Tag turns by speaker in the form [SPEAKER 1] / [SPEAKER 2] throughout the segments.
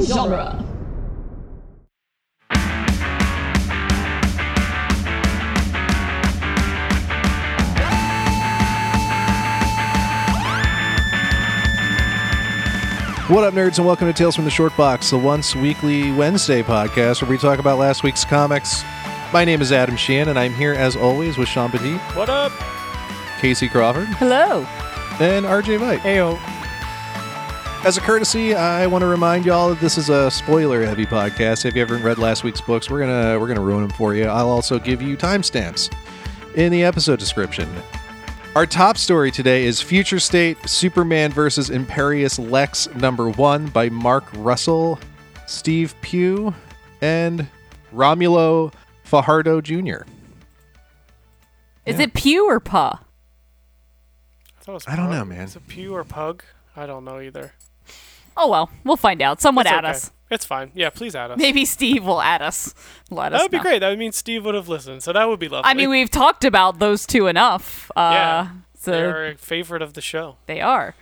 [SPEAKER 1] genre.
[SPEAKER 2] What up, nerds, and welcome to Tales from the Short Box, the once weekly Wednesday podcast where we talk about last week's comics. My name is Adam Sheehan, and I'm here as always with Sean Petit,
[SPEAKER 3] What up?
[SPEAKER 2] Casey Crawford,
[SPEAKER 4] Hello.
[SPEAKER 2] and RJ Vite.
[SPEAKER 3] Ayo.
[SPEAKER 2] As a courtesy, I want to remind y'all that this is a spoiler-heavy podcast. If you haven't read last week's books, we're gonna we're gonna ruin them for you. I'll also give you timestamps in the episode description. Our top story today is Future State: Superman versus Imperious Lex number one by Mark Russell, Steve Pugh, and Romulo Fajardo Jr.
[SPEAKER 4] Is it Pew or Pa?
[SPEAKER 3] I, thought it was
[SPEAKER 2] I don't
[SPEAKER 3] pug.
[SPEAKER 2] know, man.
[SPEAKER 3] Is it pew or pug? I don't know either.
[SPEAKER 4] Oh well, we'll find out. Someone
[SPEAKER 3] It's
[SPEAKER 4] add
[SPEAKER 3] okay.
[SPEAKER 4] us.
[SPEAKER 3] It's fine. Yeah, please add us.
[SPEAKER 4] Maybe Steve will add us. Let
[SPEAKER 3] that
[SPEAKER 4] us
[SPEAKER 3] would be
[SPEAKER 4] know.
[SPEAKER 3] great. That would mean Steve would have listened, so that would be lovely.
[SPEAKER 4] I mean, we've talked about those two enough. Uh,
[SPEAKER 3] Yeah.
[SPEAKER 4] So
[SPEAKER 3] they are a favorite of the show.
[SPEAKER 4] they are.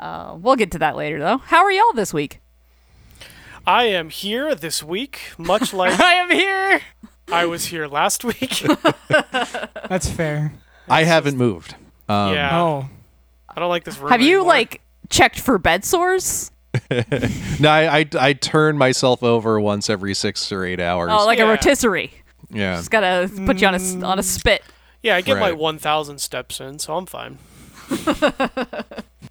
[SPEAKER 4] Uh, we'll get to that later, though. How are y'all this week?
[SPEAKER 3] I am here this week, much like
[SPEAKER 4] I am here.
[SPEAKER 3] I was here last week.
[SPEAKER 5] That's fair.
[SPEAKER 2] I haven't moved. Um,
[SPEAKER 3] yeah.
[SPEAKER 5] oh,
[SPEAKER 3] I don't like this room.
[SPEAKER 4] Have you
[SPEAKER 3] anymore.
[SPEAKER 4] like checked for bed sores?
[SPEAKER 2] No, I, I I turn myself over once every six or eight hours.
[SPEAKER 4] Oh, like a
[SPEAKER 3] Yeah.
[SPEAKER 4] rotisserie.
[SPEAKER 2] yeah.
[SPEAKER 4] Just gotta put you on a s- on a spit.
[SPEAKER 3] Yeah, I get my
[SPEAKER 2] Right.
[SPEAKER 3] 1,000 steps in, so I'm fine.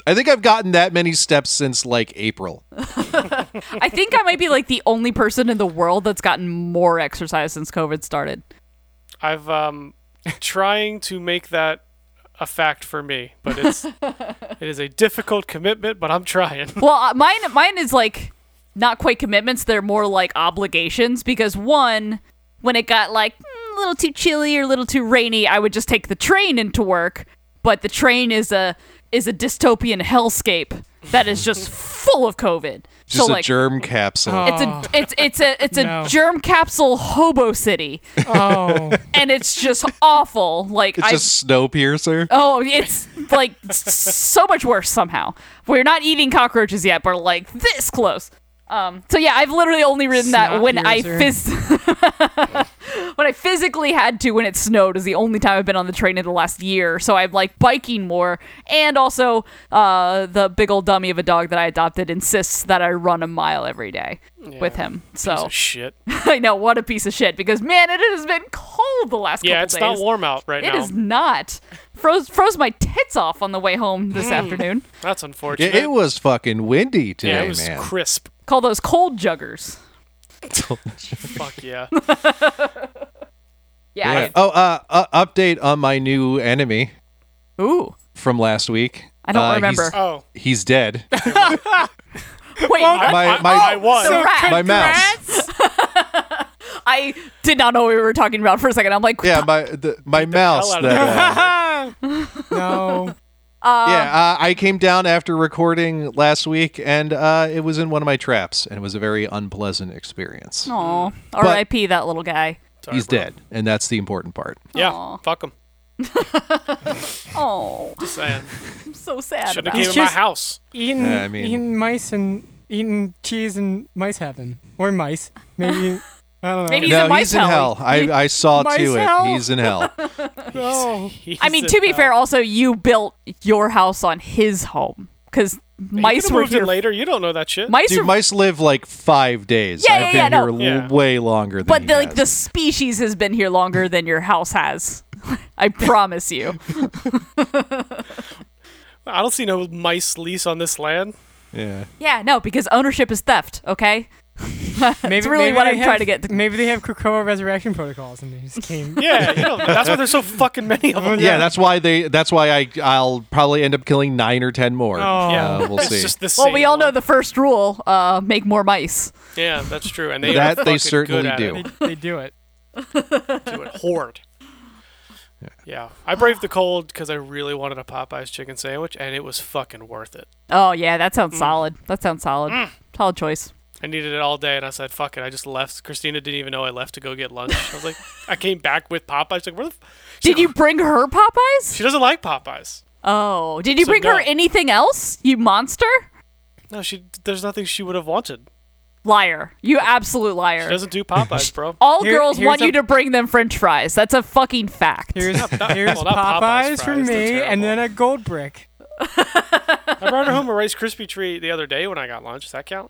[SPEAKER 2] I think I've gotten that many steps since like April.
[SPEAKER 4] I think I might be like the only person in the world that's gotten more exercise since COVID started.
[SPEAKER 3] I've um trying to make that a fact for me, but it's it is a difficult commitment, but I'm trying.
[SPEAKER 4] Well, uh, mine mine is like not quite commitments. They're more like obligations because one, when it got like mm, a little too chilly or a little too rainy, I would just take the train into work. But the train is a is a dystopian hellscape that is just full of COVID.
[SPEAKER 2] Just
[SPEAKER 4] so
[SPEAKER 2] a
[SPEAKER 4] like oh.
[SPEAKER 2] germ capsule.
[SPEAKER 4] it's a it's it's a it's a
[SPEAKER 5] No.
[SPEAKER 4] germ capsule hobo city,
[SPEAKER 5] oh,
[SPEAKER 4] and it's just awful. Like
[SPEAKER 2] it's
[SPEAKER 4] I.
[SPEAKER 2] just snow piercer.
[SPEAKER 4] Oh, it's like s- so much worse somehow. We're not eating cockroaches yet, but like this close. Um, so yeah, I've literally only ridden that
[SPEAKER 5] Snot
[SPEAKER 4] when I
[SPEAKER 5] piercer.
[SPEAKER 4] phys- when I physically had to when it snowed is the only time I've been on the train in the last year. So I'm like biking more, and also uh, the big old dummy of a dog that I adopted insists that I run a mile every day with him. So
[SPEAKER 3] Oh, shit.
[SPEAKER 4] I know what a piece of shit because man, it has been cold the last
[SPEAKER 3] Yeah,
[SPEAKER 4] couple
[SPEAKER 3] it's
[SPEAKER 4] days.
[SPEAKER 3] not warm out right
[SPEAKER 4] It
[SPEAKER 3] now.
[SPEAKER 4] is not. Froze froze my tits off on the way home this
[SPEAKER 2] Hmm.
[SPEAKER 4] afternoon.
[SPEAKER 3] That's
[SPEAKER 2] It,
[SPEAKER 3] unfortunate.
[SPEAKER 2] it was fucking windy today,
[SPEAKER 3] yeah, it was
[SPEAKER 2] man.
[SPEAKER 3] crisp.
[SPEAKER 4] Call those cold juggers.
[SPEAKER 3] Fuck yeah.
[SPEAKER 4] Yeah.
[SPEAKER 2] Yeah. Oh, uh, uh, update on my new enemy
[SPEAKER 4] I- ooh.
[SPEAKER 2] from last week.
[SPEAKER 4] I don't
[SPEAKER 2] Uh,
[SPEAKER 4] remember.
[SPEAKER 2] He's,
[SPEAKER 3] Oh,
[SPEAKER 2] he's dead.
[SPEAKER 4] Wait, what?
[SPEAKER 2] my
[SPEAKER 3] I-
[SPEAKER 2] my
[SPEAKER 3] I won.
[SPEAKER 4] the rat.
[SPEAKER 2] my mouse.
[SPEAKER 4] I did not know what we were talking about for a second. I'm like,
[SPEAKER 2] Yeah, my the, my mouse.
[SPEAKER 3] out
[SPEAKER 2] That,
[SPEAKER 3] of
[SPEAKER 2] uh,
[SPEAKER 5] no.
[SPEAKER 2] yeah, uh, I came down after recording last week, and uh, it was in one of my traps, and it was a very unpleasant experience.
[SPEAKER 4] oh, R.I.P. that little guy.
[SPEAKER 3] Sorry,
[SPEAKER 2] he's
[SPEAKER 3] bro.
[SPEAKER 2] dead, and that's the important part.
[SPEAKER 3] Yeah,
[SPEAKER 4] Aw.
[SPEAKER 3] fuck him.
[SPEAKER 4] Oh,
[SPEAKER 3] Saying.
[SPEAKER 4] I'm so sad.
[SPEAKER 3] Shouldn't have
[SPEAKER 4] About
[SPEAKER 3] gave
[SPEAKER 4] it.
[SPEAKER 3] him
[SPEAKER 5] He's
[SPEAKER 3] my
[SPEAKER 5] just-
[SPEAKER 3] house.
[SPEAKER 5] Eating,
[SPEAKER 2] Yeah, I mean-
[SPEAKER 5] eating mice and eating cheese and mice happen, or mice. Maybe I don't know.
[SPEAKER 4] Maybe- He's
[SPEAKER 2] no,
[SPEAKER 4] in my
[SPEAKER 2] he's in
[SPEAKER 4] cell.
[SPEAKER 2] hell. I, I saw
[SPEAKER 5] My
[SPEAKER 2] to
[SPEAKER 5] cell.
[SPEAKER 2] it. He's in hell.
[SPEAKER 5] No.
[SPEAKER 4] I mean, to be fair, also you built your house on his home because mice were
[SPEAKER 3] moved in
[SPEAKER 4] here.
[SPEAKER 3] later. You don't know that shit.
[SPEAKER 4] Mice
[SPEAKER 2] Dude,
[SPEAKER 4] were
[SPEAKER 2] mice live like five days.
[SPEAKER 4] Yeah,
[SPEAKER 2] I've
[SPEAKER 4] yeah,
[SPEAKER 2] been
[SPEAKER 4] yeah, no.
[SPEAKER 2] here l-
[SPEAKER 3] Yeah.
[SPEAKER 2] way longer than
[SPEAKER 4] But
[SPEAKER 2] he
[SPEAKER 4] the, like
[SPEAKER 2] has.
[SPEAKER 4] the species has been here longer than your house has. I promise you.
[SPEAKER 3] I don't see no mice lease on this land.
[SPEAKER 2] yeah.
[SPEAKER 4] Yeah, no, because ownership is theft. Okay.
[SPEAKER 5] maybe,
[SPEAKER 4] it's really
[SPEAKER 5] maybe
[SPEAKER 4] what
[SPEAKER 5] they
[SPEAKER 4] I'm trying
[SPEAKER 5] have-
[SPEAKER 4] to get to-
[SPEAKER 5] Maybe they have Krakoa resurrection protocols, and they just came.
[SPEAKER 3] Yeah, you know, that's why there's so fucking many of them.
[SPEAKER 2] Yeah, that's why they. That's why I. I'll probably end up killing nine or ten more.
[SPEAKER 5] Oh.
[SPEAKER 3] Yeah.
[SPEAKER 2] Uh, we'll
[SPEAKER 3] it's
[SPEAKER 2] see.
[SPEAKER 3] just the
[SPEAKER 4] Well,
[SPEAKER 3] same
[SPEAKER 4] we all know
[SPEAKER 3] one.
[SPEAKER 4] the first rule: uh, make more mice.
[SPEAKER 3] Yeah, that's true. And they
[SPEAKER 2] That they
[SPEAKER 3] are fucking good
[SPEAKER 2] certainly
[SPEAKER 3] at
[SPEAKER 2] do.
[SPEAKER 5] They, they do it.
[SPEAKER 3] It. Do it. Hoard. Yeah. I braved the cold because I really wanted a Popeyes chicken sandwich, and it was fucking worth it.
[SPEAKER 4] Oh yeah, that
[SPEAKER 3] Mm.
[SPEAKER 4] sounds solid. That sounds solid. Solid choice.
[SPEAKER 3] I needed it all day, and I said, "Fuck it." I just left. Christina didn't even know I left to go get lunch. I was like, I came back with Popeyes. She's Like, where the? F-?
[SPEAKER 4] Did you bring her Popeyes?
[SPEAKER 3] She doesn't like Popeyes.
[SPEAKER 4] Oh, did you
[SPEAKER 3] So
[SPEAKER 4] bring her
[SPEAKER 3] no.
[SPEAKER 4] anything else? You monster.
[SPEAKER 3] No, she. There's nothing she would have wanted.
[SPEAKER 4] Liar. You absolute
[SPEAKER 3] She
[SPEAKER 4] liar.
[SPEAKER 3] doesn't do Popeyes, bro.
[SPEAKER 4] All
[SPEAKER 5] Here-
[SPEAKER 4] girls
[SPEAKER 5] here's
[SPEAKER 4] want
[SPEAKER 5] a-
[SPEAKER 4] you to bring them french fries. That's a fucking fact.
[SPEAKER 5] Here's,
[SPEAKER 3] not-
[SPEAKER 5] here's
[SPEAKER 3] well, not Popeyes
[SPEAKER 5] Popeyes for
[SPEAKER 3] fries, they're
[SPEAKER 5] me,
[SPEAKER 3] terrible.
[SPEAKER 5] and then a gold brick.
[SPEAKER 3] I brought her home a Rice Krispie treat the other day when I got lunch. Does that count?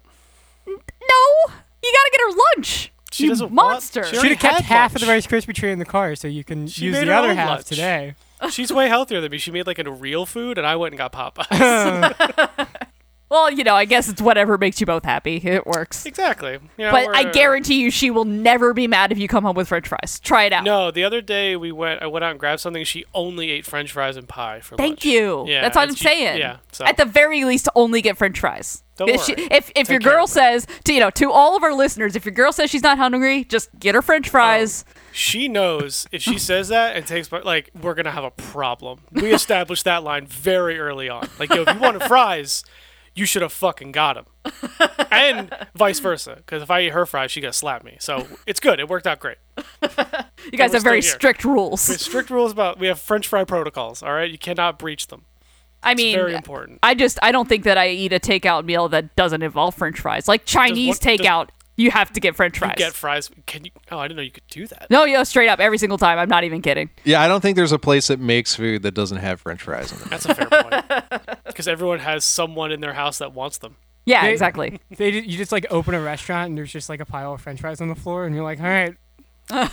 [SPEAKER 4] No, you gotta get her lunch.
[SPEAKER 3] She
[SPEAKER 4] you
[SPEAKER 3] doesn't want-
[SPEAKER 4] monster.
[SPEAKER 3] she
[SPEAKER 5] Should
[SPEAKER 3] already
[SPEAKER 5] have kept
[SPEAKER 3] had
[SPEAKER 5] half of the Rice
[SPEAKER 3] lunch.
[SPEAKER 5] Krispie treat in the car, so you can
[SPEAKER 3] She
[SPEAKER 5] use
[SPEAKER 3] made
[SPEAKER 5] the
[SPEAKER 3] her
[SPEAKER 5] other
[SPEAKER 3] own
[SPEAKER 5] half
[SPEAKER 3] lunch.
[SPEAKER 5] today.
[SPEAKER 3] She's way healthier than me. She made like a real food, and I went and got Popeyes.
[SPEAKER 4] well, you know, I guess it's whatever makes you both happy. It works.
[SPEAKER 3] exactly. You know,
[SPEAKER 4] But I
[SPEAKER 3] we're-
[SPEAKER 4] guarantee you, she will never be mad if you come home with french fries. Try it out.
[SPEAKER 3] No, the other day we went. I went out and grabbed something. She only ate French fries and pie for lunch.
[SPEAKER 4] Thank you.
[SPEAKER 3] Yeah,
[SPEAKER 4] That's what I'm
[SPEAKER 3] it's-
[SPEAKER 4] saying.
[SPEAKER 3] yeah, so-
[SPEAKER 4] At the very least, only get French fries.
[SPEAKER 3] Don't
[SPEAKER 4] if
[SPEAKER 3] worry.
[SPEAKER 4] if, if your
[SPEAKER 3] care
[SPEAKER 4] girl
[SPEAKER 3] of her.
[SPEAKER 4] says to you know to all of our listeners, if your girl says she's not hungry, just get her
[SPEAKER 3] Oh,
[SPEAKER 4] French fries.
[SPEAKER 3] She knows if she says that and takes my- like we're gonna have a problem. We established that line very early on. Like yo, if you wanted fries, you should have fucking got them, and vice versa. Because if I eat her fries, she gonna slap me. So it's good. It worked out great.
[SPEAKER 4] you guys
[SPEAKER 3] we're
[SPEAKER 4] have very
[SPEAKER 3] still here.
[SPEAKER 4] strict rules.
[SPEAKER 3] We have strict rules about we have French fry protocols. All right, you cannot breach them.
[SPEAKER 4] I mean,
[SPEAKER 3] very important.
[SPEAKER 4] I just I don't think that I eat a takeout meal that doesn't involve French fries. Like Chinese
[SPEAKER 3] does-
[SPEAKER 4] takeout, you have to get French fries.
[SPEAKER 3] You get fries. Can you? Oh, I didn't know you could do that.
[SPEAKER 4] no, yo, straight up every single time. I'm not even kidding.
[SPEAKER 2] Yeah, I don't think there's a place that makes food that doesn't have French fries in it.
[SPEAKER 3] That's a fair point. Because everyone has someone in their house that wants them.
[SPEAKER 4] Yeah,
[SPEAKER 5] They-
[SPEAKER 4] exactly.
[SPEAKER 5] They, ju- you just like open a restaurant, and there's just like a pile of French fries on the floor, and you're like, all right,
[SPEAKER 4] I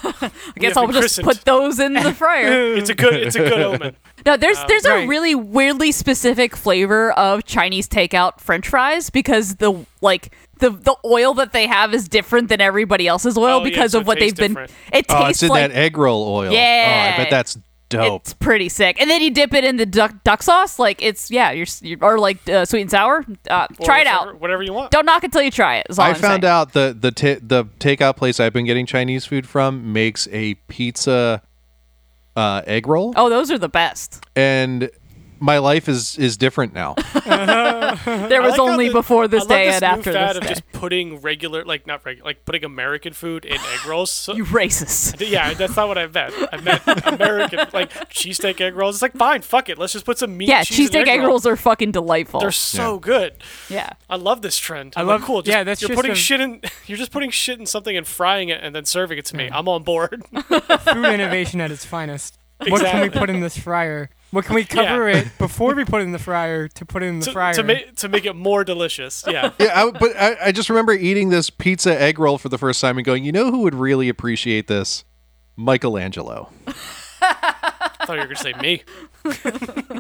[SPEAKER 4] guess
[SPEAKER 3] have
[SPEAKER 4] I'll
[SPEAKER 3] been
[SPEAKER 4] just
[SPEAKER 3] christened.
[SPEAKER 4] put those in the fryer.
[SPEAKER 3] It's a good. It's a good omen.
[SPEAKER 4] No, there's
[SPEAKER 3] Oh,
[SPEAKER 4] there's a
[SPEAKER 5] right.
[SPEAKER 4] really weirdly specific flavor of Chinese takeout French fries because the like the the oil that they have is different than everybody else's
[SPEAKER 3] Oh,
[SPEAKER 4] oil
[SPEAKER 3] yeah,
[SPEAKER 4] because
[SPEAKER 3] so
[SPEAKER 4] of
[SPEAKER 3] it
[SPEAKER 4] what they've
[SPEAKER 3] tastes
[SPEAKER 4] been.
[SPEAKER 3] different.
[SPEAKER 4] It
[SPEAKER 2] Oh,
[SPEAKER 4] tastes
[SPEAKER 2] it's in
[SPEAKER 4] like
[SPEAKER 2] that egg roll oil. Oh, I
[SPEAKER 4] Yeah.
[SPEAKER 2] bet that's dope.
[SPEAKER 4] it's pretty sick. And then you dip it in the duck duck sauce, like it's yeah, you're, s- you or like uh, sweet and sour. Uh,
[SPEAKER 3] Or
[SPEAKER 4] try it
[SPEAKER 3] whatever,
[SPEAKER 4] out.
[SPEAKER 3] Whatever you want.
[SPEAKER 4] Don't knock it till you try it. Is all
[SPEAKER 2] I
[SPEAKER 4] I'm
[SPEAKER 2] found
[SPEAKER 4] saying.
[SPEAKER 2] out the the ta the takeout place I've been getting Chinese food from makes a pizza uh, egg roll,
[SPEAKER 4] Oh, those are the best.
[SPEAKER 2] and my life is is different now.
[SPEAKER 4] There was
[SPEAKER 3] I like how
[SPEAKER 4] only
[SPEAKER 3] the-
[SPEAKER 4] before
[SPEAKER 3] I
[SPEAKER 4] this
[SPEAKER 3] love
[SPEAKER 4] day
[SPEAKER 3] this
[SPEAKER 4] and
[SPEAKER 3] new
[SPEAKER 4] after
[SPEAKER 3] fad
[SPEAKER 4] this
[SPEAKER 3] of
[SPEAKER 4] day.
[SPEAKER 3] just putting regular, like not regular, like putting American food in egg rolls. So,
[SPEAKER 4] You racist.
[SPEAKER 3] yeah, that's not what I meant. I meant American, like cheesesteak egg rolls. It's like fine, fuck it, let's just put some meat.
[SPEAKER 4] Yeah,
[SPEAKER 3] cheese
[SPEAKER 4] cheesesteak
[SPEAKER 3] and
[SPEAKER 4] egg
[SPEAKER 3] roll.
[SPEAKER 4] rolls are fucking delightful.
[SPEAKER 3] They're so good.
[SPEAKER 4] yeah.
[SPEAKER 3] I love this trend. I'm
[SPEAKER 5] love-
[SPEAKER 3] like, cool. Just,
[SPEAKER 5] yeah, that's
[SPEAKER 3] you're
[SPEAKER 5] just
[SPEAKER 3] putting
[SPEAKER 5] a-
[SPEAKER 3] shit in. You're just putting shit in something and frying it and then serving it to me. I'm on board.
[SPEAKER 5] food innovation at its finest. What can we
[SPEAKER 3] Exactly.
[SPEAKER 5] put in this fryer? What can we cover it before we put it in the fryer to put it in the
[SPEAKER 3] to,
[SPEAKER 5] fryer?
[SPEAKER 3] to make to make it more delicious. Yeah.
[SPEAKER 2] yeah, I, but I, I just remember eating this pizza egg roll for the first time and going, you know who would really appreciate this? Michelangelo.
[SPEAKER 3] I thought you were gonna say me.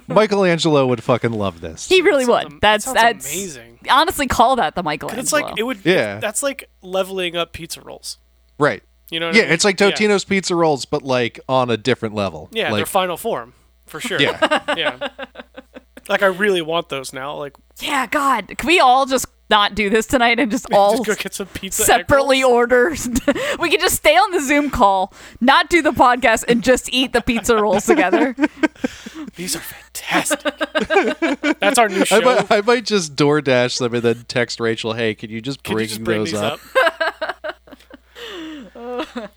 [SPEAKER 2] Michelangelo would fucking love this.
[SPEAKER 4] He really would. That's
[SPEAKER 3] sounds
[SPEAKER 4] that's
[SPEAKER 3] amazing.
[SPEAKER 4] Honestly, call that the Michelangelo.
[SPEAKER 3] It's like it would.
[SPEAKER 2] Yeah.
[SPEAKER 3] That's like leveling up pizza rolls.
[SPEAKER 2] right.
[SPEAKER 3] You know. What I
[SPEAKER 2] Yeah,
[SPEAKER 3] mean?
[SPEAKER 2] it's like Totino's pizza rolls, but like on a different level.
[SPEAKER 3] Yeah, their
[SPEAKER 2] like
[SPEAKER 3] final form for sure.
[SPEAKER 2] Yeah.
[SPEAKER 3] yeah. Like I really want those now. Like
[SPEAKER 4] yeah, God, can we all just not do this tonight and just all
[SPEAKER 3] just go get some pizza. egg
[SPEAKER 4] separately
[SPEAKER 3] rolls.
[SPEAKER 4] order. we could just stay on the Zoom call, not do the podcast, and just eat the pizza rolls together.
[SPEAKER 3] These are fantastic. That's our new show.
[SPEAKER 2] I might, I might just DoorDash them and then text Rachel, "Hey, can you just
[SPEAKER 3] Can
[SPEAKER 2] bring
[SPEAKER 3] you just bring
[SPEAKER 2] those
[SPEAKER 3] these
[SPEAKER 2] up?"
[SPEAKER 3] up?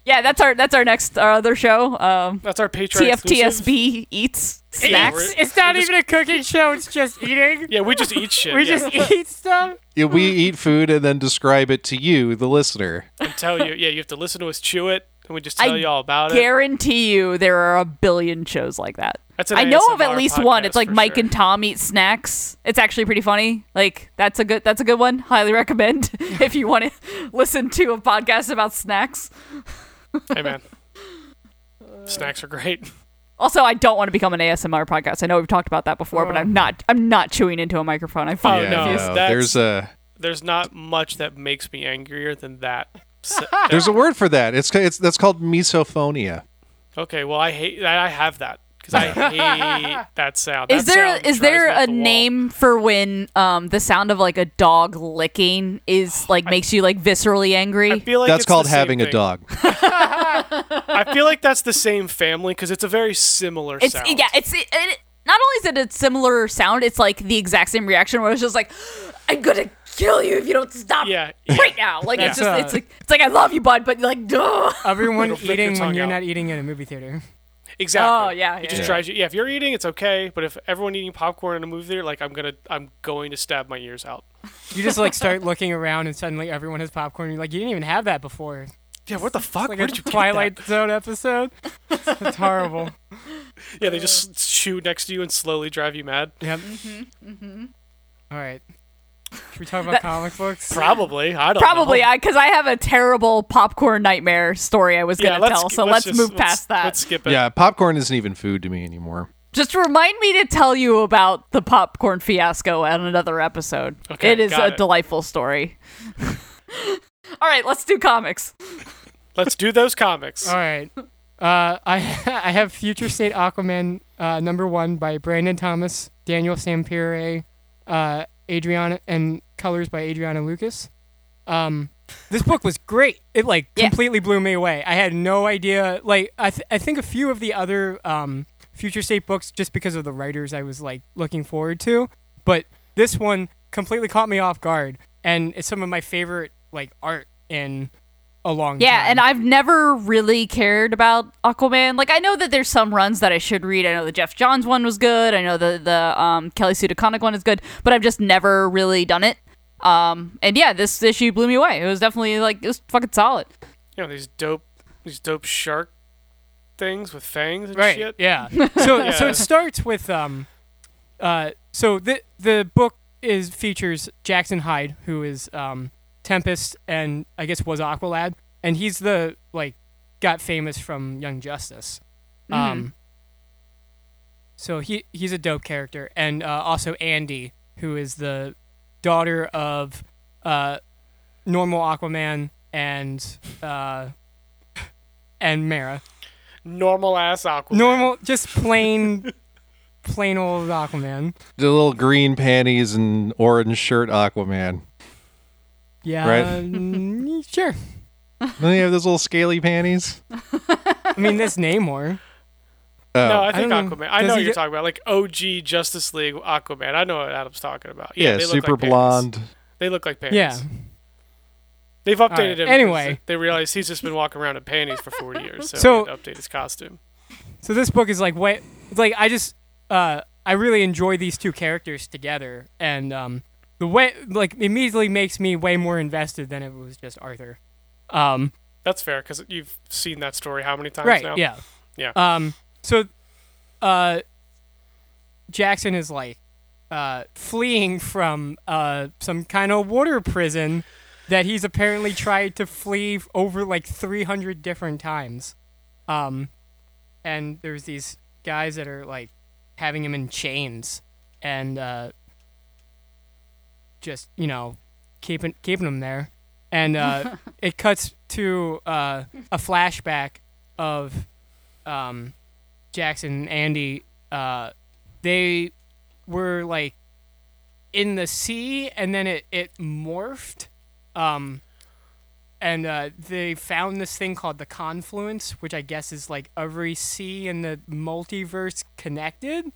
[SPEAKER 4] Yeah, that's our that's our next our other show. Um,
[SPEAKER 3] That's our Patreon. exclusive.
[SPEAKER 4] TFTSB eats snacks.
[SPEAKER 3] we're-
[SPEAKER 5] it's not
[SPEAKER 3] We're just-
[SPEAKER 5] even a cooking show. It's just eating.
[SPEAKER 3] Yeah, we just eat shit.
[SPEAKER 5] We
[SPEAKER 3] yeah.
[SPEAKER 5] just eat stuff.
[SPEAKER 2] Yeah, we eat food and then describe it to you, the listener.
[SPEAKER 3] and tell you. Yeah, you have to listen to us chew it, and we just tell
[SPEAKER 4] I
[SPEAKER 3] you all about it.
[SPEAKER 4] Guarantee you, there are a billion shows like that.
[SPEAKER 3] That's an
[SPEAKER 4] I know of
[SPEAKER 3] ASMR
[SPEAKER 4] at least one.
[SPEAKER 3] podcast
[SPEAKER 4] It's like
[SPEAKER 3] for
[SPEAKER 4] Mike
[SPEAKER 3] sure.
[SPEAKER 4] and Tom eat snacks. It's actually pretty funny. Like that's a good that's a good one. Highly recommend if you want to listen to a podcast about snacks.
[SPEAKER 3] Hey man, snacks are great.
[SPEAKER 4] Also, I don't want to become an ASMR podcast. I know we've talked about that before, but I'm not. I'm not chewing into a microphone. I
[SPEAKER 3] Oh,
[SPEAKER 4] find
[SPEAKER 3] no,
[SPEAKER 4] confused.
[SPEAKER 3] that's-
[SPEAKER 2] there's a
[SPEAKER 3] There's not much that makes me angrier than that. So-
[SPEAKER 2] there's a word for that. It's ca- it's that's called misophonia.
[SPEAKER 3] okay, well I hate that. I have that because I hate that sound.
[SPEAKER 4] Is
[SPEAKER 3] That
[SPEAKER 4] there
[SPEAKER 3] sound drives
[SPEAKER 4] is there
[SPEAKER 3] me up
[SPEAKER 4] a
[SPEAKER 3] the wall.
[SPEAKER 4] name for when um the sound of like a dog licking is like makes you like viscerally
[SPEAKER 3] I
[SPEAKER 4] angry?
[SPEAKER 3] feel like
[SPEAKER 2] that's
[SPEAKER 3] it's the
[SPEAKER 2] called
[SPEAKER 3] same
[SPEAKER 2] having a
[SPEAKER 3] thing.
[SPEAKER 2] dog.
[SPEAKER 3] I feel like that's the same family because it's a very similar
[SPEAKER 4] It's
[SPEAKER 3] sound.
[SPEAKER 4] yeah. It's it, it- not only is it a similar sound, it's like the exact same reaction where it's just like, I'm gonna kill you if you don't stop
[SPEAKER 3] Yeah,
[SPEAKER 4] right now. Like it's
[SPEAKER 5] That's,
[SPEAKER 4] just
[SPEAKER 5] uh,
[SPEAKER 4] it's like it's like I love you, bud, but like, duh.
[SPEAKER 5] Everyone
[SPEAKER 3] It'll flip your
[SPEAKER 5] eating when
[SPEAKER 3] tongue
[SPEAKER 5] you're
[SPEAKER 3] out.
[SPEAKER 5] not eating at a movie theater.
[SPEAKER 3] Exactly.
[SPEAKER 4] Oh, yeah,
[SPEAKER 3] It
[SPEAKER 4] yeah,
[SPEAKER 3] just
[SPEAKER 4] yeah.
[SPEAKER 3] drives you. Yeah, if you're eating, it's okay. But if everyone eating popcorn in a movie theater, like I'm gonna, I'm going to stab my ears out.
[SPEAKER 5] You just like start looking around and suddenly everyone has popcorn. You're like, you didn't even have that before.
[SPEAKER 3] Yeah, what the fuck?
[SPEAKER 5] Like
[SPEAKER 3] Where
[SPEAKER 5] a
[SPEAKER 3] did you
[SPEAKER 5] Twilight
[SPEAKER 3] Get
[SPEAKER 5] Zone episode. It's horrible.
[SPEAKER 3] that? Yeah, they just chew next to you and slowly drive you mad.
[SPEAKER 5] Yep. All right. Should we talk about comic books?
[SPEAKER 3] Probably. I don't.
[SPEAKER 4] Probably,
[SPEAKER 3] Know.
[SPEAKER 4] I because I have a terrible popcorn nightmare story I was
[SPEAKER 3] yeah,
[SPEAKER 4] gonna
[SPEAKER 3] let's
[SPEAKER 4] tell.
[SPEAKER 3] sk-
[SPEAKER 4] So let's,
[SPEAKER 3] just-
[SPEAKER 4] move
[SPEAKER 3] let's-
[SPEAKER 4] past that.
[SPEAKER 3] Let's skip it.
[SPEAKER 2] Yeah, popcorn isn't even food to me anymore.
[SPEAKER 4] Just remind me to tell you about the popcorn fiasco on another episode.
[SPEAKER 3] Okay,
[SPEAKER 4] it is
[SPEAKER 3] got
[SPEAKER 4] a
[SPEAKER 3] it.
[SPEAKER 4] delightful story. All right, let's do comics.
[SPEAKER 3] Let's do those comics.
[SPEAKER 5] All right. Uh, I I have Future State Aquaman uh, number one by Brandon Thomas, Daniel Sampieri, uh, Adriana, and colors by Adriana Lucas. Um, this book was great. It like
[SPEAKER 4] Yeah.
[SPEAKER 5] completely blew me away. I had no idea. Like I th- I think a few of the other um, Future State books just because of the writers I was like looking forward to, but this one completely caught me off guard, and it's some of my favorite like art in a long
[SPEAKER 4] Yeah,
[SPEAKER 5] time.
[SPEAKER 4] and I've never really cared about Aquaman. Like I know that there's some runs that I should read. I know the Jeff Johns one was good. I know the the um, Kelly Sue DeConnick one is good, but I've just never really done it. Um, and yeah, this issue blew me away. It was definitely like it was fucking solid.
[SPEAKER 3] You know these dope, these dope shark things with fangs and
[SPEAKER 5] right
[SPEAKER 3] shit.
[SPEAKER 5] yeah so so
[SPEAKER 3] Yeah.
[SPEAKER 5] it starts with um uh so the the book is features jackson hyde who is um tempest and i guess was aqualad and he's the like got famous from young justice
[SPEAKER 3] Mm-hmm.
[SPEAKER 5] um so he he's a dope character and uh, also andy who is the daughter of uh normal aquaman and uh and mara
[SPEAKER 3] Normal ass Aquaman.
[SPEAKER 5] normal, just plain, plain old Aquaman.
[SPEAKER 2] The little green panties and orange shirt Aquaman.
[SPEAKER 5] Yeah,
[SPEAKER 2] Right.
[SPEAKER 5] mm, sure.
[SPEAKER 2] Then you have those little scaly panties.
[SPEAKER 5] I mean, that's Namor.
[SPEAKER 2] Oh.
[SPEAKER 3] No, I think
[SPEAKER 5] don't know.
[SPEAKER 3] Aquaman. I
[SPEAKER 5] Does
[SPEAKER 3] know
[SPEAKER 5] he
[SPEAKER 3] what you're
[SPEAKER 5] get-
[SPEAKER 3] talking about, like OG Justice League Aquaman. I know what Adam's talking about. Yeah,
[SPEAKER 2] yeah,
[SPEAKER 3] they look
[SPEAKER 2] super
[SPEAKER 3] like parents.
[SPEAKER 2] blonde.
[SPEAKER 3] They look like parents.
[SPEAKER 5] Yeah,
[SPEAKER 3] they've
[SPEAKER 5] right,
[SPEAKER 3] updated him. 'cause
[SPEAKER 5] anyway.
[SPEAKER 3] they realize he's just been walking around in panties for 40 years, so,
[SPEAKER 5] So-
[SPEAKER 3] they had to update his costume.
[SPEAKER 5] So this book is like way it's like I just uh I really enjoy these two characters together and um the way like immediately makes me way more invested than if it was just Arthur. Um
[SPEAKER 3] That's fair because you've seen that story how many times
[SPEAKER 5] right,
[SPEAKER 3] now?
[SPEAKER 5] yeah.
[SPEAKER 3] Yeah.
[SPEAKER 5] Um so uh Jackson is like uh fleeing from uh some kind of water prison that he's apparently tried to flee over like 300 different times. Um, and there's these guys that are like having him in chains and uh, just you know keeping keeping him there. And uh, it cuts to uh, a flashback of um, Jackson and Andy. Uh, they were like in the sea, and then it it morphed. Um, and uh, they found this thing called the confluence, which I guess is like every sea in the multiverse connected.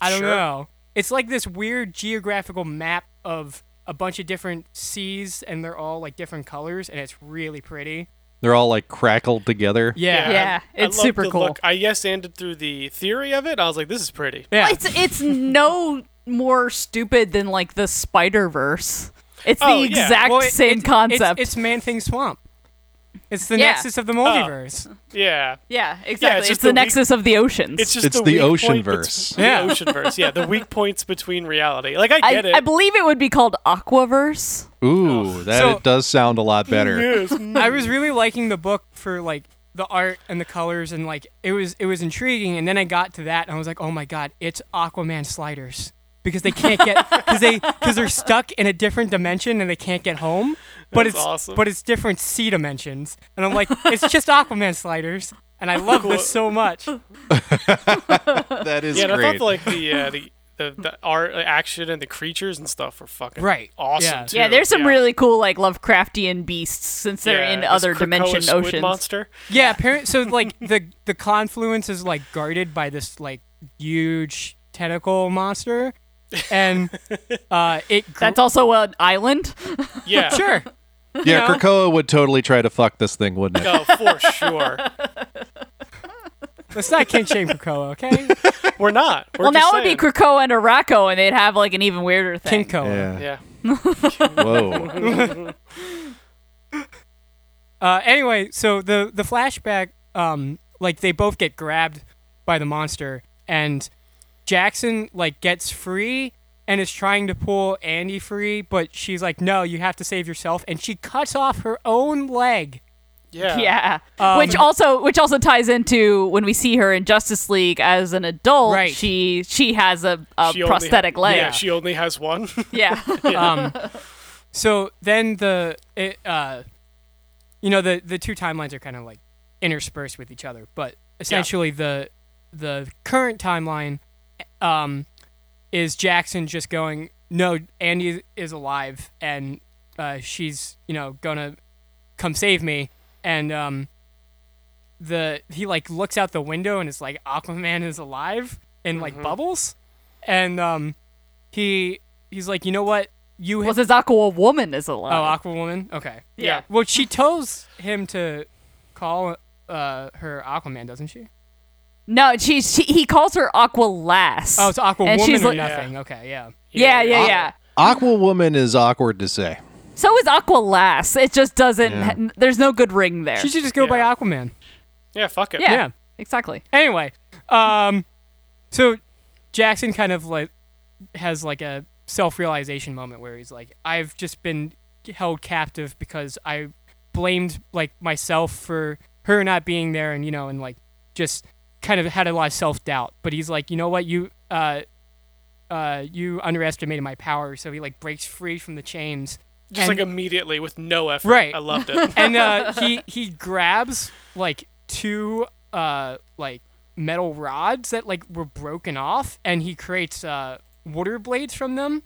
[SPEAKER 5] I don't
[SPEAKER 3] Sure.
[SPEAKER 5] know. It's like this weird geographical map of a bunch of different seas, and they're all like different colors, and it's really pretty.
[SPEAKER 2] They're all like crackled together.
[SPEAKER 5] Yeah,
[SPEAKER 4] Yeah,
[SPEAKER 3] I- I
[SPEAKER 4] it's
[SPEAKER 3] love
[SPEAKER 4] super
[SPEAKER 3] the
[SPEAKER 4] cool.
[SPEAKER 3] Look. I yes ended through the theory of it. I was like, this is pretty.
[SPEAKER 5] yeah.
[SPEAKER 4] It's it's no more stupid than like the Spider Verse. It's
[SPEAKER 3] Oh,
[SPEAKER 4] the
[SPEAKER 3] yeah.
[SPEAKER 4] exact
[SPEAKER 5] Well, it-
[SPEAKER 4] same
[SPEAKER 5] it-
[SPEAKER 4] concept.
[SPEAKER 5] It's, it's Man Thing Swamp. It's the
[SPEAKER 4] Yeah.
[SPEAKER 5] nexus
[SPEAKER 3] Oh.
[SPEAKER 5] of the multiverse.
[SPEAKER 3] Yeah. Yeah,
[SPEAKER 4] yeah, exactly.
[SPEAKER 3] it's
[SPEAKER 4] it's,
[SPEAKER 3] just
[SPEAKER 4] the
[SPEAKER 3] the weak-
[SPEAKER 4] nexus of the oceans.
[SPEAKER 3] It's just
[SPEAKER 2] It's
[SPEAKER 3] the,
[SPEAKER 2] the
[SPEAKER 3] weak point
[SPEAKER 2] ocean
[SPEAKER 3] bet-
[SPEAKER 2] verse.
[SPEAKER 5] Yeah.
[SPEAKER 3] The ocean verse. Yeah, the weak points between reality. Like I
[SPEAKER 4] I,
[SPEAKER 3] get it.
[SPEAKER 4] I believe it would be called Aquaverse.
[SPEAKER 3] Oh,
[SPEAKER 2] Ooh, that
[SPEAKER 5] So-
[SPEAKER 2] does sound a lot better.
[SPEAKER 4] Mm.
[SPEAKER 5] I was really liking the book for like the art and the colors and like it was it was intriguing and then I got to that and I was like, "Oh my god, it's Aquaman sliders." Because they can't get cuz they cuz they're stuck in a different dimension and they can't get home. But
[SPEAKER 3] That's
[SPEAKER 5] it's
[SPEAKER 3] awesome.
[SPEAKER 5] but it's different sea dimensions. And I'm like, "It's just Aquaman sliders." And I love this so much.
[SPEAKER 2] That is
[SPEAKER 3] yeah, and I
[SPEAKER 2] great.
[SPEAKER 3] thought like the uh, the. The, the art uh, action and the creatures and stuff are fucking
[SPEAKER 5] Right.
[SPEAKER 3] awesome
[SPEAKER 5] Yeah.
[SPEAKER 3] too.
[SPEAKER 4] Yeah, there's some really cool like Lovecraftian beasts since they're
[SPEAKER 3] Yeah,
[SPEAKER 4] in
[SPEAKER 3] this
[SPEAKER 4] other
[SPEAKER 3] Krakoa
[SPEAKER 4] dimension
[SPEAKER 3] squid
[SPEAKER 4] oceans.
[SPEAKER 3] monster.
[SPEAKER 5] Yeah, apparently. So like the the confluence is like guarded by this like huge tentacle monster, and uh, it gr-
[SPEAKER 4] That's also an island.
[SPEAKER 3] Yeah,
[SPEAKER 5] sure.
[SPEAKER 2] yeah,
[SPEAKER 5] know?
[SPEAKER 2] Krakoa would totally try to fuck this thing, wouldn't it?
[SPEAKER 3] no, for sure.
[SPEAKER 5] Let's not kink shame Krakoa, okay?
[SPEAKER 3] We're not. We're
[SPEAKER 4] well, now
[SPEAKER 3] just
[SPEAKER 4] it would be
[SPEAKER 3] saying.
[SPEAKER 4] Krakoa and Araco, and they'd have like an even weirder thing.
[SPEAKER 5] Kinkoa.
[SPEAKER 2] Yeah.
[SPEAKER 3] Yeah,
[SPEAKER 2] Whoa.
[SPEAKER 5] Uh, anyway, so the the flashback, um, like they both get grabbed by the monster, and Jackson like gets free and is trying to pull Andy free, but she's like, "No, you have to save yourself," and she cuts off her own leg.
[SPEAKER 3] Yeah.
[SPEAKER 4] Yeah.
[SPEAKER 5] Um,
[SPEAKER 4] which also which also ties into when we see her in Justice League as an adult,
[SPEAKER 5] Right.
[SPEAKER 4] she she has a, a
[SPEAKER 3] She only-
[SPEAKER 4] prosthetic leg.
[SPEAKER 3] Yeah, she only has one.
[SPEAKER 4] Yeah.
[SPEAKER 5] Um, so then the it, uh, you know the the two timelines are kind of like interspersed with each other, but essentially the the current timeline um, is Jackson just going, no, Andy is alive and uh, she's you know gonna come save me, and um, the he like looks out the window and it's like Aquaman is alive in like bubbles, and um, he he's like, you know what, you
[SPEAKER 4] well, says Aqua Woman is alive.
[SPEAKER 5] Oh, Aquawoman. Okay.
[SPEAKER 4] Yeah.
[SPEAKER 5] Well, she tells him to call uh, her Aquaman, doesn't she?
[SPEAKER 4] No, she, she he calls her Aqua Lass.
[SPEAKER 5] Oh, it's Aquawoman
[SPEAKER 4] and she's
[SPEAKER 5] or
[SPEAKER 4] like,
[SPEAKER 5] nothing. Okay, yeah.
[SPEAKER 4] yeah, yeah,
[SPEAKER 2] Aqua-
[SPEAKER 4] yeah,
[SPEAKER 2] Aqua Woman is awkward to say.
[SPEAKER 4] So is Aqua Lass. It just doesn't.
[SPEAKER 2] Yeah.
[SPEAKER 4] ha- There's no good ring there.
[SPEAKER 5] She should just go by
[SPEAKER 3] Yeah.
[SPEAKER 5] Aquaman.
[SPEAKER 3] Yeah, fuck it.
[SPEAKER 4] yeah,
[SPEAKER 5] yeah.
[SPEAKER 4] exactly.
[SPEAKER 5] Anyway, um, so Jackson kind of like has like a self-realization moment where he's like, I've just been held captive because I blamed like myself for her not being there, and you know, and like just kind of had a lot of self-doubt. But he's like, you know what, you uh, uh, you underestimated my power, so he like breaks free from the chains.
[SPEAKER 3] Just
[SPEAKER 5] and-
[SPEAKER 3] like immediately with no effort.
[SPEAKER 5] Right.
[SPEAKER 3] I loved it.
[SPEAKER 5] and uh, he he grabs like two uh like metal rods that like were broken off, and he creates uh water blades from them.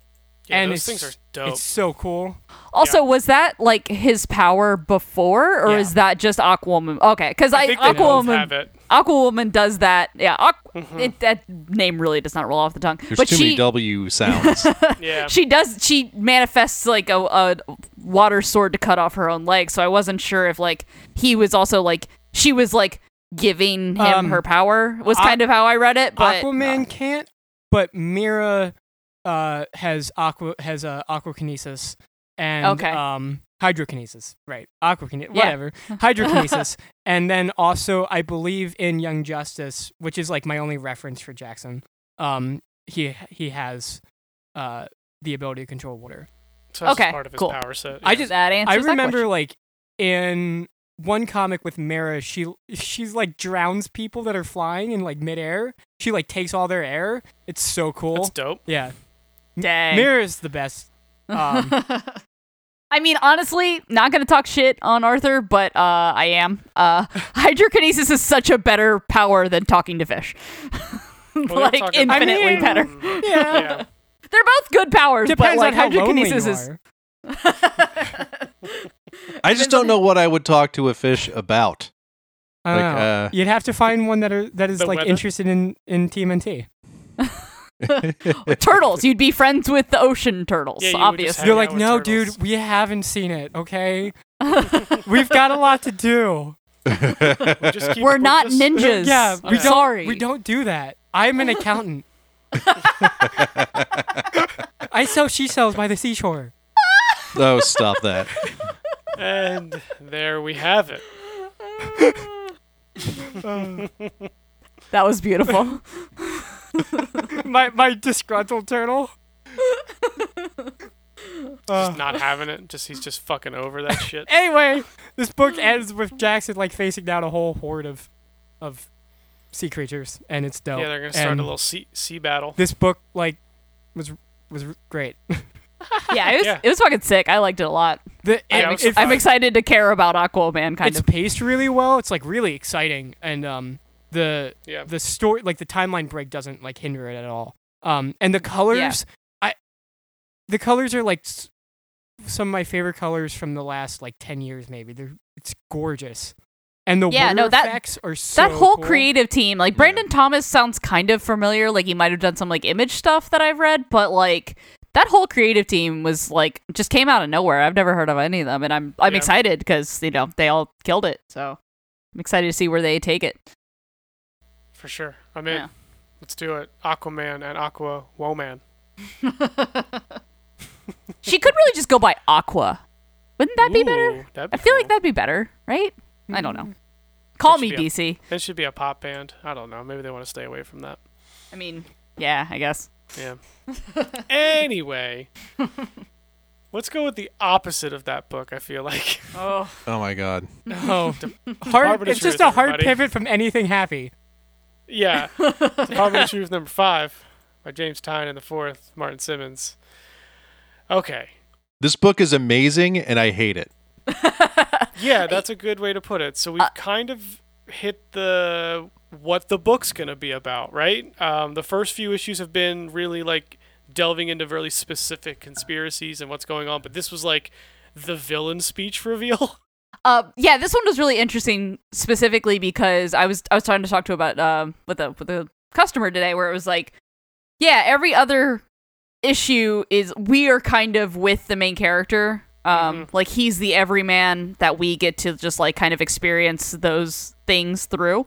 [SPEAKER 3] Yeah,
[SPEAKER 5] and
[SPEAKER 3] those
[SPEAKER 5] it's-
[SPEAKER 3] things are dope.
[SPEAKER 5] It's so cool.
[SPEAKER 4] Also, was that like his power before, or
[SPEAKER 5] Yeah.
[SPEAKER 4] is that just Aquaman? Okay, because I,
[SPEAKER 3] I think they both have
[SPEAKER 4] Aquaman
[SPEAKER 3] it. Mm-hmm.
[SPEAKER 4] Aquaman does that. Yeah, Aqu- it, that name really does not roll off the tongue.
[SPEAKER 2] There's
[SPEAKER 4] but
[SPEAKER 2] too
[SPEAKER 4] she
[SPEAKER 2] many W sounds.
[SPEAKER 3] Yeah.
[SPEAKER 4] she does she manifests like a, a water sword to cut off her own leg. So I wasn't sure if like he was also like she was like giving him
[SPEAKER 5] Um,
[SPEAKER 4] her power was
[SPEAKER 5] Aqu-
[SPEAKER 4] kind of how I read it. But
[SPEAKER 5] Aquaman can't, but Mira uh has aqua has uh, aquakinesis and
[SPEAKER 4] Okay.
[SPEAKER 5] um hydrokinesis. Right. Aquakinesis, whatever. Hydrokinesis. and then also I believe in Young Justice, which is like my only reference for Jackson. Um he he has uh the ability to control water.
[SPEAKER 3] so that's
[SPEAKER 4] okay,
[SPEAKER 3] part of his
[SPEAKER 4] cool.
[SPEAKER 3] power set.
[SPEAKER 5] I
[SPEAKER 3] yeah.
[SPEAKER 5] just
[SPEAKER 4] that answers
[SPEAKER 5] I
[SPEAKER 4] that
[SPEAKER 5] remember
[SPEAKER 4] question.
[SPEAKER 5] like in one comic with Mara, she she's like drowns people that are flying in like midair. She like takes all their air. It's so cool.
[SPEAKER 3] That's dope.
[SPEAKER 5] Yeah.
[SPEAKER 4] Dang.
[SPEAKER 5] Mira's the best. Um,
[SPEAKER 4] I mean, honestly, not going to talk shit on Arthur, but uh, I am. Uh, hydrokinesis is such a better power than talking to fish.
[SPEAKER 3] Well,
[SPEAKER 4] like
[SPEAKER 3] they're talking-
[SPEAKER 4] infinitely
[SPEAKER 5] I mean-
[SPEAKER 4] better.
[SPEAKER 3] Mm,
[SPEAKER 5] yeah.
[SPEAKER 3] yeah.
[SPEAKER 4] They're both good powers,
[SPEAKER 5] Depends
[SPEAKER 4] but like
[SPEAKER 5] on how lonely you
[SPEAKER 4] hydrokinesis is
[SPEAKER 5] are.
[SPEAKER 2] I just don't know what I would talk to a fish about.
[SPEAKER 5] I don't
[SPEAKER 2] Like,
[SPEAKER 5] know.
[SPEAKER 2] uh,
[SPEAKER 5] You'd have to find one that are that is
[SPEAKER 3] The
[SPEAKER 5] like
[SPEAKER 3] weather?
[SPEAKER 5] interested in in TMNT.
[SPEAKER 4] turtles. You'd be friends with the ocean turtles,
[SPEAKER 3] Yeah, you would just
[SPEAKER 4] obviously.
[SPEAKER 5] You're
[SPEAKER 3] out
[SPEAKER 5] like,
[SPEAKER 3] with
[SPEAKER 5] no,
[SPEAKER 3] turtles."
[SPEAKER 5] dude, we haven't seen it. Okay, we've got a lot to do.
[SPEAKER 3] We just keep-
[SPEAKER 4] We're not
[SPEAKER 3] just-
[SPEAKER 4] ninjas.
[SPEAKER 5] Yeah, we
[SPEAKER 4] I'm
[SPEAKER 5] don't.
[SPEAKER 4] sorry.
[SPEAKER 5] We don't do that. I'm an accountant. I sell she sells by the seashore.
[SPEAKER 2] oh, stop that.
[SPEAKER 3] And there we have it.
[SPEAKER 4] That was beautiful.
[SPEAKER 5] My my disgruntled turtle. Uh,
[SPEAKER 3] Just not having it. Just he's just fucking over that shit.
[SPEAKER 5] Anyway, this book ends with Jackson like facing down a whole horde of of sea creatures, and it's dope.
[SPEAKER 3] Yeah, they're gonna start
[SPEAKER 5] And
[SPEAKER 3] a little sea sea battle.
[SPEAKER 5] This book like was was great.
[SPEAKER 4] yeah, it was,
[SPEAKER 3] Yeah.
[SPEAKER 4] it was fucking sick. I liked it a lot.
[SPEAKER 5] The,
[SPEAKER 3] Yeah,
[SPEAKER 5] and
[SPEAKER 3] it was
[SPEAKER 5] if-
[SPEAKER 3] fun.
[SPEAKER 4] I'm excited to care about Aquaman, kind
[SPEAKER 5] it's
[SPEAKER 4] of.
[SPEAKER 5] paced really well. It's like really exciting, and um, the
[SPEAKER 3] Yeah.
[SPEAKER 5] the story, like the timeline break, doesn't like hinder it at all. Um, and the colors, I, the colors are like s- some of my favorite colors from the last like ten years, maybe. They're it's gorgeous, and the
[SPEAKER 4] Yeah,
[SPEAKER 5] water
[SPEAKER 4] no, that-
[SPEAKER 5] effects are so
[SPEAKER 4] that whole
[SPEAKER 5] cool.
[SPEAKER 4] creative team like brandon thomas sounds kind of familiar like he might have done some like image stuff that i've read but like that whole creative team was like just came out of nowhere i've never heard of any of them and i'm i'm
[SPEAKER 3] Yeah.
[SPEAKER 4] excited because you know they all killed it so i'm excited to see where they take it
[SPEAKER 3] For sure. I'm in.
[SPEAKER 4] Yeah.
[SPEAKER 3] Let's do it. Aquaman and Aqua Woman.
[SPEAKER 4] She could really just go by Aqua. Wouldn't that be better?
[SPEAKER 3] Ooh, that'd
[SPEAKER 4] I
[SPEAKER 3] be
[SPEAKER 4] feel like
[SPEAKER 3] cool.
[SPEAKER 4] that'd be better, right? I don't know. Call
[SPEAKER 3] That
[SPEAKER 4] me
[SPEAKER 3] should be a-
[SPEAKER 4] DC.
[SPEAKER 3] It should be a pop band. I don't know. Maybe they want to stay away from that.
[SPEAKER 4] I mean, yeah, I guess.
[SPEAKER 3] Yeah. anyway, let's go with the opposite of that book. I feel like
[SPEAKER 4] Oh,
[SPEAKER 2] Oh my god.
[SPEAKER 5] Oh, hard.
[SPEAKER 3] Barbara
[SPEAKER 5] It's just
[SPEAKER 3] Streisand,
[SPEAKER 5] a hard
[SPEAKER 3] everybody.
[SPEAKER 5] pivot from anything happy.
[SPEAKER 3] yeah, Department of Truth number five by James Tyne and the fourth Martin Simmons. Okay.
[SPEAKER 2] This book is amazing and I hate it.
[SPEAKER 3] Yeah, that's a good way to put it. So we've kind of hit the what the book's going to be about, right? Um, the first few issues have been really like delving into really specific conspiracies and what's going on, but this was like the villain speech reveal.
[SPEAKER 4] Uh, yeah, this one was really interesting specifically because I was I was trying to talk to about um with a with a customer today where it was like, yeah, every other issue is we are kind of with the main character. Um, like he's the everyman that we get to just like kind of experience those things through,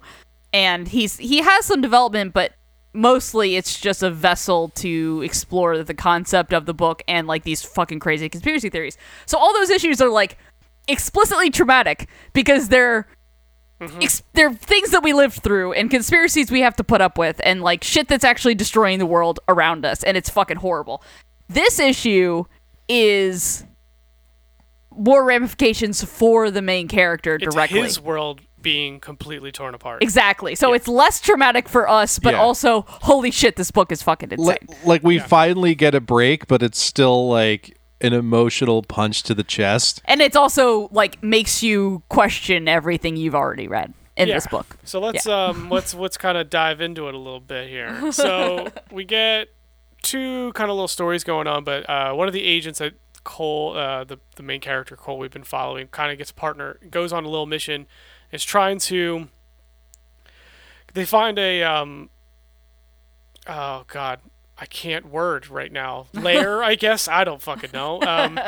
[SPEAKER 4] and he's he has some development, but mostly it's just a vessel to explore the concept of the book and like these fucking crazy conspiracy theories. So all those issues are like explicitly traumatic because they're
[SPEAKER 3] Mm-hmm.
[SPEAKER 4] ex- they're things that we lived through and conspiracies we have to put up with and like shit that's actually destroying the world around us and it's fucking horrible. This issue is more ramifications for the main character directly.
[SPEAKER 3] It's his world being completely torn apart.
[SPEAKER 4] Exactly. So it's less traumatic for us, but
[SPEAKER 2] Yeah.
[SPEAKER 4] also, holy shit, this book is fucking insane.
[SPEAKER 2] Like, like we finally get a break, but it's still like an emotional punch to the chest.
[SPEAKER 4] and it's also like makes you question everything you've already read in
[SPEAKER 3] Yeah.
[SPEAKER 4] this book.
[SPEAKER 3] So let's um let's let's kind of dive into it a little bit here. So we get two kind of little stories going on, but uh, one of the agents that Cole, uh, the the main character Cole, we've been following, kind of gets a partner, goes on a little mission, is trying to. They find a um. Oh God, I can't word right now. Lair, I guess I don't fucking know. Um,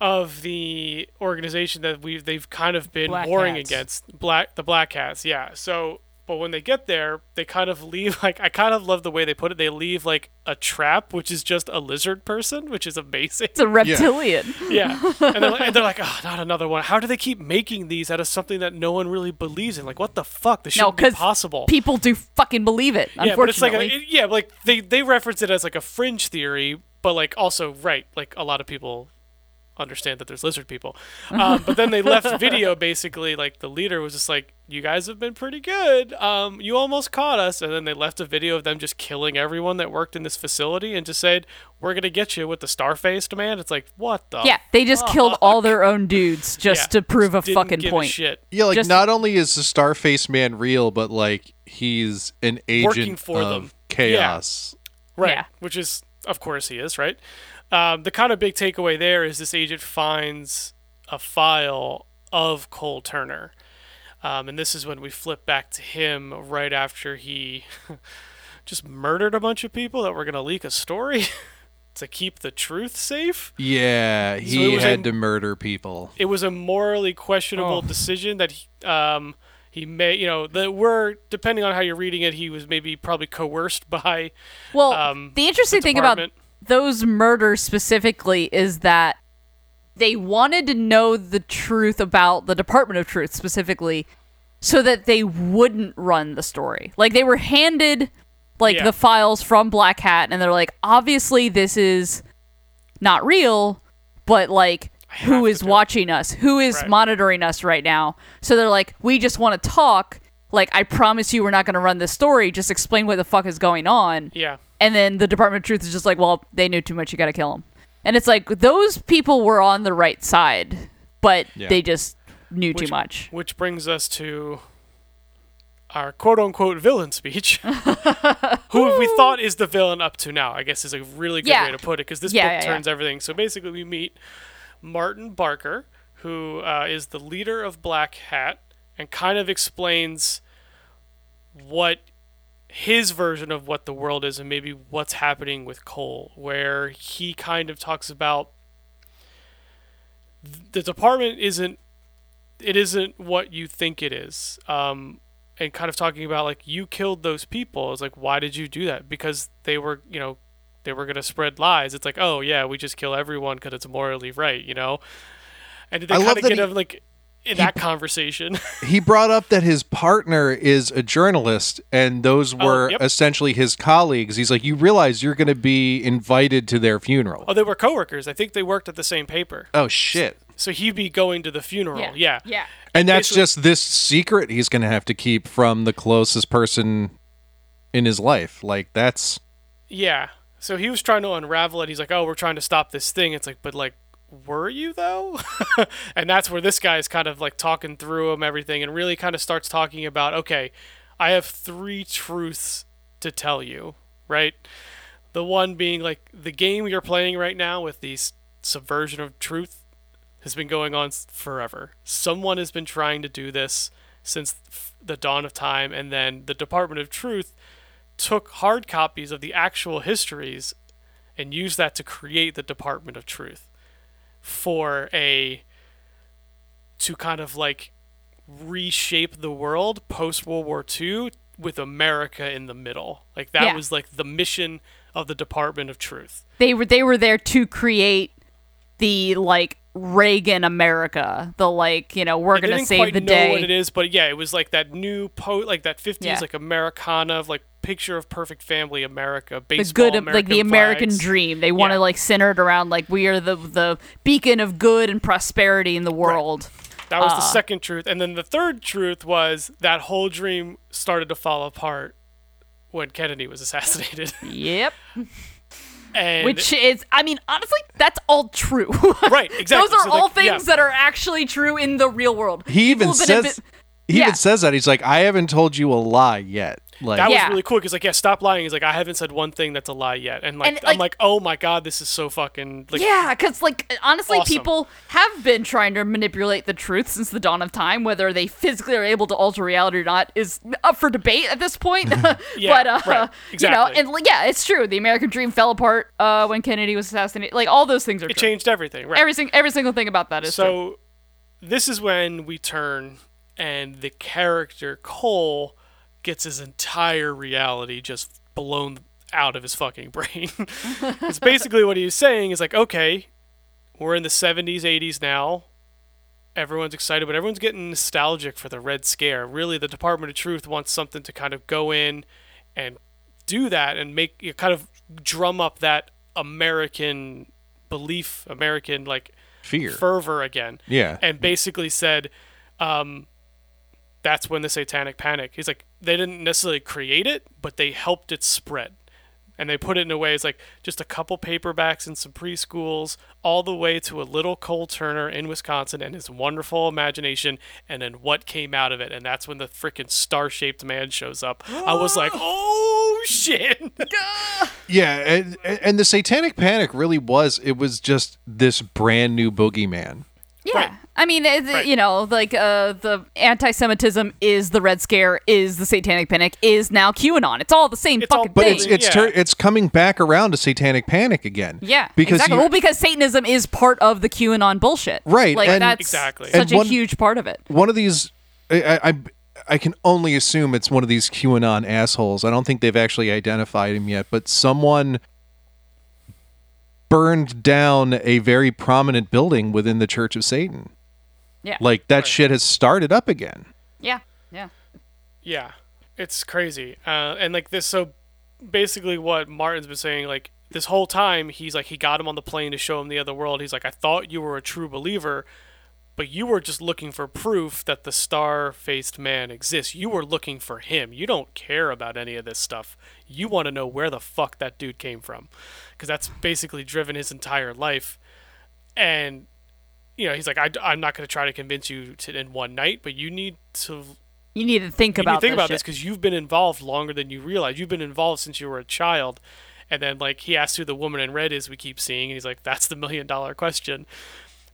[SPEAKER 3] of the organization that we they've kind of been
[SPEAKER 5] Black
[SPEAKER 3] warring
[SPEAKER 5] Hats.
[SPEAKER 3] against black the black hats. Yeah. So, but when they get there, they kind of leave like I kind of love the way they put it. They leave like a trap, which is just a lizard person, which is amazing.
[SPEAKER 4] It's a reptilian.
[SPEAKER 3] Yeah, and they're, and they're like, oh, not another one. How do they keep making these out of something that no one really believes in? Like, what the fuck? This
[SPEAKER 4] No,
[SPEAKER 3] shouldn't be
[SPEAKER 4] because
[SPEAKER 3] possible.
[SPEAKER 4] people do fucking believe it.
[SPEAKER 3] yeah, but it's like,
[SPEAKER 4] unfortunately,
[SPEAKER 3] a, it- yeah, like they they reference it as like a fringe theory, but like also right, like a lot of people understand that there's lizard people. Um, but then they left video basically like the leader was just like, you guys have been pretty good. Um, you almost caught us, and then they left a video of them just killing everyone that worked in this facility and just said, we're gonna get you with the star faced man. It's like, what the
[SPEAKER 4] yeah, they just killed all their own dudes
[SPEAKER 3] Uh,
[SPEAKER 4] just
[SPEAKER 3] Yeah.
[SPEAKER 4] to prove a
[SPEAKER 3] Didn't
[SPEAKER 4] fucking
[SPEAKER 3] give a
[SPEAKER 4] point.
[SPEAKER 3] shit.
[SPEAKER 2] Yeah, like
[SPEAKER 4] Just-
[SPEAKER 2] not only is the Starface man real, but like he's an agent
[SPEAKER 3] Working for
[SPEAKER 2] of
[SPEAKER 3] them.
[SPEAKER 2] chaos.
[SPEAKER 3] Right.
[SPEAKER 4] Yeah.
[SPEAKER 3] Which is, of course, he is, right? Um, the kind of big takeaway there is this agent finds a file of Cole Turner. Um, and this is when we flip back to him right after he just murdered a bunch of people that were going to leak a story to keep the truth safe.
[SPEAKER 2] Yeah,
[SPEAKER 3] it
[SPEAKER 2] he
[SPEAKER 3] was
[SPEAKER 2] had
[SPEAKER 3] in-
[SPEAKER 2] to murder people.
[SPEAKER 3] It was a morally questionable
[SPEAKER 5] Oh.
[SPEAKER 3] decision that he, um, he may, you know, that were, depending on how you're reading it, he was maybe probably coerced by.
[SPEAKER 4] Well,
[SPEAKER 3] um,
[SPEAKER 4] the interesting thing about
[SPEAKER 3] department.
[SPEAKER 4] those murders specifically is that they wanted to know the truth about the Department of Truth specifically so that they wouldn't run the story. Like they were handed like
[SPEAKER 3] Yeah.
[SPEAKER 4] the files from Black Hat and they're like obviously this is not real, but like
[SPEAKER 3] have
[SPEAKER 4] who
[SPEAKER 3] to
[SPEAKER 4] is
[SPEAKER 3] do it.
[SPEAKER 4] watching us? Who is
[SPEAKER 3] Right.
[SPEAKER 4] monitoring us right now? So they're like we just want to talk. Like I promise you we're not going to run this story. Just explain what the fuck is going on.
[SPEAKER 3] Yeah.
[SPEAKER 4] And then the Department of Truth is just like, well, they knew too much. You got to kill them. And it's like those people were on the right side, but
[SPEAKER 2] Yeah.
[SPEAKER 4] they just knew
[SPEAKER 3] Which-
[SPEAKER 4] too much.
[SPEAKER 3] Which brings us to our quote unquote villain speech. Who we thought is the villain up to now, I guess is a really good
[SPEAKER 4] Yeah.
[SPEAKER 3] way to put it because this
[SPEAKER 4] Yeah,
[SPEAKER 3] book
[SPEAKER 4] yeah, yeah.
[SPEAKER 3] turns everything. So basically, we meet Martin Barker, who uh, is the leader of Black Hat and kind of explains what his version of what the world is and maybe what's happening with Cole, where he kind of talks about th- the department isn't it isn't what you think it is. Um, and kind of talking about like you killed those people. It's like why did you do that? Because they were you know they were gonna spread lies. It's like, oh yeah, we just kill everyone because it's morally right, you know. And did they
[SPEAKER 2] I love
[SPEAKER 3] kind of
[SPEAKER 2] that
[SPEAKER 3] get
[SPEAKER 2] he-
[SPEAKER 3] him like in that conversation?
[SPEAKER 2] He brought up that his partner is a journalist, and those were
[SPEAKER 3] Oh, yep.
[SPEAKER 2] essentially his colleagues. He's like, you realize you're going to be invited to their funeral.
[SPEAKER 3] oh, they were coworkers. I think they worked at the same paper,
[SPEAKER 2] Oh shit!
[SPEAKER 3] so he'd be going to the funeral. Yeah,
[SPEAKER 4] Yeah. Yeah.
[SPEAKER 2] And that's
[SPEAKER 3] Basically-
[SPEAKER 2] just this secret he's going to have to keep from the closest person in his life. Like that's
[SPEAKER 3] Yeah. So he was trying to unravel it. He's like, "Oh, we're trying to stop this thing." It's like, "But like, were you though?" and that's where this guy is kind of like talking through him everything and really kind of starts talking about, "Okay, I have three truths to tell you, right? The one being like the game you're playing right now with the s- subversion of truth has been going on s- forever. Someone has been trying to do this since f- the dawn of time and then the Department of Truth took hard copies of the actual histories and used that to create the Department of Truth for a to kind of like reshape the world post World War II with America in the middle. Like that
[SPEAKER 4] Yeah.
[SPEAKER 3] was like the mission of the Department of Truth.
[SPEAKER 4] They were they were there to create the like Reagan America. The like, you know, we're
[SPEAKER 3] I
[SPEAKER 4] going to
[SPEAKER 3] didn't
[SPEAKER 4] save
[SPEAKER 3] quite
[SPEAKER 4] the
[SPEAKER 3] know
[SPEAKER 4] day.
[SPEAKER 3] what it is, but yeah, it was like that new po like that fifties
[SPEAKER 4] Yeah.
[SPEAKER 3] like Americana of like picture of perfect family America,
[SPEAKER 4] the
[SPEAKER 3] baseball
[SPEAKER 4] good like the american
[SPEAKER 3] flags.
[SPEAKER 4] dream they want to
[SPEAKER 3] Yeah.
[SPEAKER 4] like center it around like we are the the beacon of good and prosperity in the world
[SPEAKER 3] That was the
[SPEAKER 4] Ah.
[SPEAKER 3] second truth, and then the third truth was that whole dream started to fall apart when Kennedy was assassinated,
[SPEAKER 4] yep
[SPEAKER 3] and
[SPEAKER 4] which is i mean honestly that's all true
[SPEAKER 3] right exactly
[SPEAKER 4] those are
[SPEAKER 3] So,
[SPEAKER 4] all
[SPEAKER 3] like,
[SPEAKER 4] things
[SPEAKER 3] yeah.
[SPEAKER 4] that are actually true in the real world
[SPEAKER 2] he even
[SPEAKER 4] People have been a
[SPEAKER 2] says
[SPEAKER 4] bit-
[SPEAKER 2] he
[SPEAKER 4] yeah.
[SPEAKER 2] even says that he's like, I haven't told you a lie yet. Like
[SPEAKER 3] That
[SPEAKER 4] Yeah.
[SPEAKER 3] was really cool because like yeah, stop lying. He's like, I haven't said one thing that's a lie yet, and like
[SPEAKER 4] And,
[SPEAKER 3] I'm
[SPEAKER 4] like-
[SPEAKER 3] like, oh my god, this is so fucking like
[SPEAKER 4] yeah because like honestly
[SPEAKER 3] Awesome.
[SPEAKER 4] people have been trying to manipulate the truth since the dawn of time whether they physically are able to alter reality or not is up for debate at this point
[SPEAKER 2] Mm-hmm.
[SPEAKER 3] Yeah,
[SPEAKER 4] but uh
[SPEAKER 3] right. Exactly.
[SPEAKER 4] you know and like, yeah it's true the american dream fell apart uh when kennedy was assassinated like all those things are
[SPEAKER 3] it
[SPEAKER 4] true
[SPEAKER 3] changed everything. Right.
[SPEAKER 4] every, sing- every single thing about that is true
[SPEAKER 3] So this is when we turn and the character Cole gets his entire reality just blown out of his fucking brain. It's basically what he's saying is like, okay, we're in the 70s, 80s now. Everyone's excited, but everyone's getting nostalgic for the Red Scare. Really, the Department of Truth wants something to kind of go in and do that and make you kind of drum up that American belief, American like
[SPEAKER 2] fear.
[SPEAKER 3] fervor again.
[SPEAKER 2] Yeah.
[SPEAKER 3] And basically said, um, that's when the satanic panic. He's like, they didn't necessarily create it, but they helped it spread. And they put it in a way it's like just a couple paperbacks in some preschools, all the way to a little Cole Turner in Wisconsin and his wonderful imagination, and then what came out of it. And that's when the freaking star shaped man shows up. I was like, oh shit.
[SPEAKER 2] Yeah, and, and the Satanic Panic really was. It was just this brand new boogeyman.
[SPEAKER 4] yeah
[SPEAKER 3] Right.
[SPEAKER 4] i mean it's, you know like uh the anti-semitism is the red scare is the satanic panic is now qanon it's all the same
[SPEAKER 3] It's all-
[SPEAKER 4] fucking
[SPEAKER 2] But
[SPEAKER 4] thing
[SPEAKER 2] it's it's
[SPEAKER 3] Yeah.
[SPEAKER 2] tur- it's coming back around to Satanic Panic again.
[SPEAKER 4] Yeah,
[SPEAKER 2] because
[SPEAKER 4] exactly.
[SPEAKER 2] you-
[SPEAKER 4] well, because Satanism is part of the QAnon bullshit,
[SPEAKER 2] Right,
[SPEAKER 4] Like
[SPEAKER 2] and-
[SPEAKER 4] that's
[SPEAKER 3] Exactly.
[SPEAKER 4] such
[SPEAKER 2] and
[SPEAKER 4] a
[SPEAKER 2] one-
[SPEAKER 4] huge part of it.
[SPEAKER 2] one of these, I, I I can only assume it's one of these QAnon assholes. I don't think they've actually identified him yet, but someone burned down a very prominent building within the Church of Satan.
[SPEAKER 4] Yeah,
[SPEAKER 2] Like that shit has started up again.
[SPEAKER 4] yeah, yeah,
[SPEAKER 3] Yeah, it's crazy. Uh, and like this, so basically, what Martin's been saying, like this whole time, he's like he got him on the plane to show him the other world. He's like, I thought you were a true believer, but you were just looking for proof that the star-faced man exists. You were looking for him. You don't care about any of this stuff. You want to know where the fuck that dude came from, because that's basically driven his entire life. And you know, he's like, I, I'm not going to try to convince you to, in one night, but you need to
[SPEAKER 4] You need to think about
[SPEAKER 3] you think
[SPEAKER 4] this
[SPEAKER 3] about this
[SPEAKER 4] shit.
[SPEAKER 3] because you've been involved longer than you realize. You've been involved since you were a child, and then like he asks who the woman in red is we keep seeing, and he's like, "That's the million dollar question."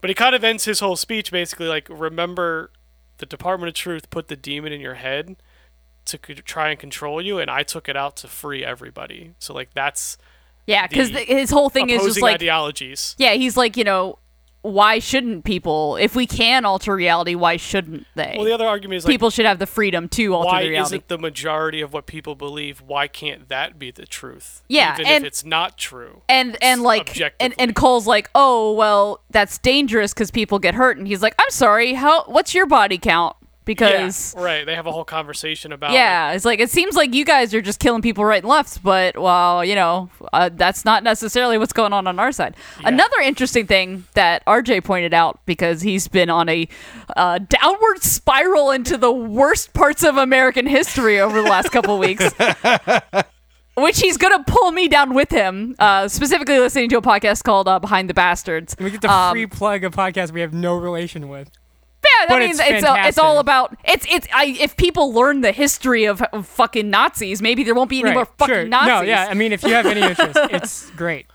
[SPEAKER 3] But he kind of ends his whole speech basically like, "Remember, the Department of Truth put the demon in your head to c- try and control you, and I took it out to free everybody." So like that's
[SPEAKER 4] yeah, because
[SPEAKER 3] the
[SPEAKER 4] his whole thing is
[SPEAKER 3] opposing
[SPEAKER 4] just like,
[SPEAKER 3] ideologies.
[SPEAKER 4] yeah, he's like, you know, why shouldn't people? If we can alter reality, why shouldn't they?
[SPEAKER 3] Well, the other argument is like,
[SPEAKER 4] people should have the freedom to alter
[SPEAKER 3] why
[SPEAKER 4] reality.
[SPEAKER 3] isn't the majority of what people believe? Why can't that be the truth?
[SPEAKER 4] Yeah,
[SPEAKER 3] even
[SPEAKER 4] and-
[SPEAKER 3] if it's not true.
[SPEAKER 4] and and like and,
[SPEAKER 3] objectively.
[SPEAKER 4] and Cole's like, oh well, that's dangerous because people get hurt, and he's like, I'm sorry, how? What's your body count?
[SPEAKER 3] yeah,
[SPEAKER 4] Because
[SPEAKER 3] right. They have a whole conversation about.
[SPEAKER 4] yeah, it's like it seems like you guys are just killing people right and left, but well, you know, uh, that's not necessarily what's going on on our side. Another interesting thing that RJ pointed out because he's been on a uh, downward spiral into the worst parts of American history over the last couple weeks which he's gonna pull me down with him. Uh, specifically, listening to a podcast called uh, "Behind the Bastards."
[SPEAKER 5] We get the
[SPEAKER 4] Um,
[SPEAKER 5] free plug of podcast we have no relation with.
[SPEAKER 4] Yeah, I
[SPEAKER 5] but
[SPEAKER 4] mean,
[SPEAKER 5] it's
[SPEAKER 4] it's it's, all- it's all
[SPEAKER 5] fantastic.
[SPEAKER 4] about it's it's. I, if people learn the history of, of fucking Nazis, maybe there won't be any
[SPEAKER 5] Right,
[SPEAKER 4] more fucking
[SPEAKER 5] sure.
[SPEAKER 4] Nazis.
[SPEAKER 5] No, yeah. I mean, if you have any interest, it's great.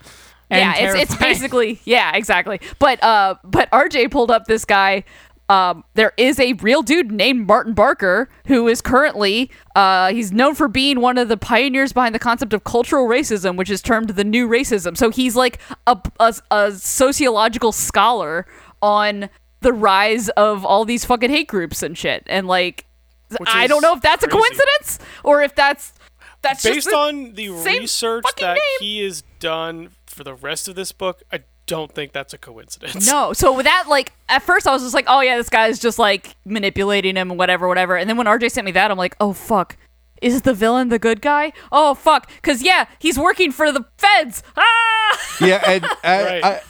[SPEAKER 5] And
[SPEAKER 4] yeah, it's, it's
[SPEAKER 5] terrifying.
[SPEAKER 4] basically yeah, exactly. But uh, but RJ pulled up this guy. Um, there is a real dude named Martin Barker who is currently uh, he's known for being one of the pioneers behind the concept of cultural racism, which is termed the new racism. So he's like a a, a sociological scholar on the rise of all these fucking hate groups and shit. And like,
[SPEAKER 3] Which
[SPEAKER 4] I
[SPEAKER 3] is
[SPEAKER 4] don't know if that's a
[SPEAKER 3] crazy.
[SPEAKER 4] coincidence or if that's that's just
[SPEAKER 3] based
[SPEAKER 4] the-
[SPEAKER 3] on the
[SPEAKER 4] same
[SPEAKER 3] research
[SPEAKER 4] fucking
[SPEAKER 3] that
[SPEAKER 4] name.
[SPEAKER 3] he has done for the rest of this book, I don't think that's a coincidence.
[SPEAKER 4] No. So with that, like at first I was just like, oh yeah, this guy's just like manipulating him and whatever, whatever. And then when RJ sent me that, I'm like, oh fuck. Is the villain the good guy? Oh fuck. Cause yeah, he's working for the feds. Ah
[SPEAKER 2] Yeah, and I,
[SPEAKER 3] Right. Ah.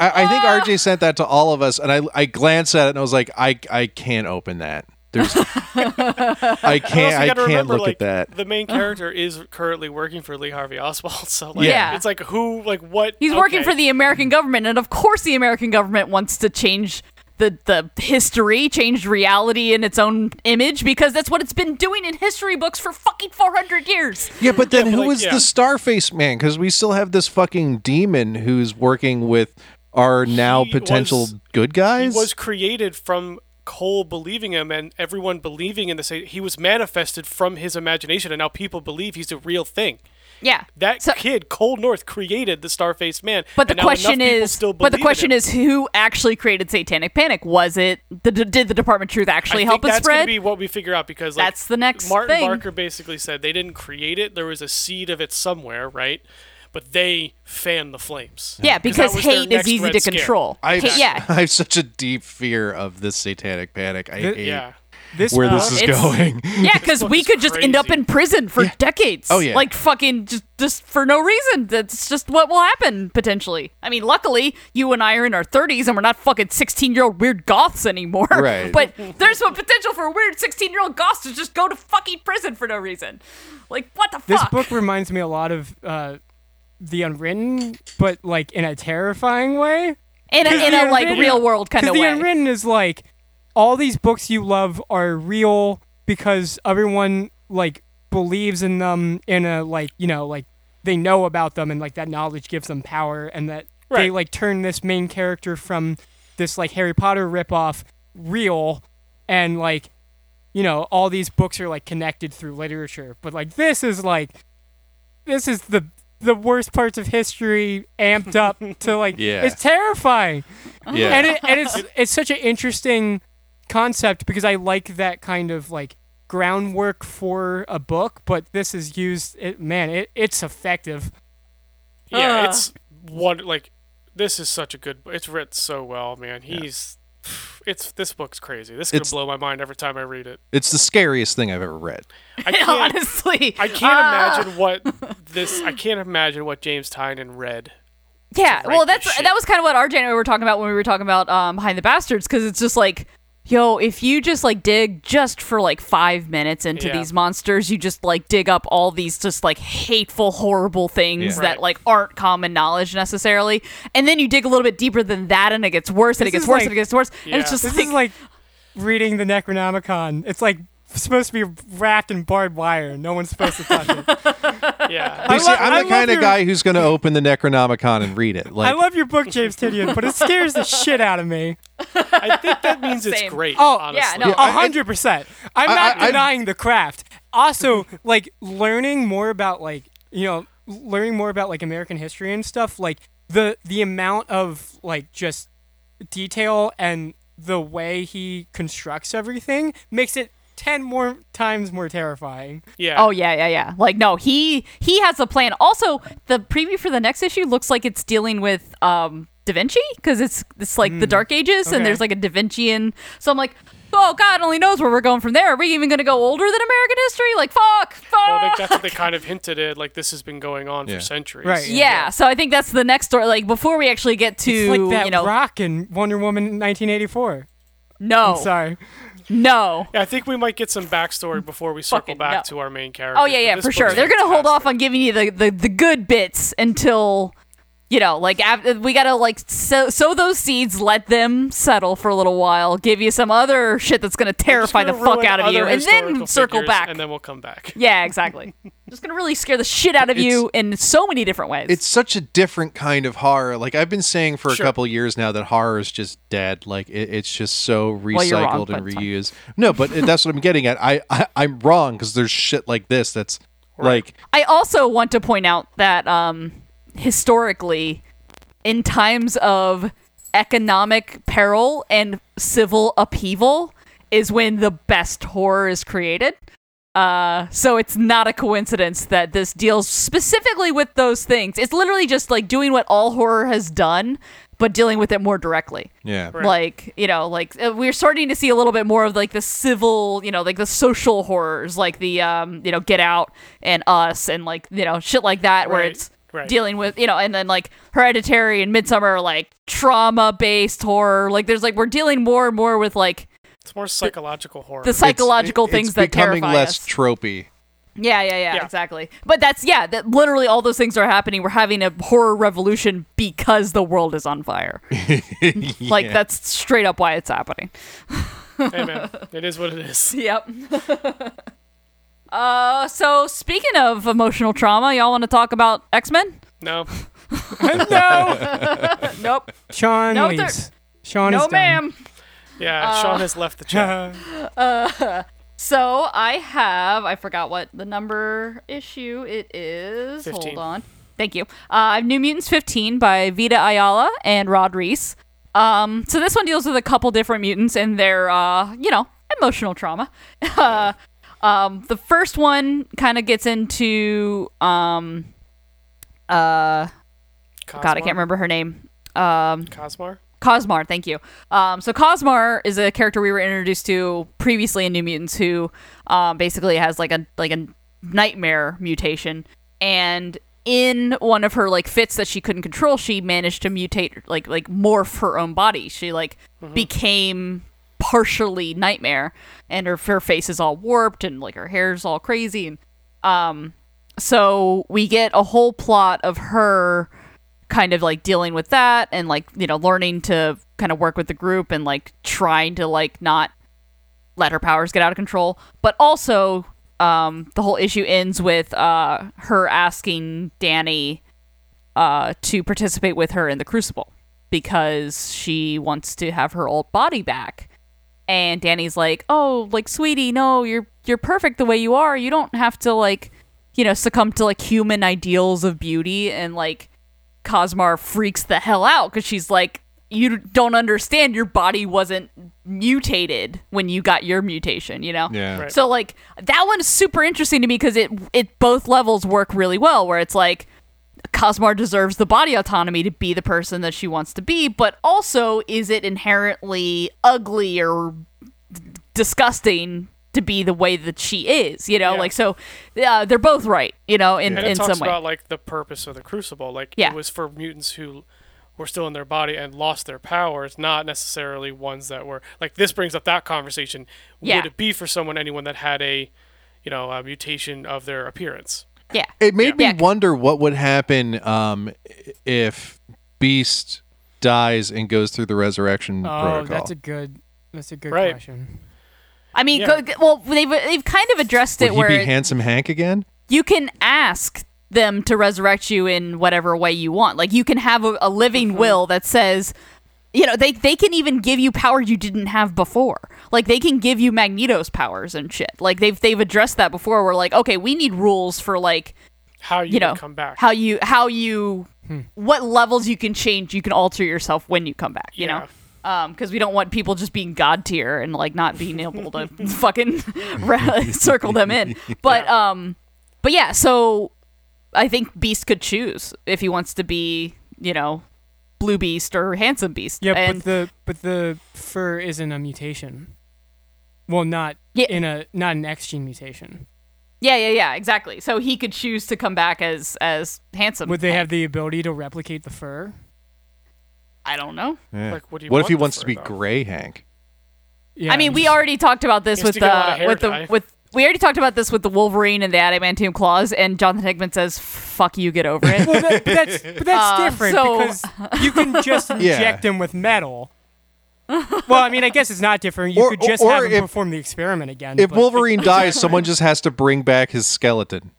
[SPEAKER 2] I, I, I think RJ sent that to all of us, and I, I glanced at it and I was like, I, I can't open that. There's, I
[SPEAKER 3] And
[SPEAKER 2] can't,
[SPEAKER 3] also,
[SPEAKER 2] I
[SPEAKER 3] you
[SPEAKER 2] can't
[SPEAKER 3] gotta remember,
[SPEAKER 2] look
[SPEAKER 3] like,
[SPEAKER 2] at that.
[SPEAKER 3] The main character is currently working for Lee Harvey Oswald, so like,
[SPEAKER 4] Yeah.
[SPEAKER 3] it's like who, like what?
[SPEAKER 4] He's working
[SPEAKER 3] okay.
[SPEAKER 4] for the American government, and of course the American government wants to change the, the history, change reality in its own image, because that's what it's been doing in history books for fucking four hundred years.
[SPEAKER 2] Yeah, but then
[SPEAKER 3] but,
[SPEAKER 2] who
[SPEAKER 3] like,
[SPEAKER 2] was
[SPEAKER 3] yeah.
[SPEAKER 2] the Starface man? Because we still have this fucking demon who's working with our now
[SPEAKER 3] He
[SPEAKER 2] potential
[SPEAKER 3] was-
[SPEAKER 2] good
[SPEAKER 3] He
[SPEAKER 2] guys.
[SPEAKER 3] was created from Cole believing him and everyone believing in the same. He was manifested from his imagination, and now people believe he's a real thing.
[SPEAKER 4] Yeah.
[SPEAKER 3] That
[SPEAKER 4] So-
[SPEAKER 3] kid, Cole North, created the Starface Man.
[SPEAKER 4] But the
[SPEAKER 3] and now enough
[SPEAKER 4] question
[SPEAKER 3] people
[SPEAKER 4] is,
[SPEAKER 3] still
[SPEAKER 4] but the
[SPEAKER 3] believe in
[SPEAKER 4] question
[SPEAKER 3] him.
[SPEAKER 4] is, who actually created Satanic Panic? Was it the, did the Department of Truth
[SPEAKER 3] I
[SPEAKER 4] actually
[SPEAKER 3] think
[SPEAKER 4] help it
[SPEAKER 3] that's
[SPEAKER 4] spread?
[SPEAKER 3] gonna be what we figure out because like,
[SPEAKER 4] That's the next
[SPEAKER 3] Martin
[SPEAKER 4] thing.
[SPEAKER 3] Barker basically said they didn't create it. There was a seed of it somewhere, right? But they fanned the flames.
[SPEAKER 4] yeah,
[SPEAKER 3] that
[SPEAKER 4] because
[SPEAKER 3] was their
[SPEAKER 4] hate is
[SPEAKER 3] next
[SPEAKER 4] easy
[SPEAKER 3] Red
[SPEAKER 4] to
[SPEAKER 3] Scare.
[SPEAKER 4] control.
[SPEAKER 2] I,
[SPEAKER 4] Hate- yeah,
[SPEAKER 2] I have such a deep fear of this satanic panic. I
[SPEAKER 5] Th-
[SPEAKER 2] hate
[SPEAKER 3] Yeah.
[SPEAKER 5] this
[SPEAKER 2] where
[SPEAKER 5] book-
[SPEAKER 2] this is
[SPEAKER 4] it's-
[SPEAKER 2] going.
[SPEAKER 4] yeah, because we
[SPEAKER 3] is
[SPEAKER 4] could just end up
[SPEAKER 3] crazy.
[SPEAKER 4] in prison for decades.
[SPEAKER 2] Oh, yeah.
[SPEAKER 4] like fucking just just for no reason. That's just what will happen potentially. I mean, luckily you and I are in our thirties and we're not fucking sixteen year old weird goths anymore.
[SPEAKER 2] Right.
[SPEAKER 4] but there's a potential for weird sixteen year old goths to just go to fucking prison for no reason. Like what the
[SPEAKER 5] This
[SPEAKER 4] fuck?
[SPEAKER 5] book reminds me a lot of uh, The Unwritten, but like in a terrifying way.
[SPEAKER 4] in a, in a like
[SPEAKER 5] The Unwritten-
[SPEAKER 4] real world kind
[SPEAKER 5] 'cause
[SPEAKER 4] of way.
[SPEAKER 5] The Unwritten is like all these books you love are real because everyone like believes in them in a like you know like they know about them and like that knowledge gives them power and that they
[SPEAKER 3] Right.
[SPEAKER 5] like turn this main character from this like Harry Potter ripoff real and like you know all these books are like connected through literature but like this is like this is the the worst parts of history amped up to like
[SPEAKER 2] Yeah.
[SPEAKER 5] it's terrifying
[SPEAKER 2] Yeah.
[SPEAKER 5] and it, and it's it's such an interesting concept because I like that kind of like groundwork for a book, but this is used. It, man, it, it's effective.
[SPEAKER 3] Yeah,
[SPEAKER 4] Ugh.
[SPEAKER 3] it's one like this is such a good. It's written so well, man. He's it's this book's crazy. This is gonna
[SPEAKER 2] It's-
[SPEAKER 3] blow my mind every time I read it.
[SPEAKER 2] It's the scariest thing I've ever read.
[SPEAKER 3] I can't.
[SPEAKER 4] honestly.
[SPEAKER 3] I can't
[SPEAKER 4] Ah.
[SPEAKER 3] imagine what this. I can't imagine what James Tynan read.
[SPEAKER 4] Yeah,
[SPEAKER 3] write
[SPEAKER 4] well,
[SPEAKER 3] this
[SPEAKER 4] that's
[SPEAKER 3] shit.
[SPEAKER 4] that was kind of what RJ and I were talking about when we were talking about um, behind the bastards because it's just like, yo, if you just like dig just for like five minutes into
[SPEAKER 3] Yeah.
[SPEAKER 4] these monsters, you just like dig up all these just like hateful, horrible things
[SPEAKER 2] Yeah.
[SPEAKER 4] that
[SPEAKER 3] Right.
[SPEAKER 4] like aren't common knowledge necessarily, and then you dig a little bit deeper than that, and it gets worse, and it
[SPEAKER 5] This
[SPEAKER 4] gets
[SPEAKER 5] is
[SPEAKER 4] worse,
[SPEAKER 5] like-
[SPEAKER 4] and it gets worse, and it's
[SPEAKER 3] Yeah.
[SPEAKER 4] just
[SPEAKER 5] This
[SPEAKER 4] like,
[SPEAKER 5] is like reading the Necronomicon. It's like supposed to be wrapped in barbed wire. No one's supposed to touch it.
[SPEAKER 3] Yeah,
[SPEAKER 2] You see,
[SPEAKER 5] love- I
[SPEAKER 2] I'm
[SPEAKER 5] love
[SPEAKER 2] the kind
[SPEAKER 5] your-
[SPEAKER 2] of guy who's going to open the Necronomicon and read it.
[SPEAKER 5] I
[SPEAKER 2] Like,
[SPEAKER 5] love your book, James Tidian, but it scares the shit out of me.
[SPEAKER 3] I think that means it's
[SPEAKER 4] Same.
[SPEAKER 3] great.
[SPEAKER 5] Oh,
[SPEAKER 3] honestly.
[SPEAKER 4] yeah, no,
[SPEAKER 5] A hundred percent. I'm
[SPEAKER 2] I-
[SPEAKER 5] not
[SPEAKER 2] I- I-
[SPEAKER 5] denying the craft. Also, like learning more about like you know learning more about like American history and stuff. Like the the amount of like just detail and the way he constructs everything makes it 10 more times more terrifying.
[SPEAKER 3] Yeah.
[SPEAKER 4] Oh yeah, yeah, yeah. Like no, he he has a plan. Also, the preview for the next issue looks like it's dealing with um Da Vinci because it's it's like the Dark Ages
[SPEAKER 5] Hmm. okay.
[SPEAKER 4] and there's like a Da Vincian. So I'm like, oh God, only knows where we're going from there. Are we even gonna go older than American history? Like fuck, fuck.
[SPEAKER 3] Well, I think that's what they kind of hinted at. Like this has been going on
[SPEAKER 2] Yeah.
[SPEAKER 3] for centuries.
[SPEAKER 5] Right.
[SPEAKER 4] yeah, so I think that's the next story. Like before we actually get to
[SPEAKER 5] It's like that
[SPEAKER 4] you know
[SPEAKER 5] rock in Wonder Woman 1984.
[SPEAKER 4] no
[SPEAKER 5] Sorry.
[SPEAKER 4] no.
[SPEAKER 3] Yeah, I think we might get some backstory before we circle
[SPEAKER 4] Fucking
[SPEAKER 3] back
[SPEAKER 4] no.
[SPEAKER 3] to our main character.
[SPEAKER 4] Oh yeah, yeah,
[SPEAKER 3] This
[SPEAKER 4] for
[SPEAKER 3] book's
[SPEAKER 4] sure. They're gonna hold
[SPEAKER 3] fantastic.
[SPEAKER 4] off on giving you the the, the good bits until you know, like af- we gotta like sow, sow those seeds, let them settle for a little while, give you some other shit that's gonna
[SPEAKER 3] Just
[SPEAKER 4] terrify
[SPEAKER 3] gonna
[SPEAKER 4] the fuck
[SPEAKER 3] ruin
[SPEAKER 4] out of you,
[SPEAKER 3] other
[SPEAKER 4] and then
[SPEAKER 3] historical
[SPEAKER 4] circle
[SPEAKER 3] figures,
[SPEAKER 4] back.
[SPEAKER 3] and then we'll come back.
[SPEAKER 4] yeah, exactly. Just gonna really scare the shit out of you in so many different ways.
[SPEAKER 2] it's such a different kind of horror. Like I've been saying for a
[SPEAKER 3] Sure.
[SPEAKER 2] couple years now that horror is just dead. Like it, it's just so recycled
[SPEAKER 4] you're wrong,
[SPEAKER 2] and
[SPEAKER 4] but it's fine.
[SPEAKER 2] reused. No, but that's what I'm getting at. I, I I'm wrong because there's shit like this that's like
[SPEAKER 4] I also want to point out that um, historically, in times of economic peril and civil upheaval, is when the best horror is created. Uh, so it's not a coincidence that this deals specifically with those things. It's literally just like doing what all horror has done, but dealing with it more directly
[SPEAKER 2] yeah.
[SPEAKER 3] Right.
[SPEAKER 4] like you know like uh, we're starting to see a little bit more of like the civil you know like the social horrors like the um you know get out and us and like you know shit like that where
[SPEAKER 3] Right,
[SPEAKER 4] it's
[SPEAKER 3] right.
[SPEAKER 4] dealing with you know and then like hereditary and midsummer are like trauma based horror like there's like we're dealing more and more with like
[SPEAKER 3] It's more psychological horror.
[SPEAKER 4] the psychological
[SPEAKER 2] It's-
[SPEAKER 4] things
[SPEAKER 2] it's
[SPEAKER 4] that
[SPEAKER 2] becoming
[SPEAKER 4] terrify
[SPEAKER 2] less
[SPEAKER 4] us
[SPEAKER 2] tropey.
[SPEAKER 4] yeah, yeah, yeah,
[SPEAKER 3] Yeah.
[SPEAKER 4] exactly. But that's yeah, that literally all those things are happening. We're having a horror revolution because the world is on fire. Like that's straight up why it's happening.
[SPEAKER 3] hey man, it is what it is.
[SPEAKER 4] Yep. uh, so speaking of emotional trauma, y'all want to talk about X Men?
[SPEAKER 3] No,
[SPEAKER 5] no.
[SPEAKER 4] Nope.
[SPEAKER 5] Sean
[SPEAKER 4] No, there-
[SPEAKER 5] leaves. Sean is
[SPEAKER 4] no,
[SPEAKER 5] done. Oh,
[SPEAKER 4] ma'am.
[SPEAKER 3] yeah,
[SPEAKER 4] Uh,
[SPEAKER 3] Sean has left the chat.
[SPEAKER 4] So I have I forgot what the number issue it is.
[SPEAKER 3] 15.
[SPEAKER 4] Hold on. Thank you. Uh, I have New Mutants 15 by Vita Ayala and Rod Reese. Um, so this one deals with a couple different mutants and their uh, you know emotional trauma. Uh, um, the first one kind of gets into um, uh,
[SPEAKER 3] Cosmar?
[SPEAKER 4] God, I can't remember her name. Um,
[SPEAKER 3] Cosmar.
[SPEAKER 4] Cosmar, thank you. Um, so Cosmar is a character we were introduced to previously in New Mutants, who um, basically has like a like a nightmare mutation, and in one of her like fits that she couldn't control, she managed to mutate like like morph her own body. She like became partially nightmare, and her her face is all warped and like her hair's all crazy, and um, so we get a whole plot of her kind of like dealing with that and like you know learning to kind of work with the group and like trying to like not let her powers get out of control but also um the whole issue ends with uh her asking Danny uh to participate with her in the crucible because she wants to have her old body back and Danny's like, "Oh, like sweetie, no, you're you're perfect the way you are. You don't have to like, you know, succumb to like human ideals of beauty." And like Cosmar freaks the hell out cuz she's like, "You don't understand. Your body wasn't mutated when you got your mutation, you know?"
[SPEAKER 2] Yeah.
[SPEAKER 3] Right.
[SPEAKER 4] So like that one's super interesting to me because it it both levels work really well where it's like Cosmar deserves the body autonomy to be the person that she wants to be, but also is it inherently ugly or disgusting to be the way that she is, you know?
[SPEAKER 3] Yeah.
[SPEAKER 4] Like so uh, they're both right, you know, in,
[SPEAKER 3] And it
[SPEAKER 4] in
[SPEAKER 3] talks
[SPEAKER 4] some way.
[SPEAKER 3] about like the purpose of the crucible. Like
[SPEAKER 4] Yeah.
[SPEAKER 3] it was for mutants who were still in their body and lost their powers, not necessarily ones that were like this brings up that conversation.
[SPEAKER 4] Yeah.
[SPEAKER 3] Would it be for someone anyone that had a you know, a mutation of their appearance?
[SPEAKER 4] yeah.
[SPEAKER 2] It made me
[SPEAKER 4] Yeah.
[SPEAKER 2] wonder what would happen um, if Beast dies and goes through the resurrection
[SPEAKER 5] Oh,
[SPEAKER 2] protocol.
[SPEAKER 5] that's a good that's a good
[SPEAKER 3] Right.
[SPEAKER 5] question.
[SPEAKER 4] I mean,
[SPEAKER 3] Yeah.
[SPEAKER 4] go, well, they've they've kind of addressed
[SPEAKER 2] would
[SPEAKER 4] it
[SPEAKER 2] he
[SPEAKER 4] where
[SPEAKER 2] be
[SPEAKER 4] it-
[SPEAKER 2] handsome Hank again?
[SPEAKER 4] you can ask them to resurrect you in whatever way you want. Like you can have a, a living will that says, you know, they they can even give you power you didn't have before. Like they can give you Magneto's powers and shit. Like they've they've addressed that before. We're like, okay, we need rules for like
[SPEAKER 3] How you,
[SPEAKER 4] you know
[SPEAKER 3] would come back.
[SPEAKER 4] how
[SPEAKER 5] Hmm.
[SPEAKER 4] you how you what levels you can change, you can alter yourself when you come back. You
[SPEAKER 3] yeah.
[SPEAKER 4] know, because we don't want people just being god tier and like not being able to fucking ra- circle them in. But um, but yeah, so I think Beast could choose if he wants to be, you know, Blue Beast or Handsome Beast.
[SPEAKER 5] Yeah,
[SPEAKER 4] and
[SPEAKER 5] but the but the fur isn't a mutation. Well, not
[SPEAKER 4] Yeah.
[SPEAKER 5] in a not an X gene mutation.
[SPEAKER 4] yeah, yeah, yeah, exactly. So he could choose to come back as as handsome.
[SPEAKER 5] Would they have the ability to replicate the fur?
[SPEAKER 4] I don't know.
[SPEAKER 2] Yeah.
[SPEAKER 3] Like, what do you
[SPEAKER 2] if he
[SPEAKER 3] want
[SPEAKER 2] wants
[SPEAKER 3] for
[SPEAKER 2] to be
[SPEAKER 3] it, though?
[SPEAKER 2] gray Hank?
[SPEAKER 5] Yeah,
[SPEAKER 4] I mean,
[SPEAKER 5] I'm
[SPEAKER 4] we
[SPEAKER 5] just-
[SPEAKER 4] already talked about
[SPEAKER 3] He
[SPEAKER 4] this
[SPEAKER 3] has
[SPEAKER 4] with
[SPEAKER 3] to get a lot of
[SPEAKER 4] the
[SPEAKER 3] hair
[SPEAKER 4] with the
[SPEAKER 3] dye.
[SPEAKER 4] with we already talked about this with the Wolverine and the adamantium claws, and Jonathan Hickman says, "Fuck you, get over it."
[SPEAKER 5] Well, that, but that's but that's
[SPEAKER 4] Uh,
[SPEAKER 5] different
[SPEAKER 4] so-
[SPEAKER 5] because you can just inject him with metal. Well, I mean, I guess it's not different. You
[SPEAKER 2] Or-
[SPEAKER 5] could just
[SPEAKER 2] or
[SPEAKER 5] have him
[SPEAKER 2] if-
[SPEAKER 5] perform the experiment again.
[SPEAKER 2] If
[SPEAKER 5] but-
[SPEAKER 2] Wolverine dies, someone just has to bring back his skeleton,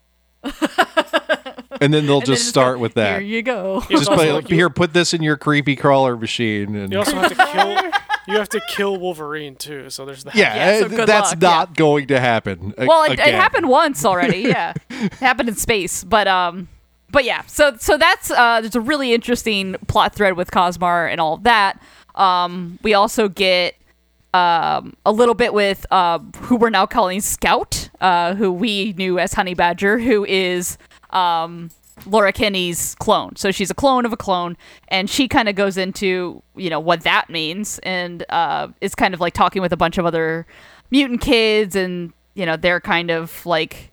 [SPEAKER 2] and then they'll
[SPEAKER 4] And then
[SPEAKER 2] just start with
[SPEAKER 4] Here
[SPEAKER 2] that.
[SPEAKER 4] you go.
[SPEAKER 3] It's
[SPEAKER 2] Just
[SPEAKER 3] also
[SPEAKER 2] play
[SPEAKER 3] like you-
[SPEAKER 2] here. Put this in your creepy crawler machine, and
[SPEAKER 3] You also have to kill. You have to kill Wolverine too. So there's that.
[SPEAKER 2] yeah,
[SPEAKER 4] Yeah, so
[SPEAKER 2] uh,
[SPEAKER 4] good
[SPEAKER 2] that's
[SPEAKER 4] luck,
[SPEAKER 2] not going to happen. a-
[SPEAKER 4] Well, it, it
[SPEAKER 2] again.
[SPEAKER 4] happened once already. Yeah, it happened in space, but um, but yeah. So so that's uh, there's a really interesting plot thread with Cosmar and all of that. Um, we also get um a little bit with uh who we're now calling Scout, uh, who we knew as Honey Badger, who is um Laura Kinney's clone. So she's a clone of a clone, and she kind of goes into you know what that means, and uh, is kind of like talking with a bunch of other mutant kids, and you know they're kind of like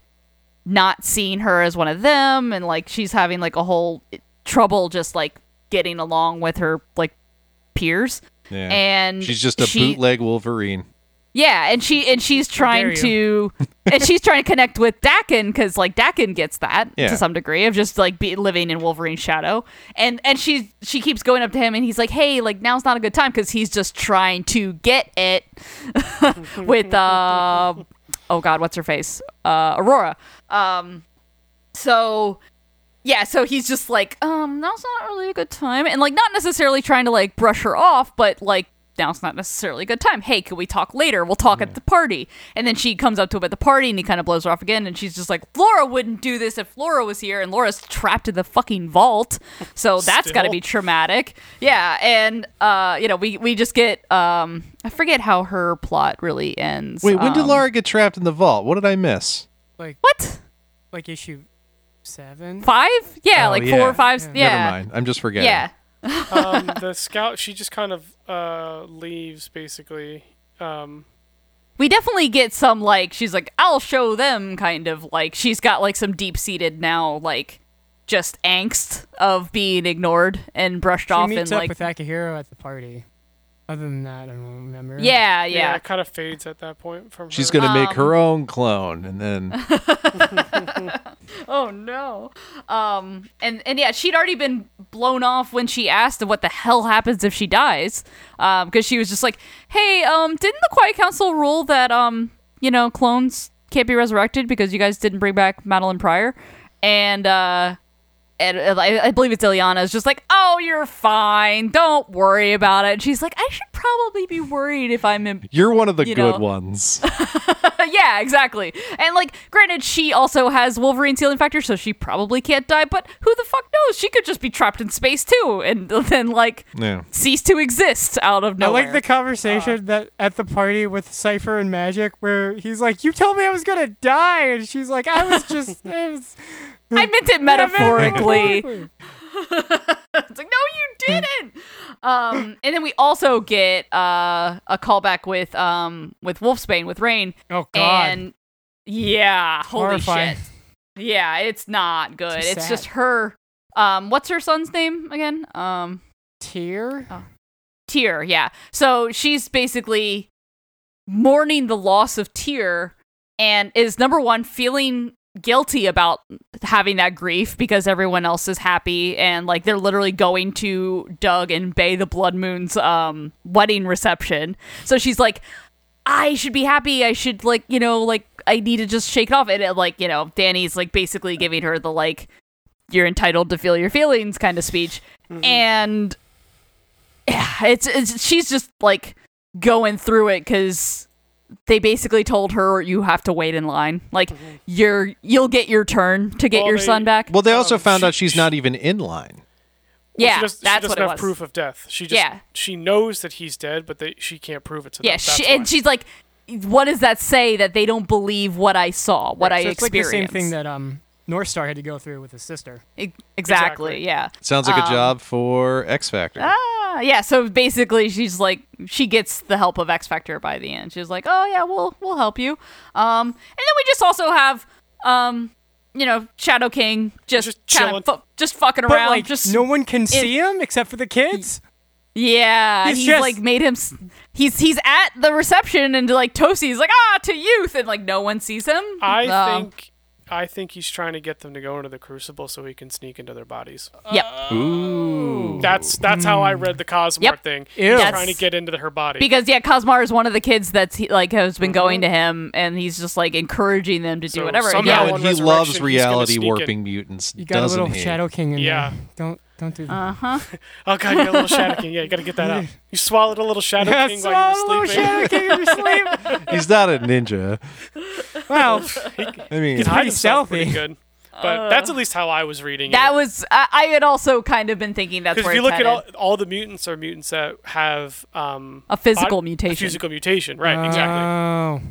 [SPEAKER 4] not seeing her as one of them, and like she's having like a whole trouble just like getting along with her like peers.
[SPEAKER 2] Yeah.
[SPEAKER 4] And
[SPEAKER 2] she's just a
[SPEAKER 4] she-
[SPEAKER 2] bootleg Wolverine.
[SPEAKER 4] yeah, and she and she's trying
[SPEAKER 5] dare
[SPEAKER 4] to and she's trying to connect with Dakin because like Dakin gets that
[SPEAKER 2] Yeah.
[SPEAKER 4] to some degree of just like be, living in Wolverine's shadow, and and she she keeps going up to him and he's like, hey, like now's not a good time because he's just trying to get it with uh oh god, what's her face uh Aurora, um so. Yeah, so he's just like, um, now's not really a good time. And, like, not necessarily trying to, like, brush her off, but, like, now's not necessarily a good time. Hey, can we talk later? We'll talk at the party. And then she comes up to him at the party and he kind of blows her off again. And she's just like, Laura wouldn't do this if Laura was here. And Laura's trapped in the fucking vault. So that's got to
[SPEAKER 3] Still.
[SPEAKER 4] be traumatic. Yeah. And, uh, you know, we, we just get, um, I forget how her plot really ends.
[SPEAKER 2] Wait, when did
[SPEAKER 4] Um,
[SPEAKER 2] Lara get trapped in the vault? What did I miss?
[SPEAKER 5] like
[SPEAKER 4] What?
[SPEAKER 5] like issue seven.
[SPEAKER 4] Five? Yeah,
[SPEAKER 2] Oh,
[SPEAKER 4] like
[SPEAKER 2] yeah.
[SPEAKER 4] four or five. Yeah.
[SPEAKER 2] Never mind. I'm just forgetting.
[SPEAKER 4] Yeah.
[SPEAKER 3] Um, the scout. She just kind of uh, leaves basically. Um,
[SPEAKER 4] we definitely get some like she's like i'll show them kind of like she's got like some deep-seated now like just angst of being ignored and brushed
[SPEAKER 5] She
[SPEAKER 4] off
[SPEAKER 5] meets
[SPEAKER 4] and
[SPEAKER 5] up
[SPEAKER 4] like
[SPEAKER 5] with Akihiro at the party. Other than that, I don't remember.
[SPEAKER 4] yeah yeah,
[SPEAKER 3] yeah. it kind of fades at that point from.
[SPEAKER 2] She's
[SPEAKER 3] her.
[SPEAKER 2] gonna
[SPEAKER 4] Um,
[SPEAKER 2] make her own clone, and then
[SPEAKER 4] oh no um and and yeah she'd already been blown off when she asked what the hell happens if she dies um because she was just like hey um didn't the quiet council rule that um you know clones can't be resurrected because you guys didn't bring back madeline pryor and uh and uh, I, I believe it's Ileana is just like, "Oh, you're fine. Don't worry about it." And she's like, "I should probably be worried if I'm in
[SPEAKER 2] you're one of the
[SPEAKER 4] You
[SPEAKER 2] good
[SPEAKER 4] know.
[SPEAKER 2] ones.
[SPEAKER 4] yeah, exactly. And like, granted, she also has Wolverine's healing factor, so she probably can't die. But who the fuck knows? She could just be trapped in space too, and then like
[SPEAKER 2] Yeah.
[SPEAKER 4] cease to exist out of
[SPEAKER 5] I
[SPEAKER 4] nowhere.
[SPEAKER 5] like the conversation that at the party with Cipher and Magic, where he's like, "You told me I was gonna die," and she's like, "I was just." it was,
[SPEAKER 4] I meant it metaphorically. It's like, no, you didn't. um, and then we also get uh, a callback with um with Wolfsbane with Rain,
[SPEAKER 5] Oh God!
[SPEAKER 4] and yeah, holy
[SPEAKER 5] Horrifying.
[SPEAKER 4] shit. Yeah, it's not good.
[SPEAKER 5] It's
[SPEAKER 4] It's,
[SPEAKER 5] sad.
[SPEAKER 4] just her. Um, what's her son's name again? Um.
[SPEAKER 5] Tear.
[SPEAKER 4] Oh. Tear, yeah. So she's basically mourning the loss of Tear and is number one feeling guilty about having that grief because everyone else is happy and like they're literally going to Doug and Bay the Blood Moon's um wedding reception. So she's like I should be happy. I should like, you know, like I need to just shake it off and it, like, you know, Danny's like basically giving her the like you're entitled to feel your feelings kind of speech. And yeah, it's, it's she's just like going through it because they basically told her you have to wait in line. Like you're you'll get your turn to get
[SPEAKER 3] Well,
[SPEAKER 4] your
[SPEAKER 3] they-
[SPEAKER 4] son back.
[SPEAKER 2] Well, they also
[SPEAKER 3] Um,
[SPEAKER 2] found
[SPEAKER 3] she-
[SPEAKER 2] out she's not even in line.
[SPEAKER 4] Yeah,
[SPEAKER 3] she doesn't,
[SPEAKER 4] that's
[SPEAKER 3] she doesn't
[SPEAKER 4] what it
[SPEAKER 3] have
[SPEAKER 4] was.
[SPEAKER 3] proof of death. She just
[SPEAKER 4] Yeah.
[SPEAKER 3] she knows that he's dead, but they, she can't prove it to them.
[SPEAKER 4] Yeah,
[SPEAKER 3] That's
[SPEAKER 4] she,
[SPEAKER 3] why.
[SPEAKER 4] and she's like, what does that say that they don't believe what I saw, what I
[SPEAKER 5] so it's like the
[SPEAKER 4] experienced?
[SPEAKER 5] same thing that um North Star had to go through with his sister.
[SPEAKER 4] E-
[SPEAKER 3] Exactly.
[SPEAKER 4] exactly. Yeah.
[SPEAKER 2] Sounds like
[SPEAKER 4] Um,
[SPEAKER 2] a job for X Factor.
[SPEAKER 4] Ah, yeah. So basically, she's like, she gets the help of X Factor by the end. She's like, oh yeah, we'll we'll help you. Um, and then we just also have, um, you know, Shadow King just
[SPEAKER 3] Just
[SPEAKER 4] kind
[SPEAKER 3] chilling.
[SPEAKER 4] of fu- just fucking
[SPEAKER 5] But
[SPEAKER 4] around.
[SPEAKER 5] like,
[SPEAKER 4] just
[SPEAKER 5] no one can see him except for the kids.
[SPEAKER 4] yeah,
[SPEAKER 5] He's
[SPEAKER 4] he's,
[SPEAKER 5] just-
[SPEAKER 4] like made him. s- He's he's at the reception and like Tosi's like ah to youth and like no one sees him.
[SPEAKER 3] I
[SPEAKER 4] Um,
[SPEAKER 3] think I think he's trying to get them to go into the crucible so he can sneak into their bodies.
[SPEAKER 4] Yep.
[SPEAKER 2] Ooh.
[SPEAKER 3] That's that's how I read the Cosmart
[SPEAKER 4] Mm. Yep.
[SPEAKER 3] thing.
[SPEAKER 5] Ew.
[SPEAKER 3] He's
[SPEAKER 4] That's-
[SPEAKER 3] trying to get into her body.
[SPEAKER 4] because yeah, Cosmar is one of the kids that's he- like has been going to him, and he's just like encouraging them to
[SPEAKER 3] Mm-hmm.
[SPEAKER 4] do
[SPEAKER 3] So
[SPEAKER 4] whatever.
[SPEAKER 3] somehow
[SPEAKER 4] Yeah,
[SPEAKER 2] yeah,
[SPEAKER 3] on
[SPEAKER 2] and he
[SPEAKER 3] Resurrection, he's
[SPEAKER 2] loves
[SPEAKER 3] gonna
[SPEAKER 2] reality
[SPEAKER 3] sneak in.
[SPEAKER 2] warping mutants,
[SPEAKER 5] You got a
[SPEAKER 2] doesn't
[SPEAKER 5] little
[SPEAKER 2] he?
[SPEAKER 5] Shadow King in
[SPEAKER 3] Yeah.
[SPEAKER 5] there. Don't don't do that.
[SPEAKER 4] Uh-huh.
[SPEAKER 3] oh god, you got a little shadow king. Yeah, you gotta get that out. You swallowed a little shadow
[SPEAKER 5] Yeah,
[SPEAKER 3] king
[SPEAKER 5] so
[SPEAKER 3] while you
[SPEAKER 5] a
[SPEAKER 3] were
[SPEAKER 5] little
[SPEAKER 3] sleeping.
[SPEAKER 5] Shadow King in your sleep.
[SPEAKER 2] He's not a ninja.
[SPEAKER 5] Wow.
[SPEAKER 2] I mean,
[SPEAKER 3] He'd hide
[SPEAKER 5] pretty
[SPEAKER 3] himself pretty
[SPEAKER 5] stealthy.
[SPEAKER 3] good. But that's at least how I was reading
[SPEAKER 4] Uh. that
[SPEAKER 3] it.
[SPEAKER 4] was I, I had also kind of been thinking that's
[SPEAKER 3] Because
[SPEAKER 4] where
[SPEAKER 3] if you
[SPEAKER 4] it's
[SPEAKER 3] look at all,
[SPEAKER 4] headed.
[SPEAKER 3] all the mutants are mutants that have um,
[SPEAKER 4] A physical
[SPEAKER 3] bod-
[SPEAKER 4] mutation.
[SPEAKER 3] A physical mutation, right? Exactly.
[SPEAKER 5] Oh.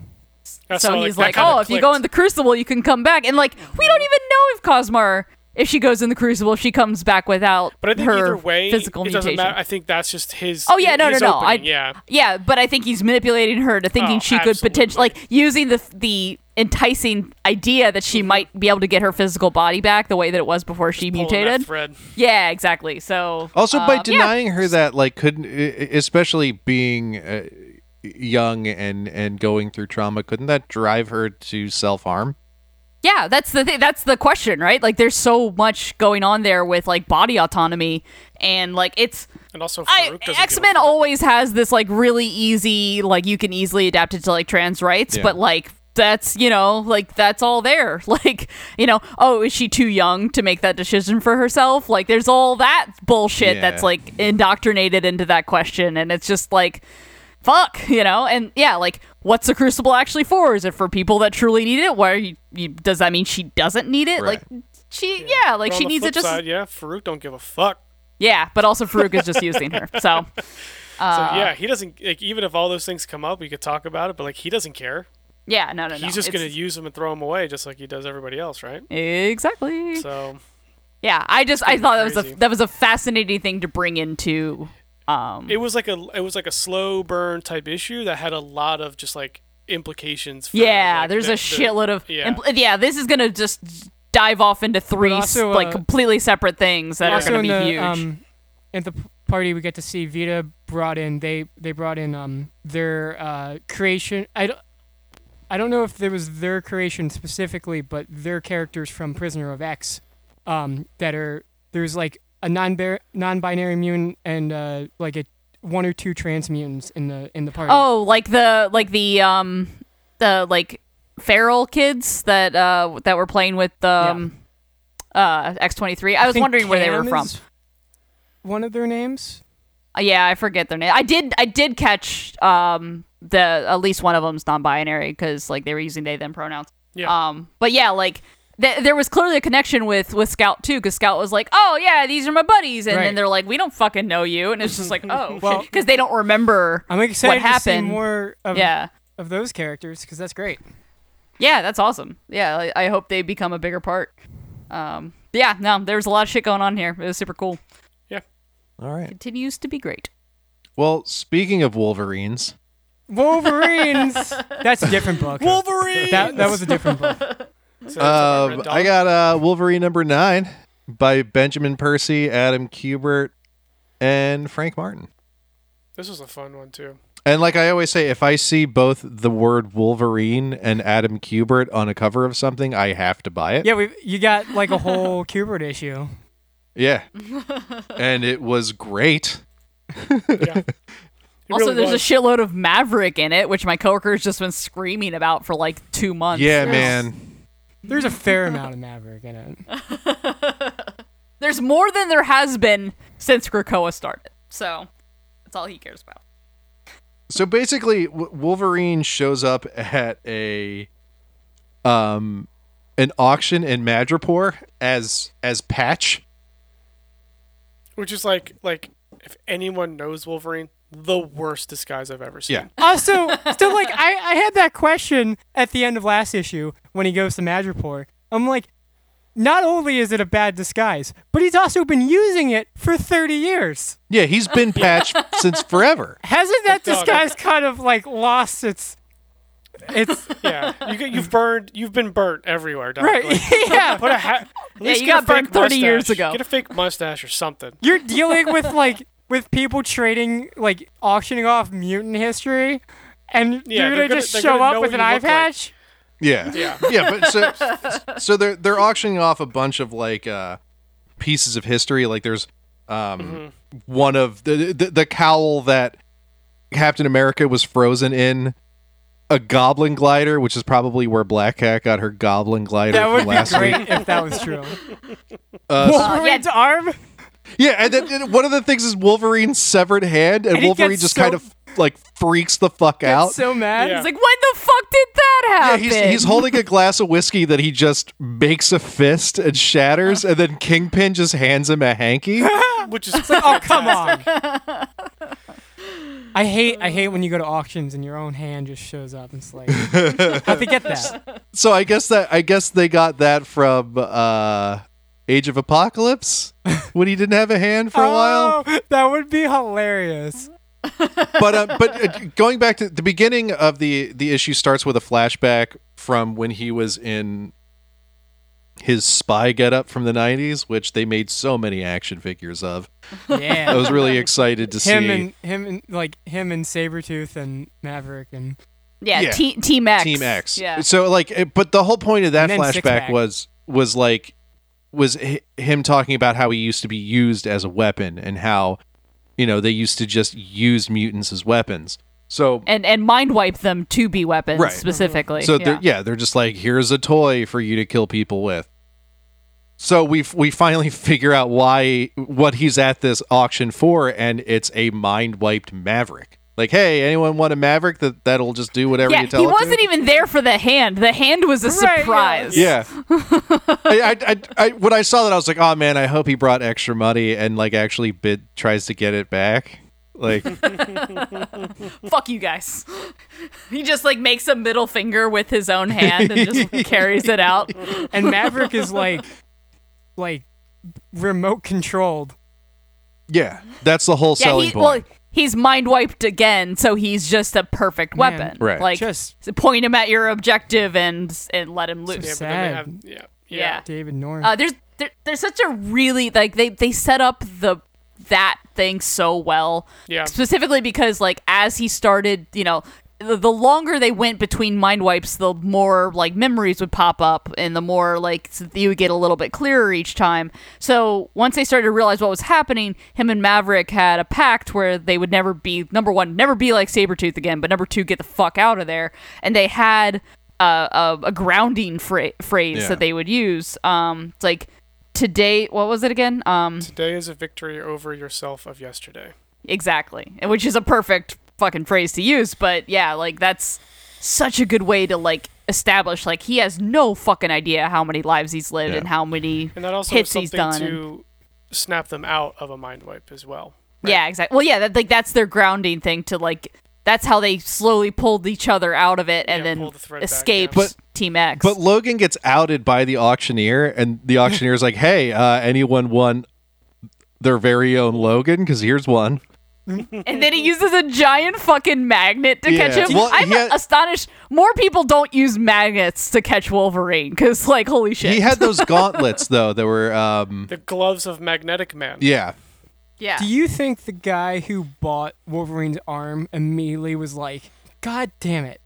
[SPEAKER 3] That's
[SPEAKER 4] so
[SPEAKER 3] why,
[SPEAKER 4] he's
[SPEAKER 3] that
[SPEAKER 4] like,
[SPEAKER 3] kinda
[SPEAKER 4] oh, if you go
[SPEAKER 3] clicked.
[SPEAKER 4] in the Crucible, you can come back, and like we don't even know if Cosmar. If she goes in the crucible, she comes back without
[SPEAKER 3] But I think
[SPEAKER 4] her
[SPEAKER 3] either way,
[SPEAKER 4] physical
[SPEAKER 3] it doesn't
[SPEAKER 4] mutation.
[SPEAKER 3] matter. I think that's just his.
[SPEAKER 4] Oh yeah, no, no,
[SPEAKER 3] his
[SPEAKER 4] no.
[SPEAKER 3] Opening.
[SPEAKER 4] I,
[SPEAKER 3] yeah,
[SPEAKER 4] yeah, but I think he's manipulating her to thinking
[SPEAKER 3] Oh,
[SPEAKER 4] she could potentially like using the the enticing idea that she might be able to get her physical body back the way that it was before she
[SPEAKER 3] Mm-hmm. Pulling that
[SPEAKER 4] mutated.
[SPEAKER 3] thread.
[SPEAKER 4] Yeah, exactly. So
[SPEAKER 2] Also,
[SPEAKER 5] Uh,
[SPEAKER 2] by
[SPEAKER 4] um,
[SPEAKER 2] denying her that, like, couldn't, e- e- especially being uh, young and and going through trauma, couldn't that drive her to self harm?
[SPEAKER 4] yeah, yeah, that's the thing. that's the question, right? Like, there's so much going on there with like body autonomy and like it's
[SPEAKER 3] And also,
[SPEAKER 4] I
[SPEAKER 3] Farouk doesn't give a
[SPEAKER 4] X Men
[SPEAKER 3] fuck.
[SPEAKER 4] always has this like really easy like you can easily adapt it to like trans rights,
[SPEAKER 2] Yeah.
[SPEAKER 4] but like that's you know like that's all there like you know oh is she too young to make that decision for herself like there's all that bullshit
[SPEAKER 2] Yeah.
[SPEAKER 4] that's like indoctrinated into that question and it's just like fuck you know and yeah like what's the crucible actually for is it for people that truly need it where you, you does that mean she doesn't need it
[SPEAKER 2] Right.
[SPEAKER 4] like she yeah, like
[SPEAKER 3] But on
[SPEAKER 4] she
[SPEAKER 3] the
[SPEAKER 4] needs
[SPEAKER 3] flip
[SPEAKER 4] it just
[SPEAKER 3] Side, yeah, Farouk don't give a fuck.
[SPEAKER 4] yeah but also farouk is just using her so
[SPEAKER 3] So
[SPEAKER 4] Uh.
[SPEAKER 3] yeah, he doesn't. Like, even if all those things come up, we could talk about it. But like, he doesn't care.
[SPEAKER 4] Yeah, no, no, no.
[SPEAKER 3] He's just
[SPEAKER 4] It's- Mm-hmm.
[SPEAKER 3] gonna use them and throw them away, just like he does everybody else, right?
[SPEAKER 4] exactly.
[SPEAKER 3] So
[SPEAKER 4] yeah, I just I thought that was
[SPEAKER 3] crazy.
[SPEAKER 4] a that was a fascinating thing to bring into. Um,
[SPEAKER 3] it was like a it was like a slow burn type issue that had a lot of just like implications. For,
[SPEAKER 4] yeah,
[SPEAKER 3] like,
[SPEAKER 4] there's
[SPEAKER 3] the-
[SPEAKER 4] a
[SPEAKER 3] the-
[SPEAKER 4] shitload of
[SPEAKER 3] yeah.
[SPEAKER 4] yeah. yeah. This is gonna just dive off into three
[SPEAKER 5] also,
[SPEAKER 4] s- like
[SPEAKER 5] uh,
[SPEAKER 4] completely separate things that are
[SPEAKER 5] also
[SPEAKER 4] gonna
[SPEAKER 5] in
[SPEAKER 4] be
[SPEAKER 5] the,
[SPEAKER 4] huge.
[SPEAKER 5] Um, at the p- party, we get to see Vita brought in. They they brought in um their uh, creation. I don't. I don't know if there was their creation specifically, but their characters from Prisoner of X, um, that are there's like a non non-binary mutant and uh, like a one or two trans mutants in the in the party.
[SPEAKER 4] oh, like the like the um the like feral kids that uh that were playing with um uh X twenty three. I was
[SPEAKER 5] think
[SPEAKER 4] wondering where they were
[SPEAKER 5] Cam
[SPEAKER 4] from.
[SPEAKER 5] is One of their names.
[SPEAKER 4] Uh, Yeah, I forget their name. I did I did catch um the at least one of them's non-binary because like they were using they them pronouns.
[SPEAKER 3] Yeah.
[SPEAKER 4] Um, but yeah, like th- there was clearly a connection with with Scout too because Scout was like, oh yeah, these are my buddies, and
[SPEAKER 5] Right.
[SPEAKER 4] then they're like, we don't fucking know you, and it's just like, oh, because
[SPEAKER 5] Well-
[SPEAKER 4] they don't remember
[SPEAKER 5] I'm
[SPEAKER 4] what
[SPEAKER 5] excited
[SPEAKER 4] happened.
[SPEAKER 5] to see more of
[SPEAKER 4] yeah.
[SPEAKER 5] of those characters because that's great.
[SPEAKER 4] Yeah, that's awesome. Yeah, I, I hope they become a bigger part. Um, yeah, no, there was a lot of shit going on here. It was super cool.
[SPEAKER 3] yeah.
[SPEAKER 2] All right.
[SPEAKER 4] Continues to be great.
[SPEAKER 2] Well, speaking of Wolverines,
[SPEAKER 5] Wolverines. That's a different book.
[SPEAKER 3] Wolverine.
[SPEAKER 5] That, that was a different book.
[SPEAKER 3] So that's like a
[SPEAKER 2] um,
[SPEAKER 3] red
[SPEAKER 2] I
[SPEAKER 3] dot.
[SPEAKER 2] got uh, Wolverine number nine by Benjamin Percy, Adam Kubert, and Frank Martin.
[SPEAKER 3] This was a fun one too.
[SPEAKER 2] And like I always say, if I see both the word Wolverine and Adam Kubert on a cover of something, I have to buy it.
[SPEAKER 5] Yeah, we you got like a whole Kubert issue.
[SPEAKER 2] Yeah. and it was great.
[SPEAKER 3] It
[SPEAKER 4] Also,
[SPEAKER 3] really
[SPEAKER 4] there's
[SPEAKER 3] was.
[SPEAKER 4] a shitload of Maverick in it, which my coworker's just been screaming about for like two months.
[SPEAKER 2] Yeah, man.
[SPEAKER 5] There's a fair amount of Maverick in it.
[SPEAKER 4] There's more than there has been since Krakoa started. So that's all he cares about.
[SPEAKER 2] So basically, w- Wolverine shows up at a um an auction in Madripoor as as Patch.
[SPEAKER 3] Which is like like if anyone knows Wolverine, the worst disguise I've ever seen.
[SPEAKER 2] Yeah.
[SPEAKER 5] Also, still like I, I had that question at the end of last issue when he goes to Madripoor. I'm like, not only is it a bad disguise, but he's also been using it for 30 years.
[SPEAKER 2] Yeah, he's been patched since forever.
[SPEAKER 5] Hasn't that
[SPEAKER 3] Dog.
[SPEAKER 5] disguise kind of like lost its its
[SPEAKER 3] Yeah, you, get- you've burned. You've been burnt everywhere. Doc.
[SPEAKER 5] right?
[SPEAKER 3] Like,
[SPEAKER 5] yeah.
[SPEAKER 3] put a hat. at least
[SPEAKER 4] you
[SPEAKER 3] get a
[SPEAKER 4] got burnt
[SPEAKER 3] fake
[SPEAKER 4] 30 years
[SPEAKER 3] mustache.
[SPEAKER 4] ago.
[SPEAKER 3] Get a fake mustache or something.
[SPEAKER 5] You're dealing with like with people trading like auctioning off mutant history and
[SPEAKER 3] Yeah,
[SPEAKER 5] you're
[SPEAKER 3] they're
[SPEAKER 5] gonna,
[SPEAKER 3] gonna-
[SPEAKER 5] just
[SPEAKER 3] they're
[SPEAKER 5] show
[SPEAKER 3] gonna
[SPEAKER 5] up
[SPEAKER 3] know
[SPEAKER 5] with
[SPEAKER 3] what
[SPEAKER 5] an
[SPEAKER 3] you
[SPEAKER 5] eye
[SPEAKER 3] look like.
[SPEAKER 5] patch?
[SPEAKER 2] Yeah.
[SPEAKER 3] Yeah.
[SPEAKER 2] Yeah, but so so they're they're auctioning off a bunch of like uh pieces of history. Like there's um
[SPEAKER 5] Mm-hmm.
[SPEAKER 2] one of the, the the cowl that Captain America was frozen in, a goblin glider, which is probably where Black Cat got her goblin glider
[SPEAKER 5] That
[SPEAKER 2] from
[SPEAKER 5] would
[SPEAKER 2] last
[SPEAKER 5] be
[SPEAKER 2] week.
[SPEAKER 5] great if that was true.
[SPEAKER 2] Uh, so-
[SPEAKER 5] Wolverine's arm?
[SPEAKER 2] yeah, and then and one of the things is Wolverine's severed hand, and,
[SPEAKER 5] And he
[SPEAKER 2] Wolverine
[SPEAKER 5] gets
[SPEAKER 2] just
[SPEAKER 5] so-
[SPEAKER 2] kind of like freaks the fuck out.
[SPEAKER 5] So mad.
[SPEAKER 3] Yeah.
[SPEAKER 4] It's like, when the fuck did that
[SPEAKER 2] Yeah,
[SPEAKER 4] happen?
[SPEAKER 2] he's, he's holding a glass of whiskey that he just makes a fist and shatters, and then Kingpin just hands him a hanky.
[SPEAKER 3] Which is
[SPEAKER 5] Oh come on! I hate I hate when you go to auctions and your own hand just shows up and it's like how would they get that?
[SPEAKER 2] So I guess that I guess they got that from uh, Age of Apocalypse when he didn't have a hand for a while.
[SPEAKER 5] Oh, that would be hilarious.
[SPEAKER 2] But uh, but uh, going back to the beginning of the the issue starts with a flashback from when he was in his spy getup from the 90s which they made so many action figures of i
[SPEAKER 5] Yeah,
[SPEAKER 2] was really excited to see
[SPEAKER 5] him and him and like him and Sabretooth and Maverick and
[SPEAKER 4] yeah,
[SPEAKER 2] yeah.
[SPEAKER 4] Te- Team X.
[SPEAKER 2] Team X.
[SPEAKER 4] Yeah.
[SPEAKER 2] So like, it- but the whole point of that
[SPEAKER 5] And then
[SPEAKER 2] flashback
[SPEAKER 5] six-pack.
[SPEAKER 2] was was like was hi- him talking about how he used to be used as a weapon and how you know they used to just use mutants as weapons. So
[SPEAKER 4] And and mind wipe them to be weapons
[SPEAKER 2] Right.
[SPEAKER 4] specifically.
[SPEAKER 2] so
[SPEAKER 4] yeah.
[SPEAKER 2] they're yeah they're just like here's a toy for you to kill people with. So we f- we finally figure out why what he's at this auction for, and it's a mind wiped Maverick. Like, hey, anyone want a Maverick that that'll just do whatever
[SPEAKER 4] yeah,
[SPEAKER 2] you tell
[SPEAKER 4] he
[SPEAKER 2] it to?
[SPEAKER 4] wasn't even there for the hand. The hand was a
[SPEAKER 5] Right, yeah.
[SPEAKER 4] surprise.
[SPEAKER 2] Yeah. I, I, I, I, when I saw that, I was like, oh man, I hope he brought extra money and like actually bid tries to get it back. Like,
[SPEAKER 4] Fuck you guys. He just like makes a middle finger with his own hand and just carries it out.
[SPEAKER 5] and Maverick is like like remote controlled.
[SPEAKER 2] yeah, that's the whole
[SPEAKER 4] Yeah,
[SPEAKER 2] selling
[SPEAKER 4] he, well,
[SPEAKER 2] point.
[SPEAKER 4] he's mind wiped again, so he's just a perfect
[SPEAKER 5] Man.
[SPEAKER 4] weapon.
[SPEAKER 2] Right.
[SPEAKER 4] Like
[SPEAKER 5] Just
[SPEAKER 4] point him at your objective and and let him
[SPEAKER 3] Yeah,
[SPEAKER 4] loose.
[SPEAKER 3] but then they
[SPEAKER 5] Sad.
[SPEAKER 3] have, yeah,
[SPEAKER 4] Yeah.
[SPEAKER 3] yeah.
[SPEAKER 5] David Norris.
[SPEAKER 4] Uh, there's there, there's such a really like they they set up the that thing so well.
[SPEAKER 3] Yeah.
[SPEAKER 4] Specifically because like as he started, you know, the, the longer they went between mind wipes, the more like memories would pop up and the more like s- you would get a little bit clearer each time. So once they started to realize what was happening, him and Maverick had a pact where they would never be number one, never be like Sabretooth again, but number two, get the fuck out of there. And they had a, a, a grounding phra- phrase
[SPEAKER 2] Yeah.
[SPEAKER 4] that they would use. Um, it's like today. What was it again? Um,
[SPEAKER 3] Today is a victory over yourself of yesterday.
[SPEAKER 4] exactly, and which is a perfect fucking phrase to use. But yeah, like that's such a good way to like establish like he has no fucking idea how many lives he's lived
[SPEAKER 2] Yeah.
[SPEAKER 4] and how many
[SPEAKER 3] And that also
[SPEAKER 4] hits
[SPEAKER 3] is
[SPEAKER 4] he's
[SPEAKER 3] something
[SPEAKER 4] done. and-
[SPEAKER 3] to snap them out of a mind wipe as well.
[SPEAKER 4] Yeah, exactly. Well, yeah, that, like that's their grounding thing to like. That's how they slowly pulled each other out of it and
[SPEAKER 3] Yeah,
[SPEAKER 4] then
[SPEAKER 3] pulled the thread back, yeah.
[SPEAKER 4] escaped
[SPEAKER 2] But-
[SPEAKER 4] Team X.
[SPEAKER 2] But Logan gets outed by the auctioneer, and the auctioneer's like, hey, uh, anyone want their very own Logan? Because here's one.
[SPEAKER 4] And then he uses a giant fucking magnet to
[SPEAKER 2] Yeah.
[SPEAKER 4] catch him.
[SPEAKER 2] Well,
[SPEAKER 4] I'm
[SPEAKER 2] he had-
[SPEAKER 4] astonished. More people don't use magnets to catch Wolverine because, like, holy shit.
[SPEAKER 2] He had those gauntlets, though, that were, um,
[SPEAKER 3] The gloves of Magnetic Man.
[SPEAKER 2] yeah.
[SPEAKER 4] yeah.
[SPEAKER 5] Do you think the guy who bought Wolverine's arm immediately was like, God damn it.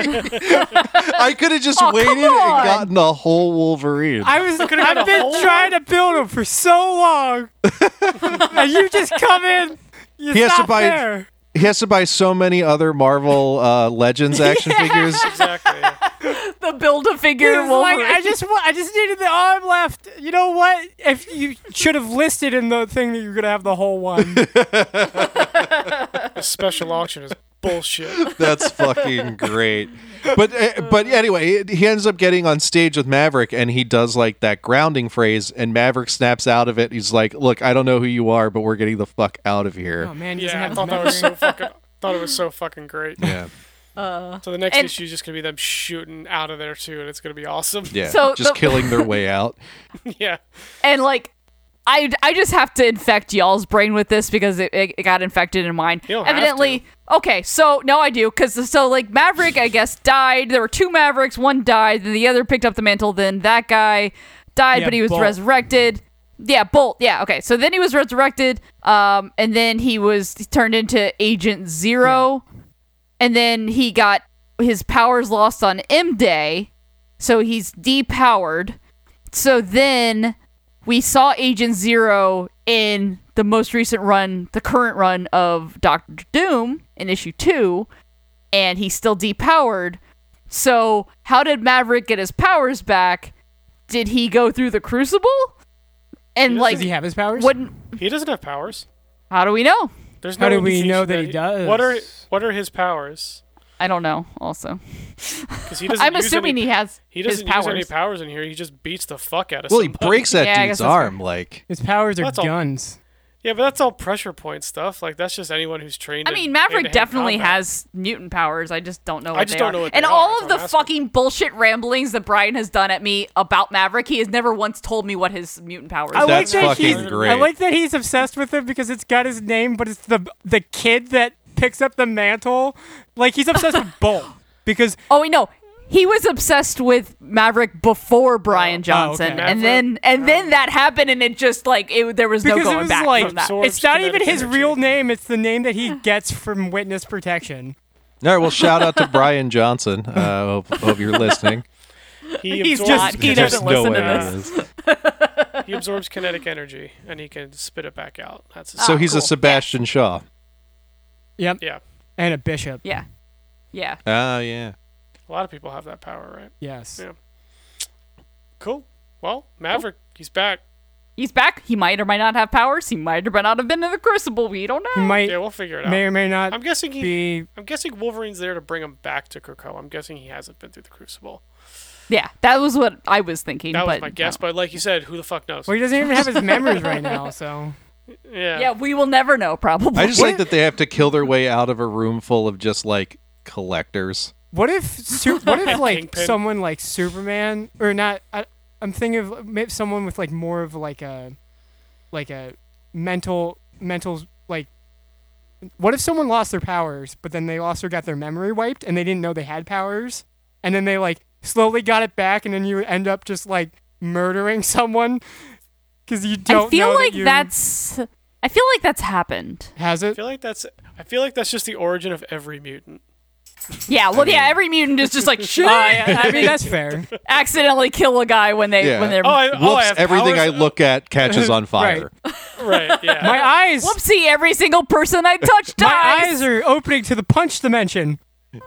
[SPEAKER 2] I could have just
[SPEAKER 4] Aw, come
[SPEAKER 2] waited and
[SPEAKER 4] on.
[SPEAKER 2] gotten a whole Wolverine.
[SPEAKER 5] I was.
[SPEAKER 3] Could've had
[SPEAKER 5] I've
[SPEAKER 3] a
[SPEAKER 5] been
[SPEAKER 3] whole
[SPEAKER 5] trying to build him for so long, and you just come in. You
[SPEAKER 2] He has to
[SPEAKER 5] stop
[SPEAKER 2] buy-
[SPEAKER 5] there.
[SPEAKER 2] he has to buy so many other Marvel uh, Legends action figures.
[SPEAKER 3] Exactly.
[SPEAKER 4] the build a
[SPEAKER 5] He
[SPEAKER 4] figure
[SPEAKER 5] was like,
[SPEAKER 4] Wolverine.
[SPEAKER 5] I just, wa- I just needed the arm left. You know what? If you should have listed in the thing that you're gonna have the whole one.
[SPEAKER 3] the special auction is bullshit.
[SPEAKER 2] That's fucking great. But uh, but anyway, he ends up getting on stage with Maverick and he does like that grounding phrase and Maverick snaps out of it. He's like, "Look, I don't know who you are, but we're getting the fuck out of
[SPEAKER 5] Oh
[SPEAKER 2] here."
[SPEAKER 5] man, he doesn't
[SPEAKER 3] yeah, I
[SPEAKER 5] have his
[SPEAKER 3] thought that was
[SPEAKER 5] memory.
[SPEAKER 3] so fucking. Thought it was so fucking great.
[SPEAKER 2] Yeah.
[SPEAKER 3] So the next
[SPEAKER 4] And-
[SPEAKER 3] issue is just gonna be them shooting out of there too, and it's gonna be awesome.
[SPEAKER 2] Yeah.
[SPEAKER 4] So
[SPEAKER 2] just
[SPEAKER 4] the-
[SPEAKER 2] killing their way out.
[SPEAKER 3] yeah.
[SPEAKER 4] and like I, I just have to infect y'all's brain with this because it, it, it got infected in mine.
[SPEAKER 3] You don't have
[SPEAKER 4] Evidently, okay. So no, I do because so like Maverick, I guess died. There were two Mavericks. One died, then the other picked up the mantle. Then that guy died,
[SPEAKER 5] Yeah,
[SPEAKER 4] but he was
[SPEAKER 5] Bolt.
[SPEAKER 4] resurrected. Yeah, Bolt. Yeah, okay. So then he was resurrected. Um, and then he was turned into Agent Zero, and then he got his powers lost on M Day, so he's depowered. So then we saw Agent Zero in the most recent run, the current run of Doctor Doom in issue two, and he's still depowered. So how did Maverick get his powers back? Did he go through the Crucible? And like,
[SPEAKER 5] Does he have his powers?
[SPEAKER 4] wouldn't?
[SPEAKER 3] He doesn't have powers.
[SPEAKER 4] How do we know?
[SPEAKER 3] There's no.
[SPEAKER 5] How do we
[SPEAKER 3] indication
[SPEAKER 5] know that he does?
[SPEAKER 3] What are What are his powers?
[SPEAKER 4] I don't know. Also,
[SPEAKER 3] Because he doesn't.
[SPEAKER 4] I'm
[SPEAKER 3] use
[SPEAKER 4] assuming
[SPEAKER 3] any,
[SPEAKER 4] he has
[SPEAKER 3] He
[SPEAKER 4] his
[SPEAKER 3] doesn't
[SPEAKER 4] powers.
[SPEAKER 3] use any powers in here. He just beats the fuck out of.
[SPEAKER 2] Well, he
[SPEAKER 3] somebody.
[SPEAKER 2] breaks that
[SPEAKER 4] uh, Yeah, I
[SPEAKER 2] dude's
[SPEAKER 4] guess that's fair.
[SPEAKER 2] arm like
[SPEAKER 5] his powers are
[SPEAKER 3] That's all-
[SPEAKER 5] guns.
[SPEAKER 3] Yeah, but that's all pressure point stuff. Like that's just anyone who's trained.
[SPEAKER 4] I
[SPEAKER 3] in
[SPEAKER 4] mean, Maverick
[SPEAKER 3] hand-to-hand
[SPEAKER 4] definitely
[SPEAKER 3] combat.
[SPEAKER 4] has mutant powers. I just don't know. What
[SPEAKER 3] I just
[SPEAKER 4] they
[SPEAKER 3] don't
[SPEAKER 4] are.
[SPEAKER 3] know what
[SPEAKER 4] And
[SPEAKER 3] they are.
[SPEAKER 4] all
[SPEAKER 3] That's
[SPEAKER 4] of
[SPEAKER 3] what
[SPEAKER 4] the
[SPEAKER 3] I'm asking.
[SPEAKER 4] fucking bullshit ramblings that Brian has done at me about Maverick, he has never once told me what his mutant powers.
[SPEAKER 5] I
[SPEAKER 4] are.
[SPEAKER 5] like
[SPEAKER 2] That's
[SPEAKER 5] that
[SPEAKER 2] fucking
[SPEAKER 5] he's.
[SPEAKER 2] great.
[SPEAKER 5] I like that he's obsessed with him because it's got his name, but it's the the kid that picks up the mantle. Like he's obsessed with Bolt because
[SPEAKER 4] Oh wait, no. He was obsessed with Maverick before
[SPEAKER 3] Oh,
[SPEAKER 4] Brian Johnson,
[SPEAKER 5] okay.
[SPEAKER 4] and then and then that happened, and it just like it, there was no
[SPEAKER 5] because
[SPEAKER 4] going
[SPEAKER 5] it was
[SPEAKER 4] back
[SPEAKER 5] like
[SPEAKER 4] from that.
[SPEAKER 3] Absorbs
[SPEAKER 5] it's not even
[SPEAKER 3] kinetic
[SPEAKER 5] his
[SPEAKER 3] energy.
[SPEAKER 5] real name. It's the name that he gets from witness protection.
[SPEAKER 2] All right, well, shout out to Brian Johnson. Uh, hope, hope you're listening.
[SPEAKER 3] He
[SPEAKER 5] He's
[SPEAKER 3] absorbs
[SPEAKER 4] just- he
[SPEAKER 3] kinetic-
[SPEAKER 2] There's
[SPEAKER 4] doesn't
[SPEAKER 2] no
[SPEAKER 4] listen
[SPEAKER 2] way
[SPEAKER 4] to
[SPEAKER 2] that is.
[SPEAKER 3] He absorbs kinetic energy and he can spit it back out. That's his
[SPEAKER 2] So
[SPEAKER 4] Ah,
[SPEAKER 2] he's a
[SPEAKER 4] cool.
[SPEAKER 2] Sebastian Shaw.
[SPEAKER 5] Yep,
[SPEAKER 3] yeah.
[SPEAKER 5] and a bishop.
[SPEAKER 4] Yeah, yeah.
[SPEAKER 2] Oh yeah.
[SPEAKER 3] A lot of people have that power, right?
[SPEAKER 5] Yes.
[SPEAKER 3] Yeah. Cool. Well, Maverick, he's back.
[SPEAKER 4] He's back. He might or might not have powers. He might or might not have been in the Crucible. We don't
[SPEAKER 5] He
[SPEAKER 4] know.
[SPEAKER 5] might,
[SPEAKER 3] Yeah, we'll figure it out.
[SPEAKER 5] may or may not
[SPEAKER 3] I'm guessing he.
[SPEAKER 5] be.
[SPEAKER 3] I'm guessing Wolverine's there to bring him back to Krakoa. I'm guessing he hasn't been through the Crucible.
[SPEAKER 4] Yeah, that was what I was thinking.
[SPEAKER 3] That
[SPEAKER 4] but
[SPEAKER 3] was my guess, but like you said, who the fuck knows?
[SPEAKER 5] Well, he doesn't even have his memories right now, so
[SPEAKER 3] yeah.
[SPEAKER 4] Yeah, we will never know. Probably.
[SPEAKER 2] I just like that they have to kill their way out of a room full of just like collectors.
[SPEAKER 5] What if su- what if like
[SPEAKER 3] Kingpin.
[SPEAKER 5] someone like Superman or not? I, I'm thinking of uh, maybe someone with like more of like a like a mental mental like. What if someone lost their powers, but then they also got their memory wiped and they didn't know they had powers, and then they like slowly got it back, and then you end up just like murdering someone because you don't.
[SPEAKER 4] I feel
[SPEAKER 5] know
[SPEAKER 4] like
[SPEAKER 5] that you-
[SPEAKER 4] that's. I feel like that's happened.
[SPEAKER 5] has
[SPEAKER 3] I
[SPEAKER 5] it.
[SPEAKER 3] feel like that's. I feel like that's just the origin of every mutant.
[SPEAKER 4] Yeah. Well, yeah. Every mutant is just like shit.
[SPEAKER 5] I mean that's fair.
[SPEAKER 4] accidentally kill a guy when they
[SPEAKER 2] Yeah.
[SPEAKER 4] when they're
[SPEAKER 3] Oh, I,
[SPEAKER 2] Whoops!
[SPEAKER 3] oh, I have
[SPEAKER 2] everything
[SPEAKER 3] powers?
[SPEAKER 2] I look at catches on fire.
[SPEAKER 3] Right. Yeah.
[SPEAKER 5] My eyes,
[SPEAKER 4] whoopsie. Every single person I touch dies.
[SPEAKER 5] my eyes are opening to the punch dimension.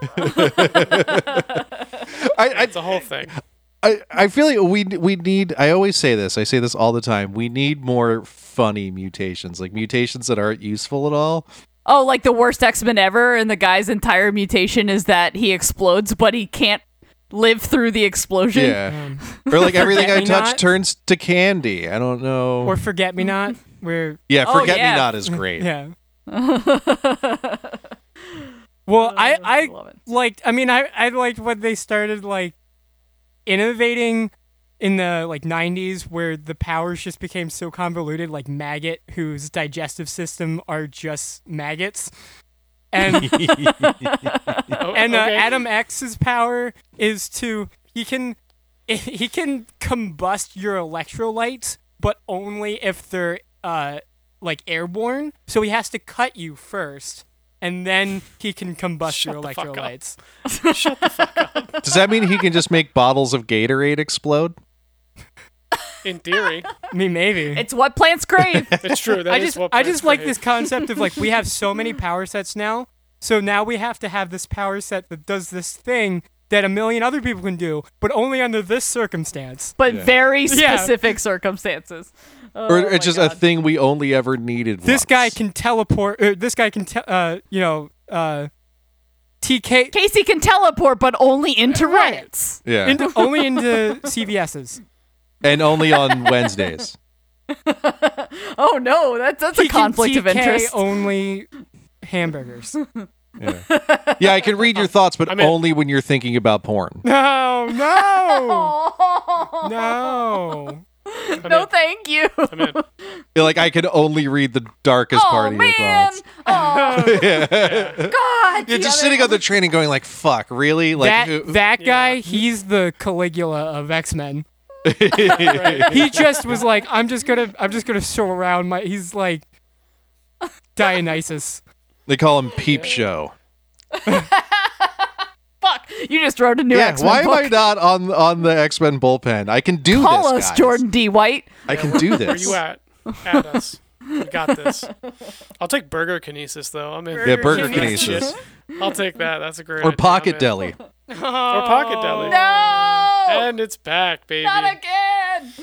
[SPEAKER 2] I,
[SPEAKER 3] it's a whole thing.
[SPEAKER 2] I, I I feel like we we need. I always say this. I say this all the time. We need more funny mutations, like mutations that aren't useful at all.
[SPEAKER 4] oh, like the worst X Men ever, and the guy's entire mutation is that he explodes, but he can't live through the explosion.
[SPEAKER 2] Yeah. Or
[SPEAKER 4] Mm.
[SPEAKER 2] like everything I
[SPEAKER 5] Forget-me-not?
[SPEAKER 2] touch turns to candy. I don't know.
[SPEAKER 5] or forget me not where
[SPEAKER 2] yeah,
[SPEAKER 4] Oh,
[SPEAKER 2] forget
[SPEAKER 4] yeah.
[SPEAKER 2] me not is great.
[SPEAKER 5] yeah well i i
[SPEAKER 4] love it.
[SPEAKER 5] liked i mean i i liked when they started like innovating in the like 90s where the powers just became so convoluted like maggot whose digestive system are just maggots and
[SPEAKER 3] Oh,
[SPEAKER 5] and uh,
[SPEAKER 3] okay.
[SPEAKER 5] Adam X's power is to he can he can combust your electrolytes, but only if they're uh like airborne. So he has to cut you first, and then he can combust your
[SPEAKER 3] the fuck up.
[SPEAKER 5] electrolytes.
[SPEAKER 2] Does that mean he can just make bottles of Gatorade explode?
[SPEAKER 3] in theory,
[SPEAKER 5] I mean, maybe.
[SPEAKER 4] It's what plants crave.
[SPEAKER 3] it's true. That
[SPEAKER 5] I
[SPEAKER 3] is
[SPEAKER 5] just
[SPEAKER 3] what
[SPEAKER 5] I
[SPEAKER 3] plants
[SPEAKER 5] just like
[SPEAKER 3] create.
[SPEAKER 5] this concept of like we have so many power sets now, so now we have to have this power set that does this thing that a million other people can do, but only under this circumstance.
[SPEAKER 4] but very
[SPEAKER 5] Yeah.
[SPEAKER 4] specific circumstances. Oh,
[SPEAKER 2] or
[SPEAKER 4] my
[SPEAKER 2] it's just a
[SPEAKER 4] God.
[SPEAKER 2] thing we only ever needed.
[SPEAKER 5] this
[SPEAKER 2] once.
[SPEAKER 5] guy can teleport. Or this guy can, te- uh, you know, uh, TK
[SPEAKER 4] Casey can teleport, but only into
[SPEAKER 5] Right.
[SPEAKER 4] Reddit's.
[SPEAKER 2] Yeah.
[SPEAKER 5] into, only into CVS's.
[SPEAKER 2] and only on Wednesdays.
[SPEAKER 4] Oh no, that's that's a
[SPEAKER 5] He can
[SPEAKER 4] conflict of
[SPEAKER 5] TK
[SPEAKER 4] interest.
[SPEAKER 5] Only hamburgers.
[SPEAKER 2] Yeah. yeah, I can read your thoughts, but
[SPEAKER 3] I'm in.
[SPEAKER 2] only when you're thinking about porn.
[SPEAKER 5] No, no,
[SPEAKER 4] Oh,
[SPEAKER 5] no.
[SPEAKER 4] no, thank you.
[SPEAKER 3] I mean,
[SPEAKER 2] You're Like I can only read the darkest
[SPEAKER 4] Oh
[SPEAKER 2] part of your
[SPEAKER 4] man.
[SPEAKER 2] thoughts.
[SPEAKER 4] Oh God.
[SPEAKER 2] You're
[SPEAKER 4] the
[SPEAKER 2] just
[SPEAKER 4] other-
[SPEAKER 2] sitting on the train and going like, "Fuck, really?" Like
[SPEAKER 5] that
[SPEAKER 2] who-
[SPEAKER 5] that guy,
[SPEAKER 3] Yeah.
[SPEAKER 5] he's the Caligula of X Men.
[SPEAKER 3] right.
[SPEAKER 5] He just was like, I'm just gonna, I'm just gonna show around my. He's like Dionysus.
[SPEAKER 2] they call him Peep Show.
[SPEAKER 4] Fuck. You just wrote a new
[SPEAKER 2] Yeah,
[SPEAKER 4] X-Men
[SPEAKER 2] why
[SPEAKER 4] book.
[SPEAKER 2] am I not on on the X Men bullpen? I can do
[SPEAKER 4] Call
[SPEAKER 2] this.
[SPEAKER 4] us,
[SPEAKER 2] guys.
[SPEAKER 4] Jordan D. White.
[SPEAKER 2] I can do
[SPEAKER 3] Where
[SPEAKER 2] this.
[SPEAKER 3] you at? At us. We got this. I'll take burger kinesis though. I'm in.
[SPEAKER 2] Yeah, Burger
[SPEAKER 4] Burger
[SPEAKER 2] Kinesis
[SPEAKER 4] Kinesis.
[SPEAKER 3] I'll take that. That's a great.
[SPEAKER 2] or
[SPEAKER 3] idea.
[SPEAKER 2] Pocket
[SPEAKER 3] I'm in.
[SPEAKER 2] Deli.
[SPEAKER 3] Or pocket deli.
[SPEAKER 4] No,
[SPEAKER 3] And it's back, baby.
[SPEAKER 4] not again.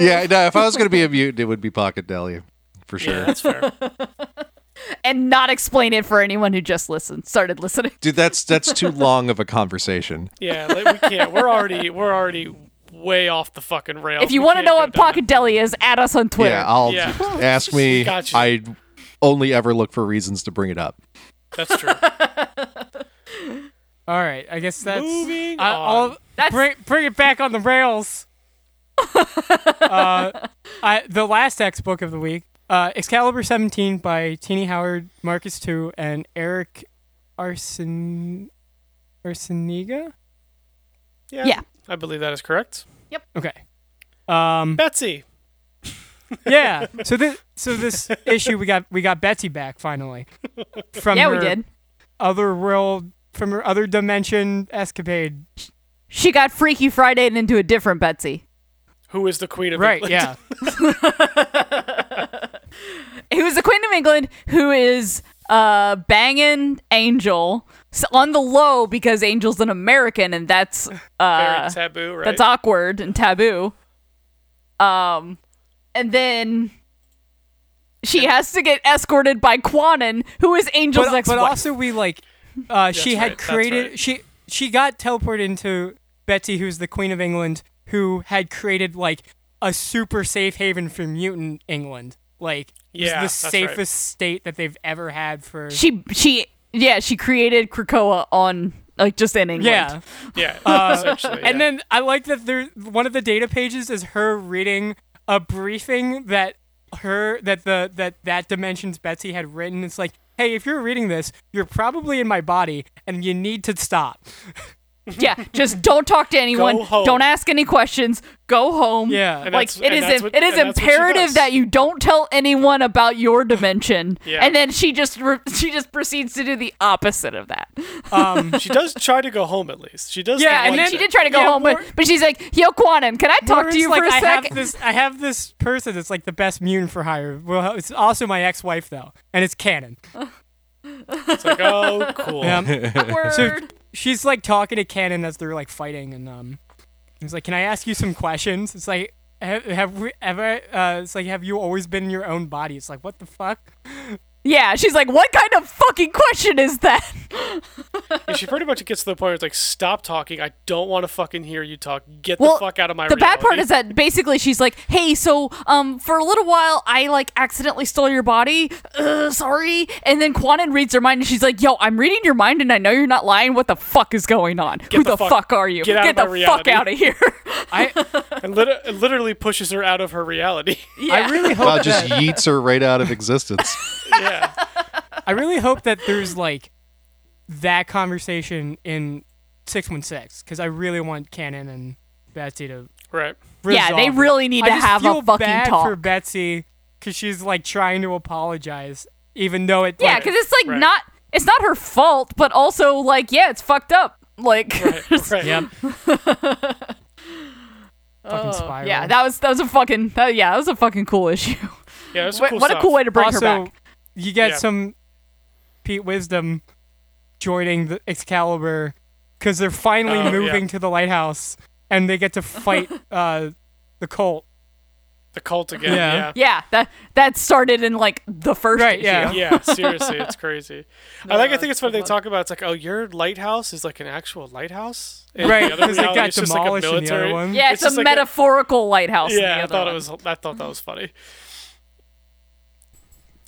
[SPEAKER 2] Yeah, no. If I was gonna be a mutant, it would be Pocket Deli, for sure.
[SPEAKER 3] yeah, that's fair.
[SPEAKER 4] And not explain it for anyone who just listened, started listening.
[SPEAKER 2] Dude, that's that's too long of a conversation.
[SPEAKER 3] Yeah, like, we can't. We're already we're already way off the fucking rails.
[SPEAKER 4] If you
[SPEAKER 3] We
[SPEAKER 4] want to
[SPEAKER 3] can't
[SPEAKER 4] know
[SPEAKER 3] go
[SPEAKER 4] what
[SPEAKER 3] down
[SPEAKER 4] Pocket Deli is, add us on Twitter.
[SPEAKER 2] Yeah, I'll
[SPEAKER 3] Yeah.
[SPEAKER 2] ask me.
[SPEAKER 3] Gotcha.
[SPEAKER 2] I only ever look for reasons to bring it up.
[SPEAKER 3] that- That's true.
[SPEAKER 5] All right, I guess that's.
[SPEAKER 3] Moving
[SPEAKER 5] I-
[SPEAKER 3] on.
[SPEAKER 5] I'll
[SPEAKER 4] That's-
[SPEAKER 5] bring bring it back on the rails. uh, I, the last X book of the week, uh, Excalibur 17 by Teeny Howard, Marcus Two, and Eric Arsen Arseniga.
[SPEAKER 4] Yeah.
[SPEAKER 3] I believe that is correct.
[SPEAKER 5] Okay.
[SPEAKER 2] Mm.
[SPEAKER 5] Um.
[SPEAKER 3] Betsy.
[SPEAKER 5] Yeah. So this so this issue we got we got Betsy back finally from
[SPEAKER 4] yeah,
[SPEAKER 5] her
[SPEAKER 4] we did.
[SPEAKER 5] other world from her other dimension escapade.
[SPEAKER 4] She got Freaky Friday and into a different Betsy.
[SPEAKER 3] Who is the queen of
[SPEAKER 5] Right.
[SPEAKER 3] England?
[SPEAKER 5] Yeah.
[SPEAKER 4] Who is the Queen of England? Who is uh banging Angel so on the low because Angel's an American and that's
[SPEAKER 3] Very
[SPEAKER 4] uh
[SPEAKER 3] taboo, right?
[SPEAKER 4] that's awkward and taboo. Um, and then she has to get escorted by Quanon, who is
[SPEAKER 3] uh,
[SPEAKER 4] Angel's
[SPEAKER 5] but, but
[SPEAKER 4] ex-wife.
[SPEAKER 5] also we like uh, she had
[SPEAKER 3] right, that's
[SPEAKER 5] created
[SPEAKER 3] right.
[SPEAKER 5] she she got teleported into Betsy who's the queen of England who had created like a super safe haven for mutant England like it was
[SPEAKER 3] Yeah,
[SPEAKER 5] the
[SPEAKER 3] that's right.
[SPEAKER 5] safest state that they've ever had for
[SPEAKER 4] she she yeah she created Krakoa on like just in England.
[SPEAKER 5] yeah
[SPEAKER 3] yeah, essentially.
[SPEAKER 4] Uh,
[SPEAKER 3] yeah.
[SPEAKER 5] And then I like that there one of the data pages is her reading a briefing that her that the that that dimensions Betsy had written. It's like, hey, if you're reading this, you're probably in my body, and you need to stop.
[SPEAKER 4] yeah. Just don't talk to anyone.
[SPEAKER 3] home.
[SPEAKER 4] Don't ask any questions. Go home.
[SPEAKER 5] Yeah.
[SPEAKER 3] And
[SPEAKER 4] like
[SPEAKER 3] that's-
[SPEAKER 4] it
[SPEAKER 3] and
[SPEAKER 4] is
[SPEAKER 3] that's
[SPEAKER 4] im-
[SPEAKER 3] what-
[SPEAKER 4] it is
[SPEAKER 3] and that's what she
[SPEAKER 4] imperative
[SPEAKER 3] does.
[SPEAKER 4] that you don't tell anyone about your dimension.
[SPEAKER 3] Yeah.
[SPEAKER 4] And then she just re- she just proceeds to do the opposite of that.
[SPEAKER 3] she does try to go home at least. She does.
[SPEAKER 5] Yeah,
[SPEAKER 3] the
[SPEAKER 5] and
[SPEAKER 3] one
[SPEAKER 5] then-
[SPEAKER 4] she
[SPEAKER 3] thing.
[SPEAKER 4] did try to go
[SPEAKER 5] Yeah,
[SPEAKER 4] home,
[SPEAKER 5] Warren-
[SPEAKER 4] but, but she's like, "Yo, Quanon, can I talk
[SPEAKER 5] Or
[SPEAKER 4] to
[SPEAKER 5] it's
[SPEAKER 4] you
[SPEAKER 5] like,
[SPEAKER 4] for a
[SPEAKER 5] I
[SPEAKER 4] second?
[SPEAKER 5] have this I have this person that's like the best mutant for hire. Well, it's also my ex-wife though, and it's canon.
[SPEAKER 3] It's like, oh, cool.
[SPEAKER 5] Um, so
[SPEAKER 4] Awkward.
[SPEAKER 5] she's like talking to canon as they're like fighting, and um, he's like, "Can I ask you some questions?" It's like. Have, have we ever? Uh, it's like, have you always been in your own body? It's like, what the fuck?
[SPEAKER 4] Yeah, she's like, what kind of fucking question is that?
[SPEAKER 3] And she pretty much gets to the point where it's like, stop talking. I don't want to fucking hear you talk. Get the fuck out of my
[SPEAKER 4] The
[SPEAKER 3] reality.
[SPEAKER 4] bad part is that basically she's like, hey, so um, for a little while I like accidentally stole your body. Uh, sorry. And then Quanon reads her mind and she's like, yo, I'm reading your mind and I know you're not lying. What the fuck is going on? Who
[SPEAKER 3] the
[SPEAKER 4] the,
[SPEAKER 3] fuck-
[SPEAKER 4] fuck, are you?
[SPEAKER 3] get out of
[SPEAKER 4] the
[SPEAKER 3] my
[SPEAKER 4] fuck
[SPEAKER 3] reality."
[SPEAKER 4] out of here.
[SPEAKER 5] I
[SPEAKER 3] and lit- it literally pushes her out of her reality.
[SPEAKER 5] I really hope
[SPEAKER 2] Wow, just
[SPEAKER 5] that,
[SPEAKER 2] yeets her right out of existence.
[SPEAKER 3] yeah,
[SPEAKER 5] I really hope that there's like that conversation in six one six because I really want Canon and Betsy to
[SPEAKER 3] right.
[SPEAKER 4] Yeah, they
[SPEAKER 5] resolve it.
[SPEAKER 4] really need
[SPEAKER 5] I
[SPEAKER 4] to
[SPEAKER 5] just
[SPEAKER 4] have a
[SPEAKER 5] feel
[SPEAKER 4] fucking
[SPEAKER 5] bad
[SPEAKER 4] talk.
[SPEAKER 5] for Betsy because she's like trying to apologize, even though it.
[SPEAKER 4] yeah,
[SPEAKER 5] like,
[SPEAKER 4] because it's like
[SPEAKER 3] Right.
[SPEAKER 4] not, it's not her fault, but also like, yeah, it's fucked up. Like,
[SPEAKER 3] Right.
[SPEAKER 5] Yep. fucking spiral.
[SPEAKER 4] Oh, yeah, that was that was a fucking that, yeah, that was a fucking cool issue.
[SPEAKER 3] Yeah, that's
[SPEAKER 4] Wait,
[SPEAKER 3] cool
[SPEAKER 4] what
[SPEAKER 3] stuff.
[SPEAKER 4] a cool way to bring
[SPEAKER 5] also,
[SPEAKER 4] her back.
[SPEAKER 5] you get
[SPEAKER 3] Yeah.
[SPEAKER 5] some Pete Wisdom joining the Excalibur because they're finally
[SPEAKER 3] Oh, yeah.
[SPEAKER 5] moving to the lighthouse and they get to fight uh, the cult.
[SPEAKER 3] the cult again.
[SPEAKER 5] Yeah.
[SPEAKER 3] Yeah.
[SPEAKER 4] Yeah, that that started in like the first
[SPEAKER 5] Right,
[SPEAKER 4] issue.
[SPEAKER 5] yeah.
[SPEAKER 3] Yeah, seriously, it's crazy. I like. I think it's funny they
[SPEAKER 4] what-
[SPEAKER 3] talk about. It's like, oh, your lighthouse is like an actual lighthouse. And
[SPEAKER 5] Right,
[SPEAKER 3] the other
[SPEAKER 5] 'cause it
[SPEAKER 3] reality
[SPEAKER 5] got
[SPEAKER 3] is just
[SPEAKER 5] demolished in
[SPEAKER 3] like
[SPEAKER 5] the
[SPEAKER 3] a
[SPEAKER 5] other
[SPEAKER 3] military.
[SPEAKER 5] one.
[SPEAKER 4] Yeah, it's,
[SPEAKER 3] just
[SPEAKER 4] a
[SPEAKER 3] like
[SPEAKER 4] metaphorical lighthouse. in the
[SPEAKER 3] yeah, I
[SPEAKER 4] other
[SPEAKER 3] thought
[SPEAKER 4] one.
[SPEAKER 3] it was. I thought that was funny.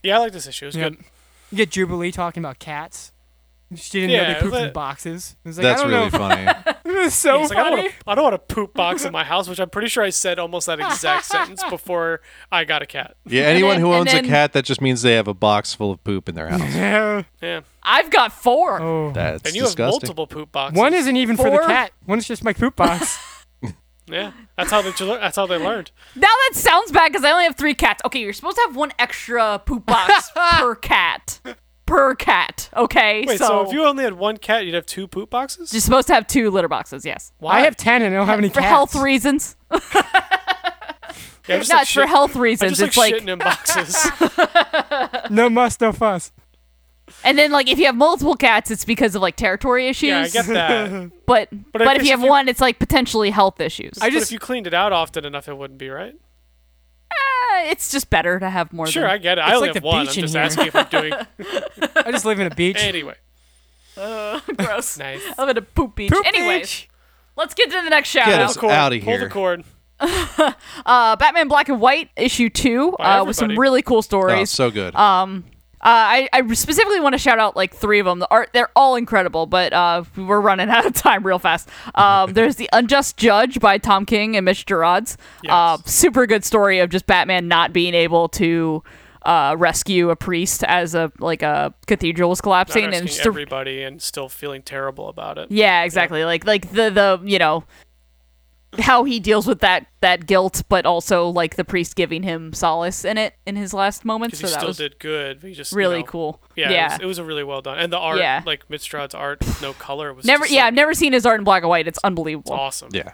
[SPEAKER 3] Yeah, I like this issue. It's
[SPEAKER 5] Yep.
[SPEAKER 3] good.
[SPEAKER 5] You get Jubilee talking about cats. She didn't know
[SPEAKER 3] Yeah,
[SPEAKER 5] they pooped in
[SPEAKER 3] but-
[SPEAKER 5] boxes. It was like,
[SPEAKER 2] That's
[SPEAKER 5] I don't
[SPEAKER 2] really
[SPEAKER 5] know.
[SPEAKER 2] funny.
[SPEAKER 5] It was so
[SPEAKER 3] It's like, I
[SPEAKER 5] funny.
[SPEAKER 3] don't want to. I don't want a poop box in my house, which I'm pretty sure I said almost that exact sentence before I got a cat.
[SPEAKER 2] Yeah, anyone
[SPEAKER 4] then-
[SPEAKER 2] who
[SPEAKER 4] and
[SPEAKER 2] owns
[SPEAKER 4] then-
[SPEAKER 2] a cat, that just means they have a box full of poop in their house.
[SPEAKER 5] Yeah.
[SPEAKER 3] Yeah,
[SPEAKER 4] I've got four.
[SPEAKER 5] Oh.
[SPEAKER 2] That's
[SPEAKER 3] and you have
[SPEAKER 2] disgusting.
[SPEAKER 3] multiple poop boxes.
[SPEAKER 5] One isn't even for the
[SPEAKER 4] Four-
[SPEAKER 5] cat. One's just my poop box.
[SPEAKER 3] Yeah, that's how they. That's how they learned.
[SPEAKER 4] Now that sounds bad because I only have three cats. Okay, you're supposed to have one extra poop box per cat. Per cat. Okay,
[SPEAKER 3] Wait, so,
[SPEAKER 4] so,
[SPEAKER 3] if you only had one cat, you'd have two poop boxes.
[SPEAKER 4] you're supposed to have two litter boxes. Yes,
[SPEAKER 3] Why?
[SPEAKER 5] I have ten and I don't have any
[SPEAKER 4] for
[SPEAKER 5] cats.
[SPEAKER 4] health reasons.
[SPEAKER 3] Yeah, I'm just
[SPEAKER 4] no,
[SPEAKER 3] like
[SPEAKER 4] it's for
[SPEAKER 3] shit-
[SPEAKER 4] health
[SPEAKER 3] I'm
[SPEAKER 4] reasons.
[SPEAKER 3] just like
[SPEAKER 4] it's like,
[SPEAKER 3] shitting in boxes.
[SPEAKER 5] No muss, no fuss.
[SPEAKER 4] and then like if you have multiple cats, it's because of like territory issues.
[SPEAKER 3] yeah, I get that.
[SPEAKER 4] But
[SPEAKER 3] But I
[SPEAKER 4] but,
[SPEAKER 3] guess
[SPEAKER 4] if you
[SPEAKER 3] if
[SPEAKER 4] have
[SPEAKER 3] you-
[SPEAKER 4] one, it's like potentially health issues.
[SPEAKER 5] I
[SPEAKER 3] but
[SPEAKER 5] just
[SPEAKER 3] if you cleaned it out often enough, it wouldn't be right.
[SPEAKER 4] Uh, it's just better to have more.
[SPEAKER 3] Sure,
[SPEAKER 4] than...
[SPEAKER 3] I get it. I
[SPEAKER 5] It's
[SPEAKER 3] only
[SPEAKER 5] like
[SPEAKER 3] have
[SPEAKER 5] the
[SPEAKER 3] one. I'm
[SPEAKER 5] beach in
[SPEAKER 3] just
[SPEAKER 5] here.
[SPEAKER 3] asking if I'm doing
[SPEAKER 5] I just live in a beach.
[SPEAKER 3] anyway.
[SPEAKER 4] gross.
[SPEAKER 3] Nice.
[SPEAKER 4] I'm at a poop beach.
[SPEAKER 5] Poop
[SPEAKER 4] Anyways,
[SPEAKER 5] beach.
[SPEAKER 4] let's get to the next shout
[SPEAKER 2] Get
[SPEAKER 4] out.
[SPEAKER 2] us outta
[SPEAKER 3] Pull the
[SPEAKER 2] here.
[SPEAKER 3] cord.
[SPEAKER 4] Uh, Batman Black and White issue two
[SPEAKER 3] By
[SPEAKER 4] uh, with some
[SPEAKER 3] everybody.
[SPEAKER 4] really cool
[SPEAKER 2] Oh,
[SPEAKER 4] stories.
[SPEAKER 2] so good.
[SPEAKER 4] Uh, I, I specifically want to shout out like three of them. The art, they're all incredible, but uh, we're running out of time real fast. Um, there's the Unjust Judge by Tom King and Mitch Gerards. Uh, super good story of just Batman not being able to uh, rescue a priest as a like a cathedral was
[SPEAKER 3] Not
[SPEAKER 4] collapsing, and
[SPEAKER 3] asking
[SPEAKER 4] just the-
[SPEAKER 3] everybody and still feeling terrible about it.
[SPEAKER 4] yeah, exactly. Like like the the you know how he deals with that that guilt, but also like the priest giving him solace in it in his last moments.
[SPEAKER 3] Because he
[SPEAKER 4] So that
[SPEAKER 3] still
[SPEAKER 4] was
[SPEAKER 3] did good. But he just you
[SPEAKER 4] really
[SPEAKER 3] know,
[SPEAKER 4] cool.
[SPEAKER 3] Yeah, It, was, it was a really well done. And the art,
[SPEAKER 4] Yeah.
[SPEAKER 3] like Midstrad's art, no color was
[SPEAKER 4] Never,
[SPEAKER 3] just,
[SPEAKER 4] yeah,
[SPEAKER 3] like,
[SPEAKER 4] I've never seen his art in black and white. It's unbelievable.
[SPEAKER 3] awesome.
[SPEAKER 2] yeah.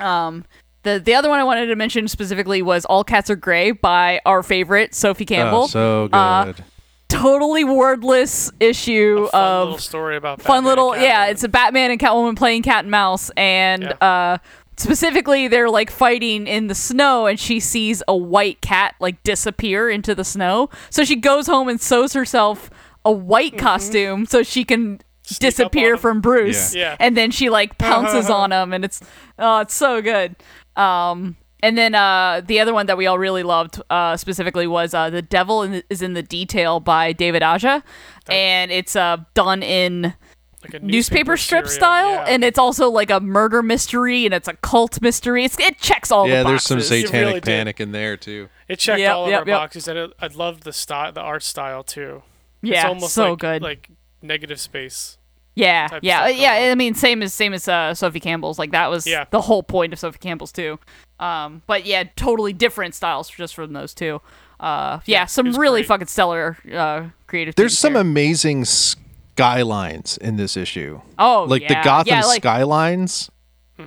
[SPEAKER 4] Um, the the other one I wanted to mention specifically was "All Cats Are Gray" by our favorite Sophie Campbell.
[SPEAKER 2] Oh, so good.
[SPEAKER 4] Uh, totally wordless issue
[SPEAKER 3] A fun
[SPEAKER 4] of
[SPEAKER 3] little story about Batman
[SPEAKER 4] fun little
[SPEAKER 3] and
[SPEAKER 4] yeah.
[SPEAKER 3] Catwoman.
[SPEAKER 4] It's a Batman and Catwoman playing cat and mouse, and
[SPEAKER 3] Yeah.
[SPEAKER 4] uh, specifically they're like fighting in the snow, and she sees a white cat like disappear into the snow. So she goes home and sews herself a white costume so she can.
[SPEAKER 3] Mm-hmm. up on
[SPEAKER 4] disappear
[SPEAKER 3] him.
[SPEAKER 4] from Bruce,
[SPEAKER 3] Yeah. Yeah.
[SPEAKER 4] and then she like pounces on him, and it's oh, it's so good. Um, and then uh, the other one that we all really loved uh, specifically was uh, "The Devil in the, is in the Detail" by David Aja, and it's uh, done in
[SPEAKER 3] like a
[SPEAKER 4] newspaper, strip
[SPEAKER 3] serial,
[SPEAKER 4] style,
[SPEAKER 3] yeah.
[SPEAKER 4] and it's also like a murder mystery and it's a cult mystery. It's, it checks all
[SPEAKER 2] yeah,
[SPEAKER 4] the
[SPEAKER 2] there's
[SPEAKER 4] boxes.
[SPEAKER 2] some satanic
[SPEAKER 3] really did.
[SPEAKER 2] panic in there, too.
[SPEAKER 3] It checked
[SPEAKER 4] Yep,
[SPEAKER 3] all of
[SPEAKER 4] yep,
[SPEAKER 3] our
[SPEAKER 4] yep.
[SPEAKER 3] boxes, and it, I loved the style, the art style too. it's
[SPEAKER 4] yeah,
[SPEAKER 3] almost
[SPEAKER 4] so
[SPEAKER 3] like,
[SPEAKER 4] good.
[SPEAKER 3] Like negative space.
[SPEAKER 4] yeah,
[SPEAKER 3] type
[SPEAKER 4] yeah,
[SPEAKER 3] stuff
[SPEAKER 4] yeah.
[SPEAKER 3] going on.
[SPEAKER 4] I mean, same as same as uh, Sophie Campbell's. Like that was
[SPEAKER 3] Yeah.
[SPEAKER 4] the whole point of Sophie Campbell's too. Um, but yeah, totally different styles just from those two. Uh, yeah, some
[SPEAKER 3] was
[SPEAKER 4] really
[SPEAKER 3] great.
[SPEAKER 4] fucking stellar uh, creative.
[SPEAKER 2] There's
[SPEAKER 4] teams
[SPEAKER 2] some
[SPEAKER 4] here.
[SPEAKER 2] amazing skylines in this issue.
[SPEAKER 4] Oh,
[SPEAKER 2] like
[SPEAKER 4] yeah.
[SPEAKER 2] the Gotham
[SPEAKER 4] Yeah, like-
[SPEAKER 2] skylines.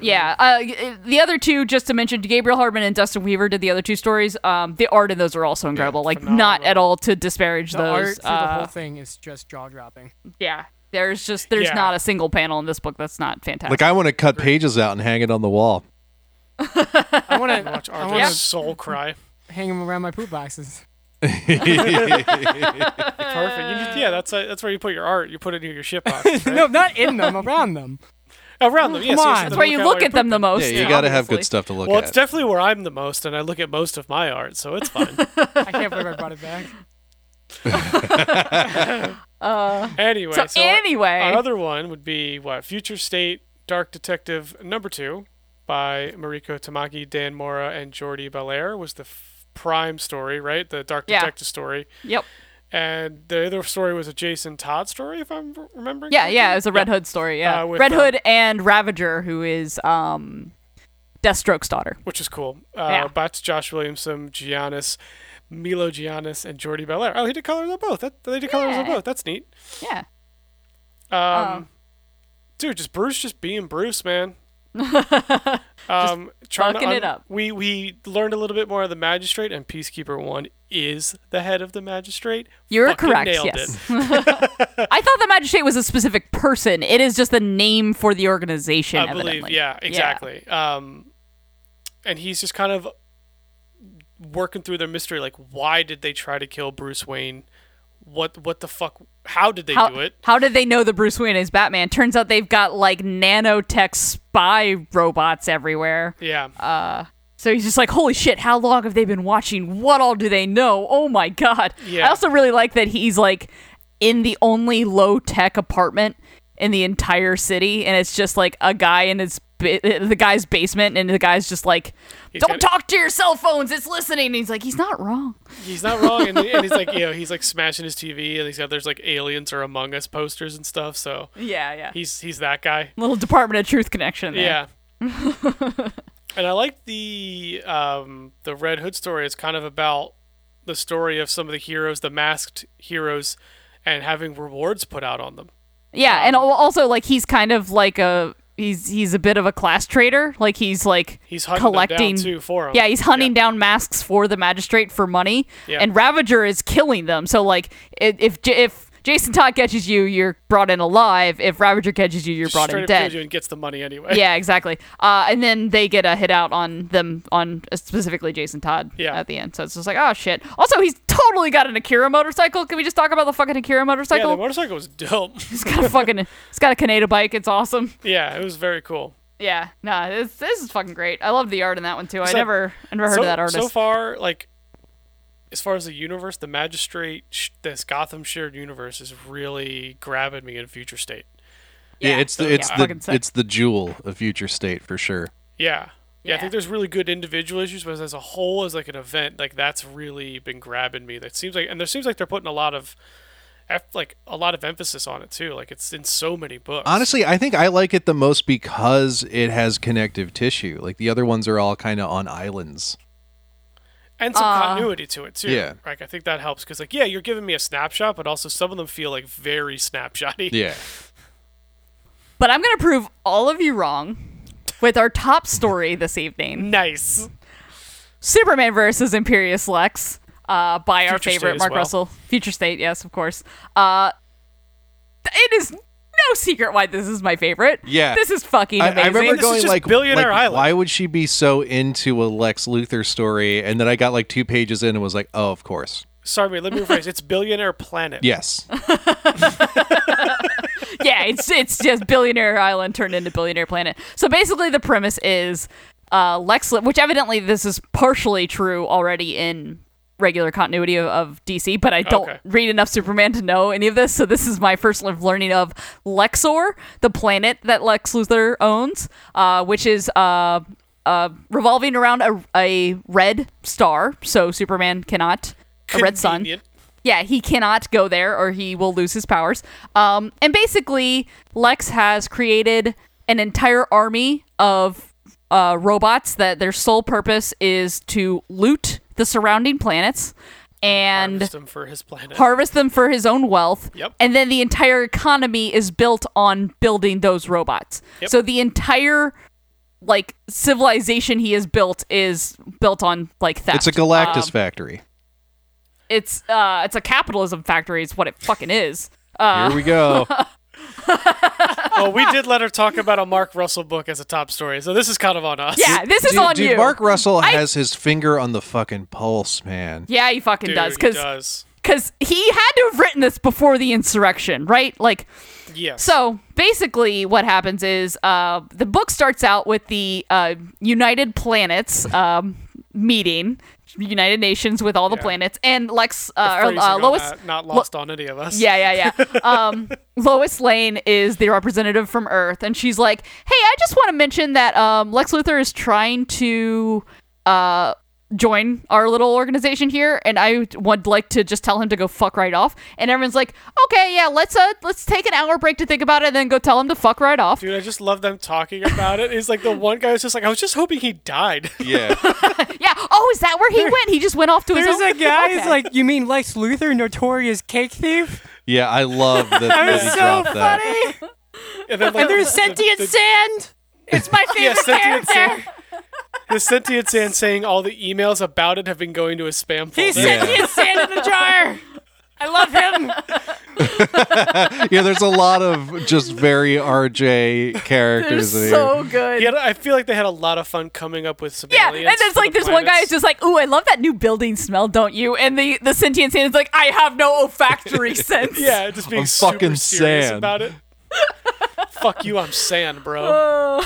[SPEAKER 4] Yeah. Uh, y- the other two, just to mention, Gabriel Hardman and Dustin Weaver did the other two stories. Um, the art in those are also incredible. like, not
[SPEAKER 3] phenomenal.
[SPEAKER 4] at all to disparage
[SPEAKER 5] The art
[SPEAKER 4] those.
[SPEAKER 5] through the
[SPEAKER 4] uh,
[SPEAKER 5] whole thing is just jaw dropping.
[SPEAKER 4] yeah. There's just there's
[SPEAKER 3] Yeah.
[SPEAKER 4] not a single panel in this book that's not fantastic.
[SPEAKER 2] Like, I want to cut pages out and hang it on the wall.
[SPEAKER 5] I want
[SPEAKER 3] And watch
[SPEAKER 5] to. I
[SPEAKER 3] Arthur's
[SPEAKER 5] want to
[SPEAKER 3] soul cry.
[SPEAKER 5] hang them around my poop boxes.
[SPEAKER 3] Perfect. You just, yeah, that's uh, that's where you put your art. You put it near your shit boxes. Right?
[SPEAKER 5] No, not in them, around them.
[SPEAKER 3] Around them. Yeah,
[SPEAKER 5] Come
[SPEAKER 3] so
[SPEAKER 5] on.
[SPEAKER 3] should
[SPEAKER 5] That's
[SPEAKER 4] That's where you
[SPEAKER 3] out
[SPEAKER 4] look
[SPEAKER 3] your
[SPEAKER 4] at them the
[SPEAKER 3] poop.
[SPEAKER 4] most.
[SPEAKER 2] yeah, you got to have
[SPEAKER 4] Oh, obviously.
[SPEAKER 2] good stuff to look
[SPEAKER 3] Well,
[SPEAKER 2] at.
[SPEAKER 3] it's definitely where I'm the most, and I look at most of my art, so it's fine.
[SPEAKER 5] I can't believe I brought it back.
[SPEAKER 3] anyway,
[SPEAKER 4] So,
[SPEAKER 3] so, uh, our-
[SPEAKER 4] anyway.
[SPEAKER 3] our, other one would be what Future State Dark Detective number two by Mariko Tamaki, Dan Mora, and Jordi Belair was the f- prime story, right? The Dark
[SPEAKER 4] Yeah.
[SPEAKER 3] Detective story,
[SPEAKER 4] Yep.
[SPEAKER 3] and the other story was a Jason Todd story, if I'm r- remembering.
[SPEAKER 4] Yeah,
[SPEAKER 3] correctly?
[SPEAKER 4] yeah. It's a Red Hood story. Yeah.
[SPEAKER 3] Uh, with,
[SPEAKER 4] Red
[SPEAKER 3] um,
[SPEAKER 4] Hood and Ravager, who is um, Deathstroke's daughter.
[SPEAKER 3] which is cool. Uh,
[SPEAKER 4] Yeah.
[SPEAKER 3] Bats, Josh Williamson, Giannis, Milo Giannis, and Jordi Belair. Oh, he did colors on both. That, they did colors on
[SPEAKER 4] Yeah.
[SPEAKER 3] both. That's neat.
[SPEAKER 4] Yeah.
[SPEAKER 3] Um,
[SPEAKER 4] Oh.
[SPEAKER 3] Dude, just Bruce, just being Bruce, man. um, trying to
[SPEAKER 4] fucking it up.
[SPEAKER 3] We we learned a little bit more of the magistrate, and Peacekeeper One is the head of the magistrate.
[SPEAKER 4] You're
[SPEAKER 3] Fucking
[SPEAKER 4] correct.
[SPEAKER 3] Nailed
[SPEAKER 4] Yes.
[SPEAKER 3] it.
[SPEAKER 4] I thought the magistrate was a specific person. It is just the name for the organization.
[SPEAKER 3] I believe.
[SPEAKER 4] evidently.
[SPEAKER 3] Yeah, exactly. Um, and he's just kind of working through their mystery like why did they try to kill Bruce Wayne? What what the fuck how did they
[SPEAKER 4] how,
[SPEAKER 3] do it?
[SPEAKER 4] how did they know the Bruce Wayne is Batman? Turns out they've got like nanotech spy robots everywhere.
[SPEAKER 3] Yeah.
[SPEAKER 4] So he's just like, holy shit, how long have they been watching? What all do they know? Oh my god.
[SPEAKER 3] Yeah.
[SPEAKER 4] I also really like that he's like in the only low tech apartment in the entire city, and it's just like a guy in his ba- the guy's basement, and the guy's just like, don't
[SPEAKER 3] got-
[SPEAKER 4] talk to your cell phones, it's listening. And he's like, he's not wrong.
[SPEAKER 3] he's not wrong and, and he's like, you know, he's like smashing his TV and he's got there's like aliens or among us posters and stuff, so
[SPEAKER 4] Yeah, yeah.
[SPEAKER 3] he's he's that guy.
[SPEAKER 4] Little Department of Truth connection. There.
[SPEAKER 3] Yeah. and I like the um, the Red Hood story. It's kind of about the story of some of the heroes, the masked heroes, and having rewards put out on them.
[SPEAKER 4] Yeah, and al- also like he's kind of like a he's he's a bit of a class traitor. Like he's like
[SPEAKER 3] He's hunting them down,
[SPEAKER 4] collecting
[SPEAKER 3] too, for 'em.
[SPEAKER 4] Yeah, he's hunting down masks for the magistrate for money,
[SPEAKER 3] Yeah.
[SPEAKER 4] and Ravager is killing them. So like i- if J- if Jason Todd catches you, you're brought in alive. If Ravager catches you, you're brought
[SPEAKER 3] Straight
[SPEAKER 4] in
[SPEAKER 3] up kills
[SPEAKER 4] dead.
[SPEAKER 3] you and gets the money anyway.
[SPEAKER 4] yeah, exactly. Uh, and then they get a hit out on them on uh, specifically Jason Todd
[SPEAKER 3] Yeah.
[SPEAKER 4] at the end. So it's just like, oh shit. Also, he's totally got an Akira motorcycle. Can we just talk about the fucking Akira
[SPEAKER 3] Yeah,
[SPEAKER 4] motorcycle?
[SPEAKER 3] the motorcycle was dope.
[SPEAKER 4] he's got a fucking he's got a Kaneda bike. It's awesome.
[SPEAKER 3] yeah, it was very cool.
[SPEAKER 4] Yeah, no, this this is fucking great. I love the art in that one too. I
[SPEAKER 3] like-
[SPEAKER 4] never I never heard
[SPEAKER 3] so,
[SPEAKER 4] of that artist.
[SPEAKER 3] So far, like, as far as the universe, the magistrate, sh- this Gotham shared universe is really grabbing me in Future State.
[SPEAKER 2] Yeah,
[SPEAKER 4] Yeah.
[SPEAKER 2] it's the it's
[SPEAKER 4] Yeah. Fucking
[SPEAKER 2] the
[SPEAKER 4] sick.
[SPEAKER 2] it's the jewel of Future State for sure.
[SPEAKER 3] Yeah. Yeah, I
[SPEAKER 4] Yeah.
[SPEAKER 3] think there's really good individual issues, but as a whole, as like an event, like that's really been grabbing me. That seems like, and there seems like they're putting a lot of, eff- like a lot of emphasis on it too. Like it's in so many books.
[SPEAKER 2] Honestly, I think I like it the most because it has connective tissue. Like the other ones are all kind of on islands.
[SPEAKER 3] and some
[SPEAKER 4] Uh,
[SPEAKER 3] continuity to it too.
[SPEAKER 2] Yeah.
[SPEAKER 3] like I think that helps because like yeah, you're giving me a snapshot, but also some of them feel like very snapshotty.
[SPEAKER 2] Yeah.
[SPEAKER 4] but I'm gonna prove all of you wrong with our top story this evening:
[SPEAKER 3] Nice.
[SPEAKER 4] Superman versus Imperious Lex, uh, by
[SPEAKER 3] Future
[SPEAKER 4] our
[SPEAKER 3] State
[SPEAKER 4] favorite
[SPEAKER 3] as
[SPEAKER 4] Mark
[SPEAKER 3] well.
[SPEAKER 4] Russell. Future State, yes, of course. Uh, th- it is no secret why this is my favorite.
[SPEAKER 2] Yeah.
[SPEAKER 4] this is fucking
[SPEAKER 2] I,
[SPEAKER 4] amazing.
[SPEAKER 2] I remember
[SPEAKER 3] This is
[SPEAKER 2] going
[SPEAKER 3] just
[SPEAKER 2] like,
[SPEAKER 3] Billionaire
[SPEAKER 2] like,
[SPEAKER 3] Island.
[SPEAKER 2] why would she be so into a Lex Luthor story? And then I got like two pages in and was like, oh, of course,
[SPEAKER 3] Sorry, wait, let me rephrase. It's Billionaire Planet.
[SPEAKER 2] yes,
[SPEAKER 4] yeah, it's it's just Billionaire Island turned into Billionaire Planet. So basically, the premise is uh, Lex, Lut- which evidently this is partially true already in regular continuity of, of DC, but I don't
[SPEAKER 3] Okay.
[SPEAKER 4] read enough Superman to know any of this. So this is my first live learning of Lexor, the planet that Lex Luthor owns, uh, which is. Uh, uh, revolving around a, a red star, so Superman cannot. A red sun
[SPEAKER 3] Convenient.
[SPEAKER 4] yeah, he cannot go there or he will lose his powers. Um, and basically, Lex has created an entire army of uh, robots that their sole purpose is to loot the surrounding planets and
[SPEAKER 3] Harvest 'em for his planet.
[SPEAKER 4] harvest them for his own wealth.
[SPEAKER 3] Yep.
[SPEAKER 4] And then the entire economy is built on building those robots.
[SPEAKER 3] Yep.
[SPEAKER 4] So the entire like civilization he has built is built on like theft. Uh,
[SPEAKER 2] it's a Galactus factory.
[SPEAKER 4] It's uh, it's a capitalism factory. It's what it fucking is.
[SPEAKER 2] Here we go.
[SPEAKER 3] oh, we did let her talk about a Mark Russell book as a top story, so this is kind of on us.
[SPEAKER 4] Yeah, this is
[SPEAKER 2] dude,
[SPEAKER 4] on
[SPEAKER 2] dude,
[SPEAKER 4] you.
[SPEAKER 2] Mark Russell has his finger on the fucking pulse, man.
[SPEAKER 4] yeah, he fucking
[SPEAKER 3] Dude,
[SPEAKER 4] does
[SPEAKER 3] he
[SPEAKER 4] because
[SPEAKER 3] does.
[SPEAKER 4] because he had to have written this before the insurrection, right? Like
[SPEAKER 3] Yes.
[SPEAKER 4] so. Basically, what happens is uh, the book starts out with the uh, United Planets um, meeting, United Nations with all the planets, and Lex uh, or,
[SPEAKER 3] Phrasing
[SPEAKER 4] uh,
[SPEAKER 3] on
[SPEAKER 4] Lois.
[SPEAKER 3] that, not lost on any of us.
[SPEAKER 4] Yeah, yeah, yeah. Um, Lois Lane is the representative from Earth, and she's like, "Hey, I just want to mention that um, Lex Luthor is trying to uh, join our little organization here, and I would like to just tell him to go fuck right off." And everyone's like, "Okay, yeah, let's uh, let's take an hour break to think about it, and then go tell him to fuck right off."
[SPEAKER 3] Dude, I just love them talking about it. It's like the one guy was just like, I was just hoping he died.
[SPEAKER 2] Yeah,
[SPEAKER 4] Yeah. Oh, is that where he went? He just went off to his
[SPEAKER 5] There's
[SPEAKER 4] own.
[SPEAKER 5] a guy who's
[SPEAKER 4] Okay.
[SPEAKER 5] like, you mean Lex Luthor, notorious cake thief?
[SPEAKER 2] yeah. I love that. that he
[SPEAKER 5] so
[SPEAKER 2] dropped that.
[SPEAKER 5] funny.
[SPEAKER 3] And, then, like,
[SPEAKER 5] And there's
[SPEAKER 3] the-
[SPEAKER 5] sentient
[SPEAKER 3] the-
[SPEAKER 5] sand. It's my favorite
[SPEAKER 3] Yeah, sentient
[SPEAKER 5] character.
[SPEAKER 3] sand. The sentient sand saying all the emails about it have been going to his spam folder.
[SPEAKER 5] He's sentient sand in a jar. I love him.
[SPEAKER 2] yeah, there's a lot of just very RJ
[SPEAKER 4] They're
[SPEAKER 2] characters in here.
[SPEAKER 4] so good.
[SPEAKER 3] Yeah, I feel like they had a lot of fun coming up with some
[SPEAKER 4] Yeah,
[SPEAKER 3] aliens
[SPEAKER 4] and it's
[SPEAKER 3] for
[SPEAKER 4] like
[SPEAKER 3] the
[SPEAKER 4] this one guy is
[SPEAKER 3] planets.
[SPEAKER 4] just like, "Ooh, I love that new building smell, don't you?" And the the sentient sand is like, "I have no olfactory sense."
[SPEAKER 3] yeah, just being
[SPEAKER 2] I'm
[SPEAKER 3] super
[SPEAKER 2] fucking
[SPEAKER 3] serious
[SPEAKER 2] sand.
[SPEAKER 3] about it. Fuck you, I'm sand, bro.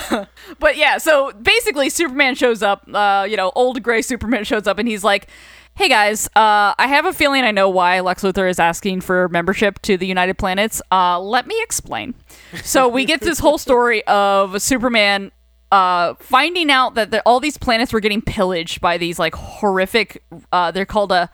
[SPEAKER 4] Uh, But yeah, so basically, Superman shows up. Uh, you know, old gray Superman shows up, and he's like, "Hey guys, uh, I have a feeling I know why Lex Luthor is asking for membership to the United Planets. Uh, let me explain." So we get this whole story of Superman uh, finding out that the, all these planets were getting pillaged by these like horrific. Uh, they're called a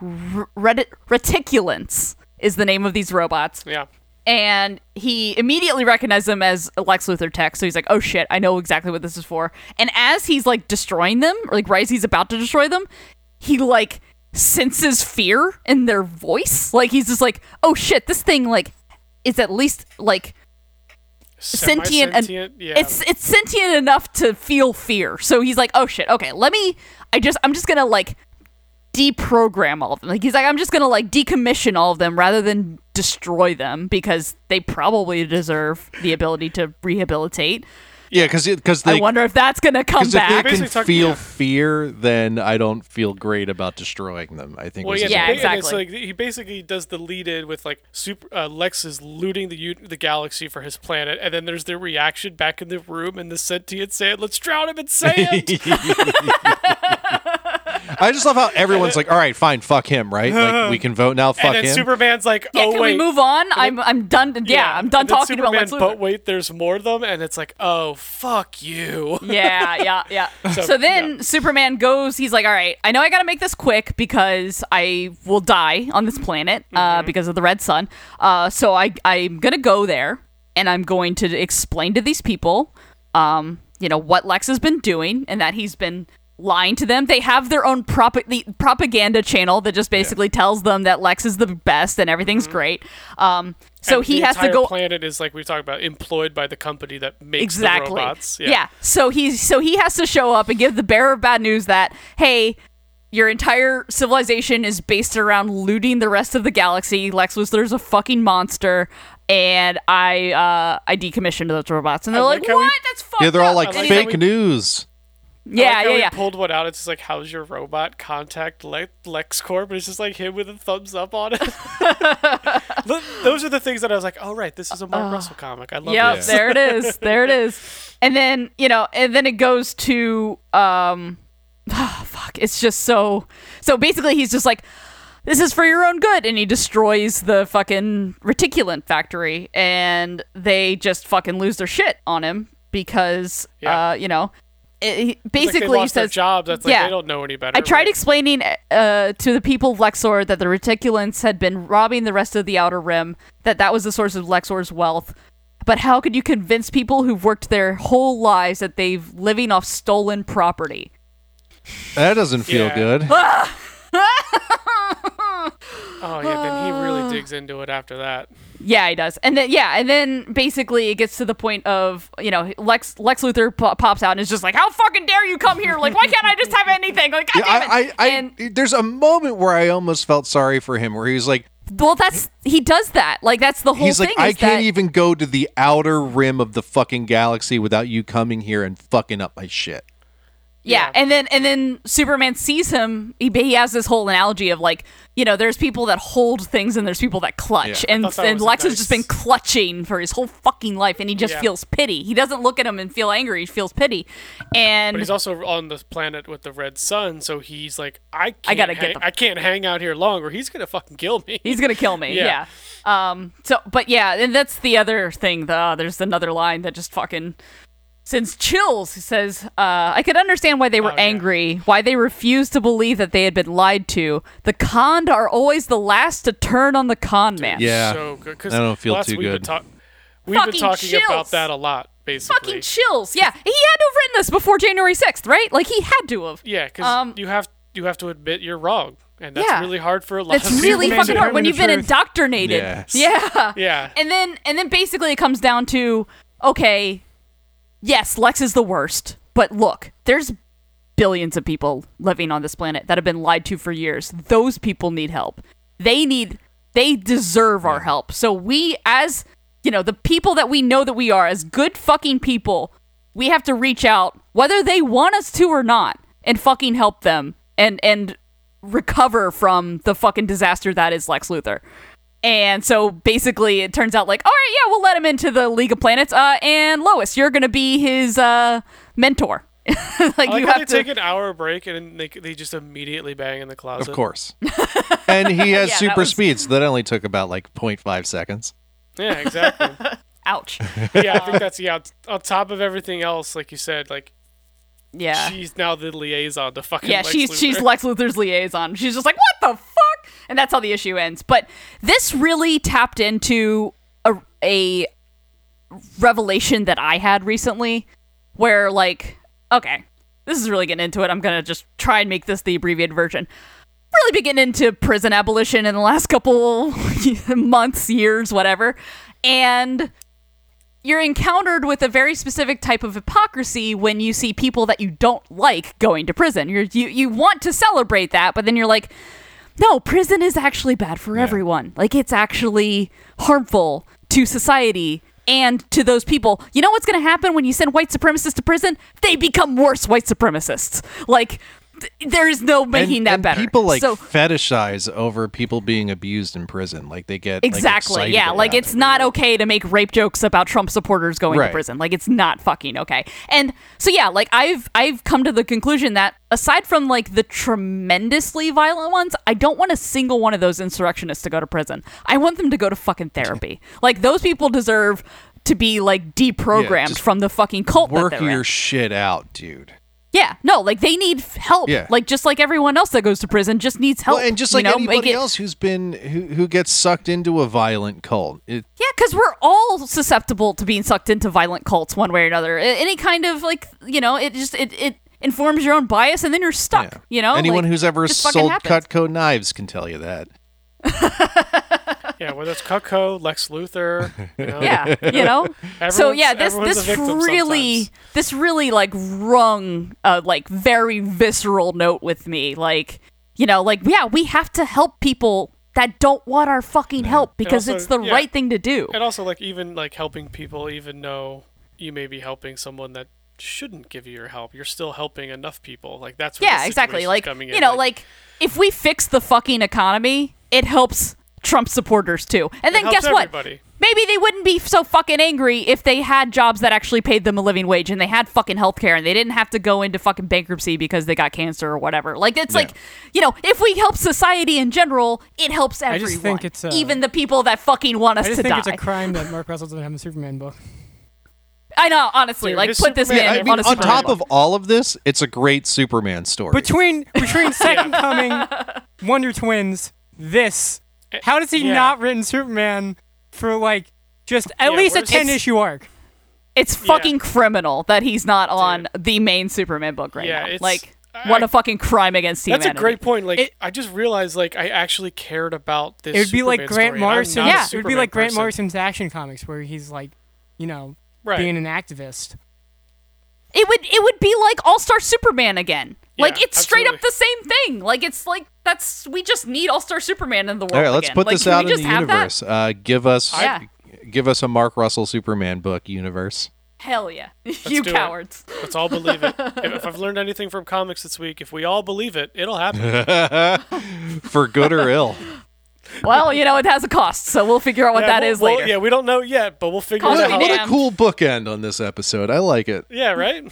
[SPEAKER 4] r- reti- reticulants is the name of these robots
[SPEAKER 3] yeah.
[SPEAKER 4] and he immediately recognized them as Lex Luthor tech. So he's like, "Oh shit, I know exactly what this is for." And as he's like destroying them, or like right as he's about to destroy them, he like senses fear in their voice. Like he's just like, "Oh shit, this thing like is at least like sentient and
[SPEAKER 3] Semi-sentient, yeah.
[SPEAKER 4] it's it's sentient enough to feel fear. So he's like, "Oh shit, okay, let me. I just I'm just gonna like deprogram all of them. Like he's like, I'm just gonna like decommission all of them rather than destroy them because they probably deserve the ability to rehabilitate.
[SPEAKER 2] Yeah, because because
[SPEAKER 4] I
[SPEAKER 2] they
[SPEAKER 4] wonder if that's gonna come
[SPEAKER 2] because if
[SPEAKER 4] back.
[SPEAKER 2] they
[SPEAKER 3] Basically
[SPEAKER 2] can
[SPEAKER 3] talking-
[SPEAKER 2] feel
[SPEAKER 3] yeah.
[SPEAKER 2] fear, then I don't feel great about destroying them. I think.
[SPEAKER 3] Well,
[SPEAKER 2] was
[SPEAKER 3] yeah,
[SPEAKER 2] his
[SPEAKER 4] Yeah,
[SPEAKER 3] and
[SPEAKER 2] point.
[SPEAKER 3] it's
[SPEAKER 4] exactly.
[SPEAKER 3] like he basically does the lead in with like super uh, Lex is looting the u- the galaxy for his planet, and then there's the reaction back in the room, and the sentient sand, "Let's drown him in sand."
[SPEAKER 2] I just love how everyone's like, "All right, fine, fuck him, right? Like we can vote now, fuck
[SPEAKER 3] and then
[SPEAKER 2] him."
[SPEAKER 3] Superman's like,
[SPEAKER 4] yeah,
[SPEAKER 3] "Oh
[SPEAKER 4] can
[SPEAKER 3] wait."
[SPEAKER 4] we move on? I'm I'm done. Yeah, I'm done
[SPEAKER 3] and then
[SPEAKER 4] talking
[SPEAKER 3] Superman,
[SPEAKER 4] about Lex Luthor.
[SPEAKER 3] But wait, there's more of them, and it's like, "Oh fuck you."
[SPEAKER 4] yeah, yeah, yeah. So, then Superman goes, he's like, all right, I know I got to make this quick because I will die on this planet
[SPEAKER 3] Mm-hmm.
[SPEAKER 4] uh, because of the red sun. Uh, so I, I'm going to go there and I'm going to explain to these people, um, you know, what Lex has been doing and that he's been lying to them. They have their own prop- the propaganda channel that just basically tells them that Lex is the best and everything's great. Um,
[SPEAKER 3] Mm-hmm.
[SPEAKER 4] so
[SPEAKER 3] And
[SPEAKER 4] he
[SPEAKER 3] the
[SPEAKER 4] has to
[SPEAKER 3] entire
[SPEAKER 4] go
[SPEAKER 3] Planet is like we talked about, employed by the company that makes the
[SPEAKER 4] exactly
[SPEAKER 3] robots.
[SPEAKER 4] yeah. so he's so he has to show up and give the bearer of bad news that hey your entire civilization is based around looting the rest of the galaxy lex luthor's a fucking monster and i uh i decommissioned those robots and they're
[SPEAKER 3] like
[SPEAKER 4] like,
[SPEAKER 3] how
[SPEAKER 4] what
[SPEAKER 3] we-
[SPEAKER 4] that's fucked
[SPEAKER 2] yeah, they're all
[SPEAKER 4] up."
[SPEAKER 2] like
[SPEAKER 4] And he's
[SPEAKER 2] fake
[SPEAKER 3] we-
[SPEAKER 2] news.
[SPEAKER 3] I like
[SPEAKER 4] yeah
[SPEAKER 3] how
[SPEAKER 4] yeah
[SPEAKER 3] he
[SPEAKER 4] yeah
[SPEAKER 3] Pulled one out. It's just like, how's your robot contact Le- LexCorp? And it's just like him with a thumbs up on it. Th- Those are the things that I was like, oh right, this is a Mark Russell comic. I love
[SPEAKER 4] Yep,
[SPEAKER 3] this.
[SPEAKER 4] there it is. There it is. And then, you know, and then it goes to um fuck, it's just so so basically he's just like this is for your own good and he destroys the fucking reticulant factory and they just fucking lose their shit on him because
[SPEAKER 3] Yeah.
[SPEAKER 4] uh, you know, it, he
[SPEAKER 3] It's like
[SPEAKER 4] basically
[SPEAKER 3] they lost
[SPEAKER 4] says
[SPEAKER 3] their job. That's like
[SPEAKER 4] yeah.
[SPEAKER 3] they don't know any better.
[SPEAKER 4] I tried
[SPEAKER 3] right?
[SPEAKER 4] explaining uh, to the people of Lexor that the Reticulants had been robbing the rest of the Outer Rim, that that was the source of Lexor's wealth. But how could you convince people who've worked their whole lives that they've living off stolen property?
[SPEAKER 2] That doesn't feel
[SPEAKER 3] Yeah.
[SPEAKER 2] good.
[SPEAKER 3] oh yeah, then he really digs into it after that.
[SPEAKER 4] Yeah, he does. And then yeah, and then basically it gets to the point of you know Lex Lex Luthor po- pops out and is just like, "How fucking dare you come here? Like, why can't I just have anything? Like, God
[SPEAKER 2] Yeah,
[SPEAKER 4] damn it!"
[SPEAKER 2] I, I, I,
[SPEAKER 4] and
[SPEAKER 2] there's a moment where I almost felt sorry for him, where he was like,
[SPEAKER 4] well, that's he does that. Like, that's the whole
[SPEAKER 2] he's
[SPEAKER 4] thing.
[SPEAKER 2] like, I
[SPEAKER 4] is
[SPEAKER 2] can't
[SPEAKER 4] that-
[SPEAKER 2] even go to the outer rim of the fucking galaxy without you coming here and fucking up my shit.
[SPEAKER 4] Yeah.
[SPEAKER 3] Yeah.
[SPEAKER 4] and then and then Superman sees him. He he has this whole analogy of like, you know, there's people that hold things and there's people that clutch,
[SPEAKER 2] Yeah.
[SPEAKER 4] and
[SPEAKER 3] thought that
[SPEAKER 4] and
[SPEAKER 3] was
[SPEAKER 4] Lex has
[SPEAKER 3] nice.
[SPEAKER 4] just been clutching for his whole fucking life, and he just
[SPEAKER 3] Yeah.
[SPEAKER 4] feels pity. He doesn't look at him and feel angry. He feels pity, and
[SPEAKER 3] But he's also on the planet with the red sun, so he's like, I can't
[SPEAKER 4] gotta get
[SPEAKER 3] hang-
[SPEAKER 4] the-
[SPEAKER 3] I can't hang out here long, or he's gonna fucking kill me.
[SPEAKER 4] He's gonna kill me.
[SPEAKER 3] Yeah.
[SPEAKER 4] yeah. Um. So, but yeah, and that's the other thing. The, uh, there's another line that just fucking sends chills. He says, uh, "I could understand why they were
[SPEAKER 3] Oh, yeah.
[SPEAKER 4] angry, why they refused to believe that they had been lied to. The conned are always the last to turn on the con man."
[SPEAKER 2] Yeah.
[SPEAKER 3] so good. 'cause
[SPEAKER 2] I don't feel
[SPEAKER 3] lots-
[SPEAKER 2] too
[SPEAKER 3] we've Been
[SPEAKER 2] good.
[SPEAKER 3] talk- we've been
[SPEAKER 4] Fucking
[SPEAKER 3] talking
[SPEAKER 4] chills.
[SPEAKER 3] about that a lot, basically.
[SPEAKER 4] Fucking chills. Yeah. He had to have written this before January 6th, right? Like he had to have.
[SPEAKER 3] yeah, because
[SPEAKER 4] Um,
[SPEAKER 3] you have you have to admit you're wrong, and that's
[SPEAKER 4] Yeah.
[SPEAKER 3] really hard for a lot
[SPEAKER 4] It's
[SPEAKER 3] of
[SPEAKER 4] really
[SPEAKER 3] people.
[SPEAKER 5] Superman
[SPEAKER 4] fucking hard when
[SPEAKER 5] determined the
[SPEAKER 4] you've been
[SPEAKER 5] truth.
[SPEAKER 4] indoctrinated.
[SPEAKER 2] Yes.
[SPEAKER 4] Yeah.
[SPEAKER 3] Yeah.
[SPEAKER 4] and then and then basically it comes down to okay yes lex is the worst but look there's billions of people living on this planet that have been lied to for years those people need help They need they deserve our help. So we as you know, the people that we know that we are as good fucking people, we have to reach out whether they want us to or not and fucking help them and and recover from the fucking disaster that is Lex Luthor. And so basically it turns out like, all right, yeah, we'll let him into the League of Planets. Uh, and Lois, you're gonna be his uh, mentor. like
[SPEAKER 3] I like
[SPEAKER 4] you
[SPEAKER 3] how
[SPEAKER 4] have
[SPEAKER 3] they
[SPEAKER 4] to
[SPEAKER 3] take an hour break and they, they just immediately bang in the closet.
[SPEAKER 2] Of course. and he has
[SPEAKER 4] Yeah, that
[SPEAKER 2] super
[SPEAKER 4] was-
[SPEAKER 2] speed, so that only took about like 0.5 seconds.
[SPEAKER 3] Yeah, exactly.
[SPEAKER 4] ouch.
[SPEAKER 3] yeah, I think that's yeah. t- On top of everything else, like you said, like
[SPEAKER 4] Yeah.
[SPEAKER 3] she's now the liaison to fucking.
[SPEAKER 4] yeah,
[SPEAKER 3] Lex
[SPEAKER 4] she's she's
[SPEAKER 3] Luthor.
[SPEAKER 4] Lex Luthor's liaison. She's just like, what the fuck? And that's how the issue ends. But this really tapped into a, a revelation that I had recently, where like, okay, this is really getting into it. I'm gonna just try and make this the abbreviated version. Really been getting into prison abolition in the last couple months, years, whatever, and you're encountered with a very specific type of hypocrisy when you see people that you don't like going to prison. You're, you you want to celebrate that, but then you're like, no, prison is actually bad for everyone. Like it's actually harmful to society and to those people. You know what's going to happen when you send white supremacists to prison? They become worse white supremacists. Like th- there is no making
[SPEAKER 2] and,
[SPEAKER 4] that
[SPEAKER 2] and
[SPEAKER 4] better.
[SPEAKER 2] People like
[SPEAKER 4] so
[SPEAKER 2] fetishize over people being abused in prison. Like they get like,
[SPEAKER 4] Exactly.
[SPEAKER 2] excited
[SPEAKER 4] yeah. Like
[SPEAKER 2] about
[SPEAKER 4] it's
[SPEAKER 2] it.
[SPEAKER 4] not okay to make rape jokes about Trump supporters going
[SPEAKER 2] Right.
[SPEAKER 4] to prison. Like it's not fucking okay. And so yeah, like I've I've come to the conclusion that aside from like the tremendously violent ones, I don't want a single one of those insurrectionists to go to prison. I want them to go to fucking therapy. like those people deserve to be like deprogrammed
[SPEAKER 2] just
[SPEAKER 4] from the fucking cult that
[SPEAKER 2] Work
[SPEAKER 4] they're in.
[SPEAKER 2] your shit out, dude.
[SPEAKER 4] yeah. No, like they need f- help.
[SPEAKER 2] Yeah.
[SPEAKER 4] Like just like everyone else that goes to prison just needs help.
[SPEAKER 2] well, and just
[SPEAKER 4] Oh, you
[SPEAKER 2] like
[SPEAKER 4] know? Make
[SPEAKER 2] anybody
[SPEAKER 4] it-
[SPEAKER 2] else who's been who, who gets sucked into a violent cult, it,
[SPEAKER 4] Yeah, because we're all susceptible to being sucked into violent cults one way or another. A- Any kind of like, you know, it just it it informs your own bias, and then you're stuck.
[SPEAKER 2] yeah.
[SPEAKER 4] You know,
[SPEAKER 2] anyone
[SPEAKER 4] Like,
[SPEAKER 2] who's ever
[SPEAKER 4] just fucking
[SPEAKER 2] sold
[SPEAKER 4] happens.
[SPEAKER 2] Cutco knives can tell you that.
[SPEAKER 3] yeah, whether it's Cutco, Lex Luthor. You know,
[SPEAKER 4] yeah, you know. so
[SPEAKER 3] Everyone's-
[SPEAKER 4] yeah,
[SPEAKER 3] everyone's
[SPEAKER 4] this
[SPEAKER 3] a
[SPEAKER 4] this
[SPEAKER 3] victim
[SPEAKER 4] really
[SPEAKER 3] sometimes.
[SPEAKER 4] this really like rung a like very visceral note with me. Like you know, like yeah, we have to help people that don't want our fucking help because
[SPEAKER 3] also-
[SPEAKER 4] it's the
[SPEAKER 3] yeah.
[SPEAKER 4] right thing to do.
[SPEAKER 3] And also, like even like helping people, even though you may be helping someone that shouldn't give you your help, you're still helping enough people. Like that's where
[SPEAKER 4] yeah
[SPEAKER 3] the
[SPEAKER 4] exactly
[SPEAKER 3] situation's
[SPEAKER 4] like
[SPEAKER 3] coming
[SPEAKER 4] you
[SPEAKER 3] in,
[SPEAKER 4] know like, if we fix the fucking economy it helps trump supporters too and then
[SPEAKER 3] helps
[SPEAKER 4] guess what
[SPEAKER 3] everybody.
[SPEAKER 4] maybe they wouldn't be so fucking angry if they had jobs that actually paid them a living wage and they had fucking healthcare and they didn't have to go into fucking bankruptcy because they got cancer or whatever like it's like you know if we help society in general it helps everyone
[SPEAKER 5] just think it's, uh,
[SPEAKER 4] even the people that fucking want us
[SPEAKER 5] I just
[SPEAKER 4] to
[SPEAKER 5] think
[SPEAKER 4] die
[SPEAKER 5] it's a crime that Mark Russell doesn't have a Superman book.
[SPEAKER 4] i know honestly
[SPEAKER 3] Dude,
[SPEAKER 4] like put
[SPEAKER 3] his
[SPEAKER 4] this
[SPEAKER 3] Superman-
[SPEAKER 4] man
[SPEAKER 2] I
[SPEAKER 3] Yeah,
[SPEAKER 2] mean,
[SPEAKER 4] on
[SPEAKER 2] on
[SPEAKER 4] a
[SPEAKER 3] honestly,
[SPEAKER 2] top
[SPEAKER 4] Superman
[SPEAKER 2] of all of this, it's a great Superman story.
[SPEAKER 5] Between between Second Coming, Wonder Twins, this, how does he
[SPEAKER 3] Eh, yeah.
[SPEAKER 5] not written Superman for like just at
[SPEAKER 3] Yeah,
[SPEAKER 5] least a
[SPEAKER 3] where's-
[SPEAKER 5] ten issue arc?
[SPEAKER 4] It's fucking criminal that he's not on the main Superman book right
[SPEAKER 3] Yeah,
[SPEAKER 4] now.
[SPEAKER 3] it's-
[SPEAKER 4] Like,
[SPEAKER 3] I-
[SPEAKER 4] what a fucking crime against
[SPEAKER 3] That's
[SPEAKER 4] humanity.
[SPEAKER 3] a great point. Like
[SPEAKER 5] It-
[SPEAKER 3] I just realized, like I actually cared about this.
[SPEAKER 5] It would be like
[SPEAKER 3] Superman
[SPEAKER 5] Grant
[SPEAKER 3] story, and I'm
[SPEAKER 5] Morrison.
[SPEAKER 3] not a
[SPEAKER 4] Yeah.
[SPEAKER 5] it would be like
[SPEAKER 3] Superman
[SPEAKER 5] Grant
[SPEAKER 3] person.
[SPEAKER 5] Morrison's Action Comics, where he's like, you know,
[SPEAKER 3] Right.
[SPEAKER 5] being an activist.
[SPEAKER 4] It would it would be like All Star Superman again.
[SPEAKER 3] Yeah,
[SPEAKER 4] like it's straight up
[SPEAKER 3] absolutely.
[SPEAKER 4] the same thing. Like it's like that's we just need All Star Superman in the world.
[SPEAKER 2] all right, let's
[SPEAKER 4] again.
[SPEAKER 2] put
[SPEAKER 4] Like,
[SPEAKER 2] this
[SPEAKER 4] can we
[SPEAKER 2] out in
[SPEAKER 4] just
[SPEAKER 2] the
[SPEAKER 4] have that?
[SPEAKER 2] universe. Uh, give us
[SPEAKER 4] Yeah.
[SPEAKER 2] give us a Mark Russell Superman book universe.
[SPEAKER 4] Hell yeah, you
[SPEAKER 3] do it.
[SPEAKER 4] cowards.
[SPEAKER 3] Let's all believe it. If, if I've learned anything from comics this week, if we all believe it, it'll happen.
[SPEAKER 2] For good or ill.
[SPEAKER 4] Well, you know it has a cost, so we'll figure out what
[SPEAKER 3] Yeah,
[SPEAKER 4] that
[SPEAKER 3] we'll-
[SPEAKER 4] is
[SPEAKER 3] we'll-
[SPEAKER 4] later.
[SPEAKER 3] Yeah, we don't know yet, but we'll figure
[SPEAKER 4] Call
[SPEAKER 3] it
[SPEAKER 4] me
[SPEAKER 2] What,
[SPEAKER 3] out.
[SPEAKER 2] a- what a
[SPEAKER 4] damned.
[SPEAKER 2] cool bookend on this episode. I like it.
[SPEAKER 3] Yeah, right.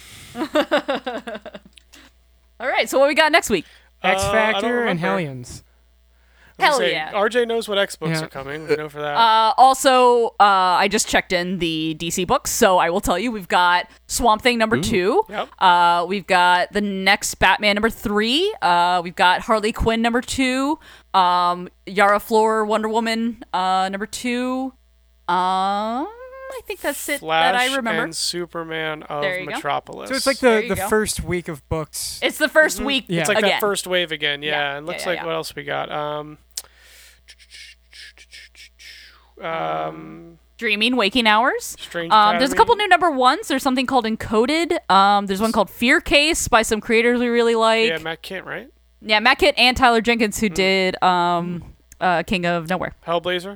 [SPEAKER 4] All right, so what we got next week?
[SPEAKER 5] X
[SPEAKER 3] Uh, I don't
[SPEAKER 5] Factor and
[SPEAKER 3] remember.
[SPEAKER 5] Hellions.
[SPEAKER 4] Hell
[SPEAKER 3] Say,
[SPEAKER 4] yeah.
[SPEAKER 3] RJ knows what X books
[SPEAKER 5] Yeah.
[SPEAKER 3] are coming. We know for that.
[SPEAKER 4] Uh, also, uh, I just checked in the DC books, so I will tell you we've got Swamp Thing number two.
[SPEAKER 3] Yep.
[SPEAKER 4] Uh, we've got the next Batman number three. Uh, we've got Harley Quinn number two. Um, Yara Floor Wonder Woman uh, number two. Um, I think that's it
[SPEAKER 3] Flash
[SPEAKER 4] that I remember.
[SPEAKER 3] and Superman of
[SPEAKER 4] There you go.
[SPEAKER 3] Metropolis.
[SPEAKER 5] So it's like
[SPEAKER 4] There
[SPEAKER 5] the,
[SPEAKER 4] you
[SPEAKER 5] the
[SPEAKER 4] go.
[SPEAKER 5] first week of books.
[SPEAKER 4] It's the 1st week.
[SPEAKER 5] Yeah.
[SPEAKER 3] Mm-hmm. It's like
[SPEAKER 4] again.
[SPEAKER 3] that first wave again. Yeah,
[SPEAKER 4] Yeah,
[SPEAKER 3] and looks
[SPEAKER 4] yeah,
[SPEAKER 3] like
[SPEAKER 4] yeah.
[SPEAKER 3] what else we got? Um, um,
[SPEAKER 4] Dreaming, Waking Hours.
[SPEAKER 3] Strange.
[SPEAKER 4] Um, there's a
[SPEAKER 3] Academy.
[SPEAKER 4] couple new number ones. There's something called Encoded. Um, there's one called Fear Case by some creators we really like.
[SPEAKER 3] Yeah, Matt Kent, right? Hmm.
[SPEAKER 4] Yeah, Matt Kitt and Tyler Jenkins, who did um, uh, King of Nowhere.
[SPEAKER 3] Hellblazer.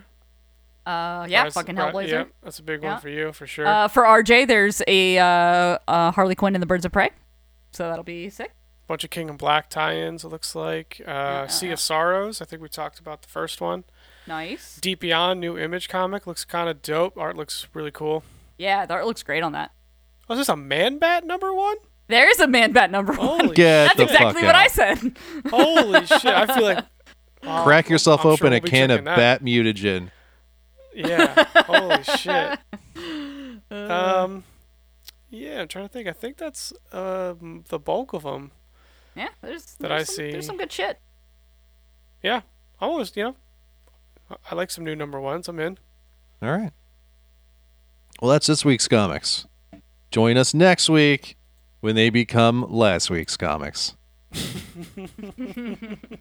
[SPEAKER 4] Uh, yeah,
[SPEAKER 3] That's-
[SPEAKER 4] fucking
[SPEAKER 3] uh,
[SPEAKER 4] Hellblazer.
[SPEAKER 3] yeah, that's a big
[SPEAKER 4] Yeah.
[SPEAKER 3] one for you for sure.
[SPEAKER 4] Uh, for RJ, there's a uh, uh, Harley Quinn and the Birds of Prey, so that'll be sick.
[SPEAKER 3] Bunch of King and Black tie-ins. It looks like uh, Sea of Sorrows. I think we talked about the first one.
[SPEAKER 4] Nice.
[SPEAKER 3] Deep Beyond, new Image comic, looks kind of dope. Art looks really cool.
[SPEAKER 4] Yeah, the art looks great on that.
[SPEAKER 3] Oh, is this a Man Bat number one?
[SPEAKER 4] There is a man bat number one.
[SPEAKER 3] Holy,
[SPEAKER 2] Get
[SPEAKER 4] That's
[SPEAKER 2] the
[SPEAKER 4] exactly
[SPEAKER 2] fuck out.
[SPEAKER 4] what I said.
[SPEAKER 3] holy shit! I feel like wow,
[SPEAKER 2] Crack yourself
[SPEAKER 3] I'm sure
[SPEAKER 2] open
[SPEAKER 3] we'll
[SPEAKER 2] a
[SPEAKER 3] be
[SPEAKER 2] can of
[SPEAKER 3] checking that.
[SPEAKER 2] bat mutagen.
[SPEAKER 3] Yeah. Holy shit. Um, yeah, I'm trying to think. I think that's um, the bulk of them.
[SPEAKER 4] Yeah, there's
[SPEAKER 3] That
[SPEAKER 4] there's
[SPEAKER 3] I
[SPEAKER 4] some,
[SPEAKER 3] see.
[SPEAKER 4] There's some good shit.
[SPEAKER 3] Yeah, I always, you know, I- I like some new number ones. I'm in.
[SPEAKER 2] All right. Well, that's this week's comics. Join us next week when they become last week's comics.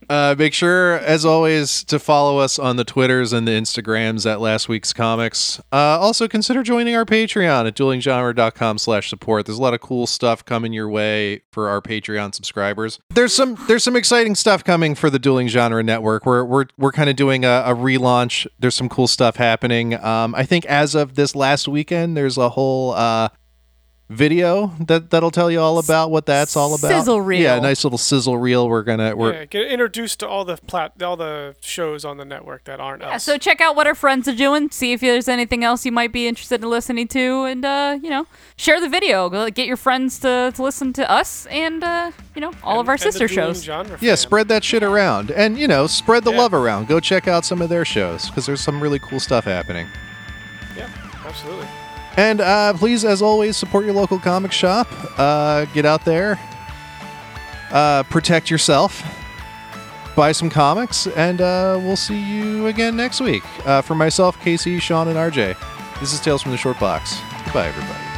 [SPEAKER 2] uh, make sure, as always, to follow us on the Twitters and the Instagrams at Last Week's Comics. Uh, also, consider joining our Patreon at duelinggenre.com slash support. There's a lot of cool stuff coming your way for our Patreon subscribers. There's some there's some exciting stuff coming for the Dueling Genre Network. We're we're, we're kind of doing a, a relaunch. There's some cool stuff happening. Um, I think as of this last weekend, there's a whole uh, video that that'll tell you all about what that's all about.
[SPEAKER 4] Sizzle reel.
[SPEAKER 2] Yeah, nice little sizzle reel. We're gonna we're
[SPEAKER 3] yeah, get introduced to all the plat, all the shows on the network that aren't
[SPEAKER 4] Yeah,
[SPEAKER 3] us.
[SPEAKER 4] so check out what our friends are doing. See if there's anything else you might be interested in listening to, and uh, you know, share the video. Go- Get your friends to, to listen to us and uh, you know all
[SPEAKER 3] And-
[SPEAKER 4] of our
[SPEAKER 3] and the
[SPEAKER 4] sister
[SPEAKER 3] Dueling
[SPEAKER 4] shows.
[SPEAKER 3] Genre
[SPEAKER 2] Yeah,
[SPEAKER 3] fam.
[SPEAKER 2] spread that shit around. And, you know, spread the
[SPEAKER 3] Yeah.
[SPEAKER 2] love around. Go check out some of their shows because there's some really cool stuff happening.
[SPEAKER 3] Yeah, absolutely.
[SPEAKER 2] And uh, please, as always, support your local comic shop. Uh, get out there, uh, protect yourself, buy some comics, and uh, we'll see you again next week. Uh, for myself, Casey, Sean, and RJ, this is Tales from the Short Box. Goodbye, everybody.